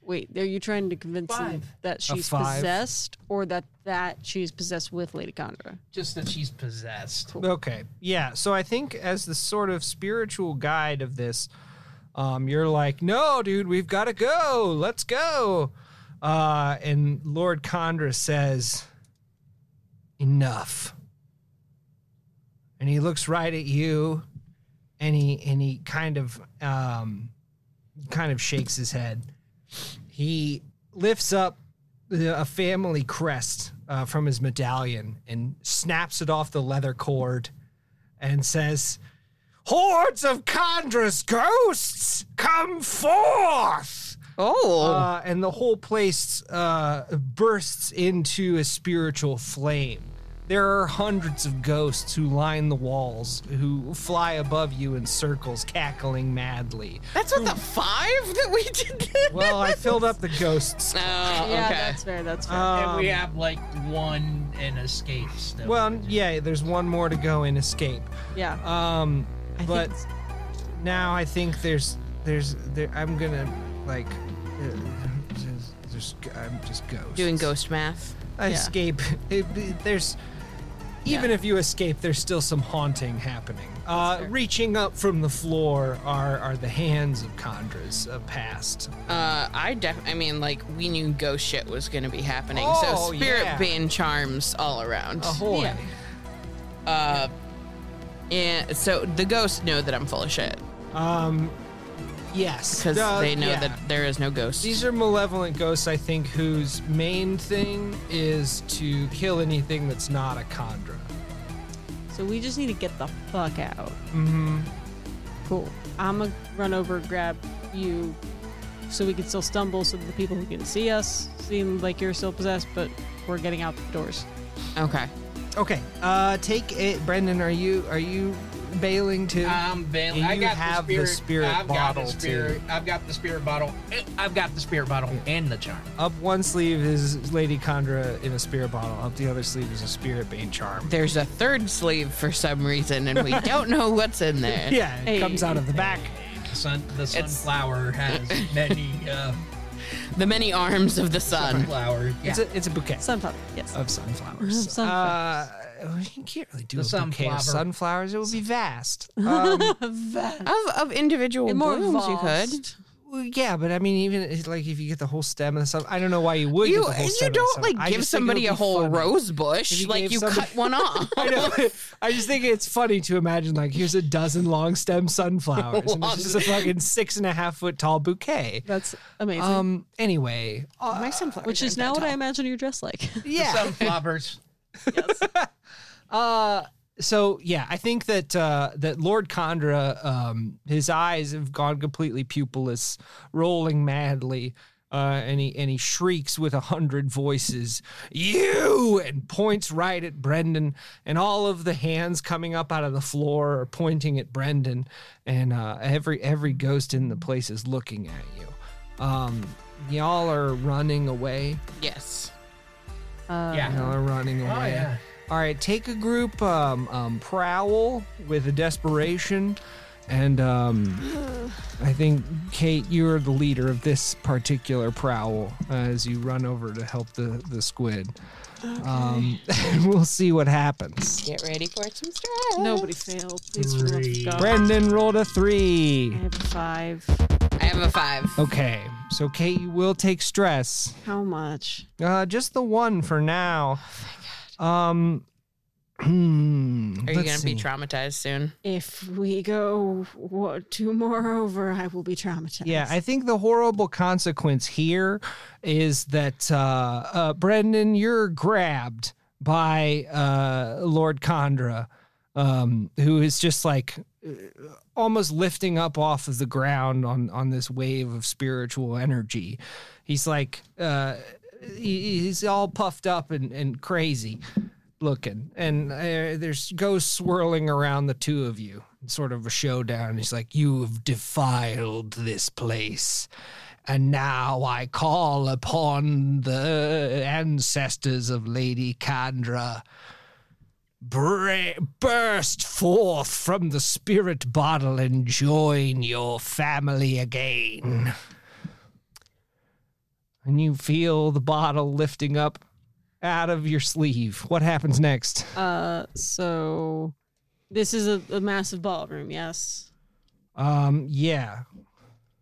Speaker 3: Wait, are you trying to convince him
Speaker 4: Five.
Speaker 3: that she's
Speaker 1: five.
Speaker 3: possessed or that that she's possessed with Lady Condra?
Speaker 4: Just that she's possessed.
Speaker 1: Okay. Yeah. So I think as the sort of spiritual guide of this, um, you're like, no, dude, we've got to go. Let's go. Uh, and Lord Condra says, enough. And he looks right at you, and he and he kind of um, kind of shakes his head. He lifts up the- a family crest uh, from his medallion and snaps it off the leather cord and says, Hordes of Condra's ghosts, come forth!
Speaker 2: Oh,
Speaker 1: Uh, and the whole place uh, bursts into a spiritual flame. There are hundreds of ghosts who line the walls, who fly above you in circles, cackling madly.
Speaker 2: that's what the five that we did.
Speaker 1: Well, I filled up the ghosts.
Speaker 2: Oh,
Speaker 3: Yeah,
Speaker 2: okay.
Speaker 3: that's fair. That's fair.
Speaker 4: and we
Speaker 1: Um,
Speaker 4: have like one and escape still.
Speaker 1: well, yeah, there's one more to go in escape.
Speaker 3: yeah.
Speaker 1: Um,
Speaker 2: I
Speaker 1: but
Speaker 2: think-
Speaker 1: now I think there's there's there, I'm gonna like uh, just, just I'm just ghost
Speaker 2: doing ghost math.
Speaker 1: escape. It- it- there's even if you escape, there's still some haunting happening. Uh, reaching up from the floor are are the hands of Condra's uh, past.
Speaker 2: Uh, I def- I mean, like we knew ghost shit was gonna be happening,
Speaker 1: Oh,
Speaker 2: so spirit
Speaker 1: yeah.
Speaker 2: bane charms all around.
Speaker 1: Ahoy!
Speaker 3: Yeah.
Speaker 2: Uh, and so the ghosts know that I'm full of shit
Speaker 1: Um, yes,
Speaker 2: because
Speaker 1: Uh,
Speaker 2: they know
Speaker 1: yeah.
Speaker 2: that there is no ghost.
Speaker 1: These are malevolent ghosts, I think, whose main thing is to kill anything that's not a Condra.
Speaker 3: So we just need to get the fuck out. Mm-hmm. Cool. I'm gonna run over, grab you, so we can still stumble, so the people who can see us seem like you're still possessed, but we're getting out the doors.
Speaker 2: okay.
Speaker 1: Okay. Uh take it Brendan, are you are you bailing too?
Speaker 4: I'm bailing.
Speaker 1: And
Speaker 4: I
Speaker 1: you
Speaker 4: got
Speaker 1: have the
Speaker 4: the spirit,
Speaker 1: spirit
Speaker 4: I've
Speaker 1: bottle,
Speaker 4: got
Speaker 1: too.
Speaker 4: the spirit, I've got the spirit bottle. eh, I've got the spirit bottle and the charm.
Speaker 1: up one sleeve is Lady Condra in a spirit bottle. Up the other sleeve is a spirit bane charm.
Speaker 2: There's a third sleeve for some reason, and we don't know what's in there.
Speaker 1: Yeah, it
Speaker 3: Hey.
Speaker 1: comes out of the back.
Speaker 4: The sun, the sunflower has many uh,
Speaker 2: The many arms of the sun.
Speaker 4: flowers. Yeah.
Speaker 1: It's a it's a bouquet
Speaker 3: Sunflower. Yes.
Speaker 1: of sunflowers.
Speaker 3: Sunflowers.
Speaker 1: Uh, you can't really do
Speaker 4: The
Speaker 1: a bouquet
Speaker 4: sunflower.
Speaker 1: of sunflowers. It would be vast. Um,
Speaker 2: Of, of individual
Speaker 3: And more
Speaker 2: blooms, you could.
Speaker 3: vast.
Speaker 1: well, yeah, but I mean, even if- like if you get the whole stem and stuff, I don't know why you would. get
Speaker 2: You
Speaker 1: the whole stem
Speaker 2: you
Speaker 1: and
Speaker 2: don't
Speaker 1: stuff.
Speaker 2: like
Speaker 1: I
Speaker 2: give
Speaker 1: just think it would
Speaker 2: somebody a
Speaker 1: be
Speaker 2: whole
Speaker 1: funny.
Speaker 2: rose
Speaker 1: If
Speaker 2: bush.
Speaker 1: you
Speaker 2: like
Speaker 1: gave
Speaker 2: you
Speaker 1: somebody-
Speaker 2: cut one off.
Speaker 1: I know. I just think it's funny to imagine like here's a dozen long stem sunflowers, and it's just a fucking six and a half foot tall bouquet.
Speaker 3: That's amazing.
Speaker 1: Um. Anyway, uh,
Speaker 2: My sunflower.
Speaker 3: Which is now what I imagine you're dressed like.
Speaker 1: yeah.
Speaker 4: Sunflowers.
Speaker 1: Uh. So yeah, I think that uh, that Lord Condra, um, his eyes have gone completely pupilless, rolling madly. Uh, and he and he shrieks with a hundred voices, "You!" and points right at Brendan, and all of the hands coming up out of the floor are pointing at Brendan, and uh, every every ghost in the place is looking at you. Um, y'all are running away.
Speaker 2: Yes.
Speaker 4: yeah.
Speaker 1: Y'all are running away.
Speaker 4: yeah.
Speaker 1: All right, take a group um, um, prowl with a desperation, and um, I think Kate, you're the leader of this particular prowl uh, as you run over to help the the squid. Um, we'll see what happens.
Speaker 2: Get ready for some stress.
Speaker 3: Nobody failed. Please for the love of God.
Speaker 1: Brendan rolled a three.
Speaker 3: I have a five.
Speaker 2: I have a five.
Speaker 1: Okay, So, Kate, you will take stress.
Speaker 3: How much?
Speaker 1: Uh, just the one for now. Um, are
Speaker 2: Are you going to be traumatized soon?
Speaker 3: If we go wa- two more over, I will be traumatized.
Speaker 1: Yeah, I think the horrible consequence here is that uh, uh, Brendan, you're grabbed by uh, Lord Condra, um, who is just like uh, almost lifting up off of the ground on on this wave of spiritual energy. He's like uh, he, he's all puffed up and, and crazy looking, and uh, there's ghosts swirling around the two of you, sort of a showdown. He's like, "You have defiled this place." And now I call upon the ancestors of Lady Candra. Bra- burst forth from the spirit bottle and join your family again. And you feel the bottle lifting up out of your sleeve. What happens next?
Speaker 3: Uh, so this is a, a massive ballroom. Yes.
Speaker 1: Um, yeah.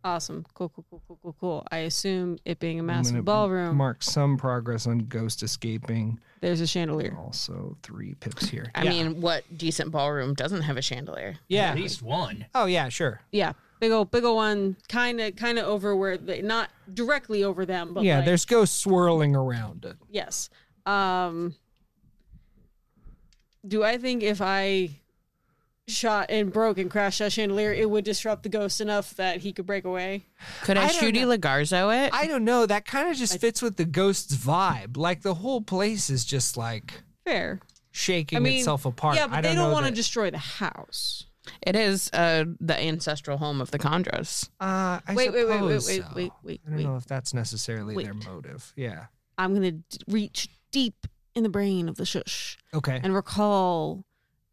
Speaker 3: Awesome. Cool. Cool. Cool. Cool. Cool. Cool. I assume it being a
Speaker 1: I'm gonna
Speaker 3: massive ballroom,
Speaker 1: Mark some progress on ghost escaping.
Speaker 3: there's a chandelier.
Speaker 1: Oh. Also, three pips here.
Speaker 2: I
Speaker 1: yeah.
Speaker 2: mean, what decent ballroom doesn't have a chandelier?
Speaker 1: yeah.
Speaker 4: At least one.
Speaker 1: Oh, yeah, sure.
Speaker 3: Yeah. Big old, big old one, kind of, kind of over where they, not directly over them, but
Speaker 1: yeah,
Speaker 3: like-
Speaker 1: there's ghosts swirling around it.
Speaker 3: Yes. Um Do I think if I shot and broke and crashed that chandelier, it would disrupt the ghost enough that he could break away?
Speaker 2: Could I,
Speaker 1: I don't
Speaker 2: shoot
Speaker 1: know.
Speaker 2: Lagarzo it?
Speaker 1: I don't know. That kind of just fits with the ghost's vibe. Like the whole place is just like
Speaker 3: Fair.
Speaker 1: shaking
Speaker 3: I mean,
Speaker 1: itself apart.
Speaker 3: Yeah, but
Speaker 1: I
Speaker 3: they don't
Speaker 1: know
Speaker 3: want to
Speaker 1: that-
Speaker 3: destroy the house.
Speaker 2: it is uh, the ancestral home of the Condras.
Speaker 1: Uh, I
Speaker 3: Wait, wait, wait, wait,
Speaker 1: suppose
Speaker 3: wait,
Speaker 1: so.
Speaker 3: wait, wait,
Speaker 1: I don't
Speaker 3: wait.
Speaker 1: know if that's necessarily their
Speaker 3: Wait.
Speaker 1: motive. Yeah.
Speaker 3: I'm gonna d- reach deep in the brain of the shush
Speaker 1: Okay.
Speaker 3: and recall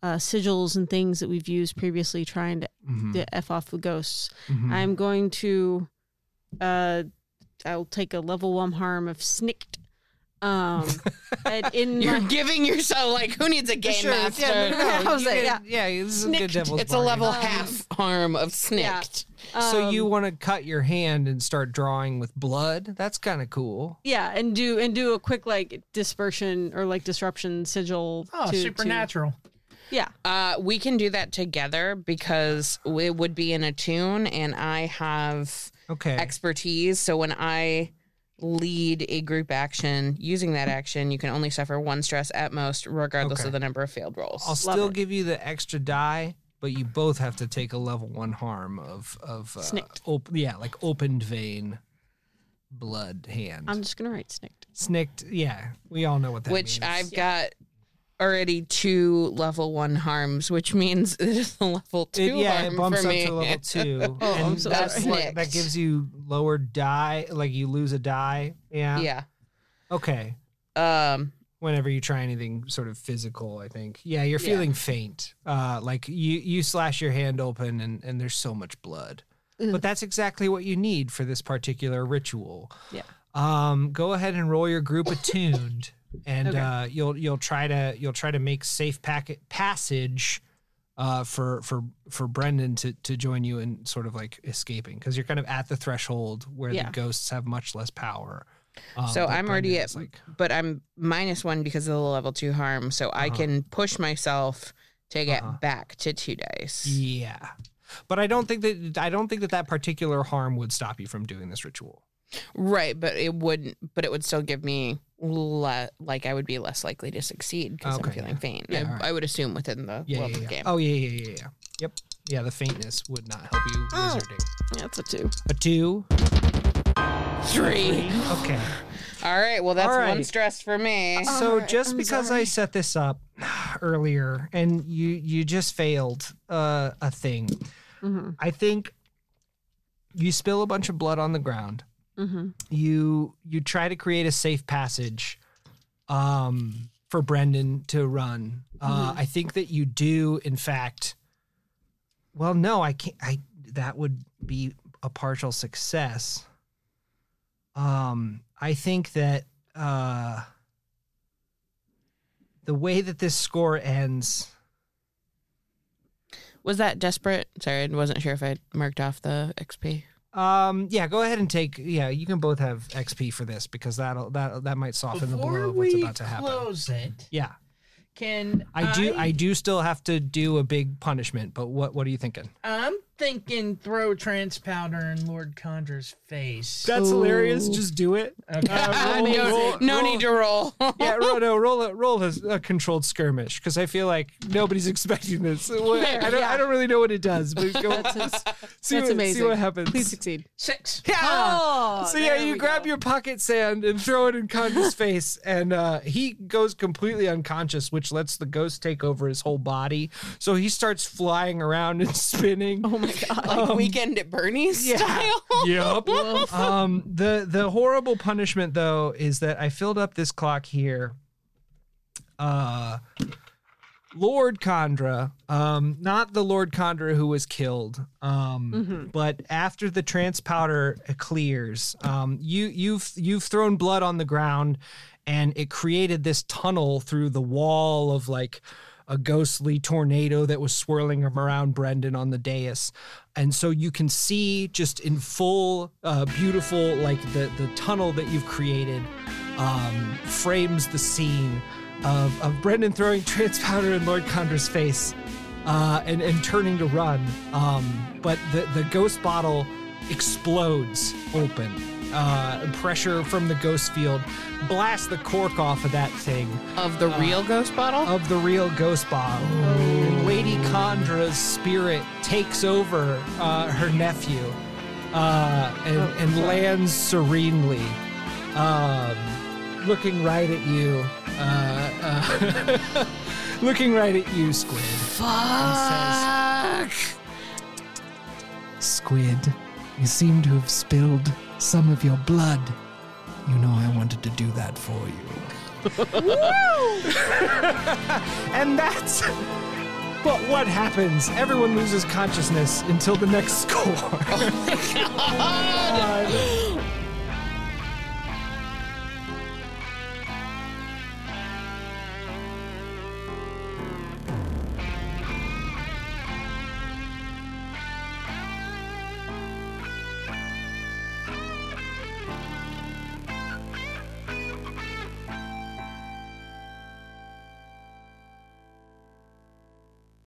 Speaker 3: uh, sigils and things that we've used previously trying to,
Speaker 1: Mhm,
Speaker 3: to f off the ghosts.
Speaker 1: mhm.
Speaker 3: I'm going to uh I'll take a level one harm of snicked. Um and in
Speaker 2: You're
Speaker 3: my,
Speaker 2: giving yourself like who needs a game
Speaker 1: Sure,
Speaker 2: master?
Speaker 1: Yeah, no, no,
Speaker 3: I was
Speaker 1: you
Speaker 3: like,
Speaker 1: get-
Speaker 3: yeah.
Speaker 1: yeah, this is a good
Speaker 3: Snicked.
Speaker 1: devil's
Speaker 2: It's a level
Speaker 1: bargain.
Speaker 2: half harm of snicked.
Speaker 1: so
Speaker 3: um,
Speaker 1: you want to cut your hand and start drawing with blood? That's kind of cool.
Speaker 3: yeah, and do and do a quick like dispersion or like disruption sigil.
Speaker 4: Oh,
Speaker 3: to- to-
Speaker 4: supernatural.
Speaker 3: yeah,
Speaker 2: Uh, we can do that together because it would be in a tune, and I have
Speaker 1: Okay.
Speaker 2: expertise. So when I lead a group action using that action, you can only suffer one stress at most, regardless
Speaker 1: Okay.
Speaker 2: of the number of failed rolls.
Speaker 1: I'll still give you the extra die, but you both have to take a level one harm of of uh,
Speaker 3: Snicked.
Speaker 1: Op- yeah, like opened vein, blood hand.
Speaker 3: I'm just gonna write snicked.
Speaker 1: Snicked. Yeah, we all know what that
Speaker 2: which
Speaker 1: means.
Speaker 2: I've got already two level one harms, which means it is a level two
Speaker 1: It, yeah,
Speaker 2: harm
Speaker 1: it bumps
Speaker 2: for
Speaker 1: up
Speaker 2: me.
Speaker 1: to level two.
Speaker 3: Oh, I'm
Speaker 1: and
Speaker 3: so
Speaker 1: that's
Speaker 2: sorry.
Speaker 1: what- that gives you lower die, like you lose a die. Yeah.
Speaker 2: yeah.
Speaker 1: Okay.
Speaker 2: Um.
Speaker 1: Whenever you try anything sort of physical, I think. Yeah, you're
Speaker 2: Yeah.
Speaker 1: feeling faint. Uh, like you you slash your hand open, and and there's so much blood. But that's exactly what you need for this particular ritual.
Speaker 3: Yeah.
Speaker 1: Um, go ahead and roll your group attuned, and
Speaker 3: Okay.
Speaker 1: uh, you'll you'll try to you'll try to make safe packet passage uh, for for for Brendan to to join you in sort of like escaping because you're kind of at the threshold where
Speaker 3: Yeah.
Speaker 1: the ghosts have much less power. Um,
Speaker 2: So
Speaker 1: but
Speaker 2: I'm already
Speaker 1: Brendan
Speaker 2: at-
Speaker 1: is like
Speaker 2: But I'm minus one because of the level two harm, so I
Speaker 1: Uh-huh.
Speaker 2: can push myself to get
Speaker 1: Uh-huh.
Speaker 2: back to two dice.
Speaker 1: yeah, but I don't think that I don't think that that particular harm would stop you from doing this ritual.
Speaker 2: Right, but it wouldn't. But it would still give me le- like I would be less likely to succeed because I'm
Speaker 1: Okay,
Speaker 2: feeling
Speaker 1: yeah.
Speaker 2: faint.
Speaker 1: Yeah,
Speaker 2: I,
Speaker 1: all right.
Speaker 2: I would assume within the
Speaker 1: Yeah,
Speaker 2: level
Speaker 1: yeah, yeah.
Speaker 2: game.
Speaker 1: Oh yeah, yeah, yeah, yeah. Yep. Yeah, the faintness would not help you wizarding.
Speaker 3: That's a two.
Speaker 1: A two.
Speaker 2: Three.
Speaker 1: Okay.
Speaker 2: All right. Well, that's
Speaker 1: Oh, All
Speaker 2: one
Speaker 1: right.
Speaker 2: stress for me.
Speaker 1: So
Speaker 3: Alright,
Speaker 1: just
Speaker 3: I'm
Speaker 1: because I
Speaker 3: sorry.
Speaker 1: set this up earlier and you you just failed uh, a thing,
Speaker 3: Mm-hmm.
Speaker 1: I think you spill a bunch of blood on the ground.
Speaker 3: Mm-hmm.
Speaker 1: You you try to create a safe passage um, for Brendan to run. Uh,
Speaker 3: Mm-hmm.
Speaker 1: I think that you do, in fact. Well, no, I can't. I that would be a partial success. Um, I think that uh, the way that this score ends,
Speaker 2: Was that desperate? Sorry, I wasn't sure if I marked off the XP.
Speaker 1: Um, yeah, go ahead and take. Yeah, you can both have XP for this because that'll that that might soften the blow
Speaker 4: Before
Speaker 1: of what's
Speaker 4: we
Speaker 1: about to happen.
Speaker 4: close it,
Speaker 1: Yeah,
Speaker 4: can
Speaker 1: I do. I do still have to do a big punishment, but what what are you thinking?
Speaker 4: I'm thinking throw trans powder in Lord Conjur's face.
Speaker 1: That's hilarious. Just do it.
Speaker 2: Uh,
Speaker 1: Oh.
Speaker 2: no no need to roll.
Speaker 1: yeah, roll, no, roll a roll a, a controlled skirmish because I feel like nobody's expecting this. What-
Speaker 2: Fair,
Speaker 1: I don't.
Speaker 2: yeah.
Speaker 1: I don't really know what it does, but go see,
Speaker 3: that's
Speaker 1: what, see
Speaker 3: amazing.
Speaker 1: what happens.
Speaker 3: Please succeed.
Speaker 4: Six.
Speaker 1: Yeah.
Speaker 3: Oh,
Speaker 1: so yeah,
Speaker 3: there
Speaker 1: you
Speaker 3: we
Speaker 1: grab
Speaker 3: go.
Speaker 1: your pocket sand and throw it in Conjur's face, and uh, he goes completely unconscious, which lets the ghost take over his whole body. So he starts flying around and spinning.
Speaker 2: Oh my god! Like weekend at Bernie's style.
Speaker 1: Yep. um, the the horrible punishment though is that I filled up this clock here. Uh, Lord Condra, um, not the Lord Condra who was killed, um, but after the trance powder clears, um, you you've you've thrown blood on the ground, and it created this tunnel through the wall of like a ghostly tornado that was swirling around Brendan on the dais. And so you can see just in full, uh, beautiful, like the, the tunnel that you've created um, frames the scene of, of Brendan throwing trance powder in Lord Condra's face uh, and, and turning to run. Um, but the, the ghost bottle explodes open. Uh, pressure from the ghost field blasts the cork off of that thing
Speaker 2: Of the real ghost bottle.
Speaker 1: of the real ghost bomb. And Lady Condra's spirit takes over uh, her nephew uh, and, and lands serenely, um, looking right at you. Uh, uh, looking right at you, Squid. and says, Squid, you seem to have spilled some of your blood. You know I wanted to do that for you. And that's. But what happens? Uh, Everyone loses consciousness until the next score.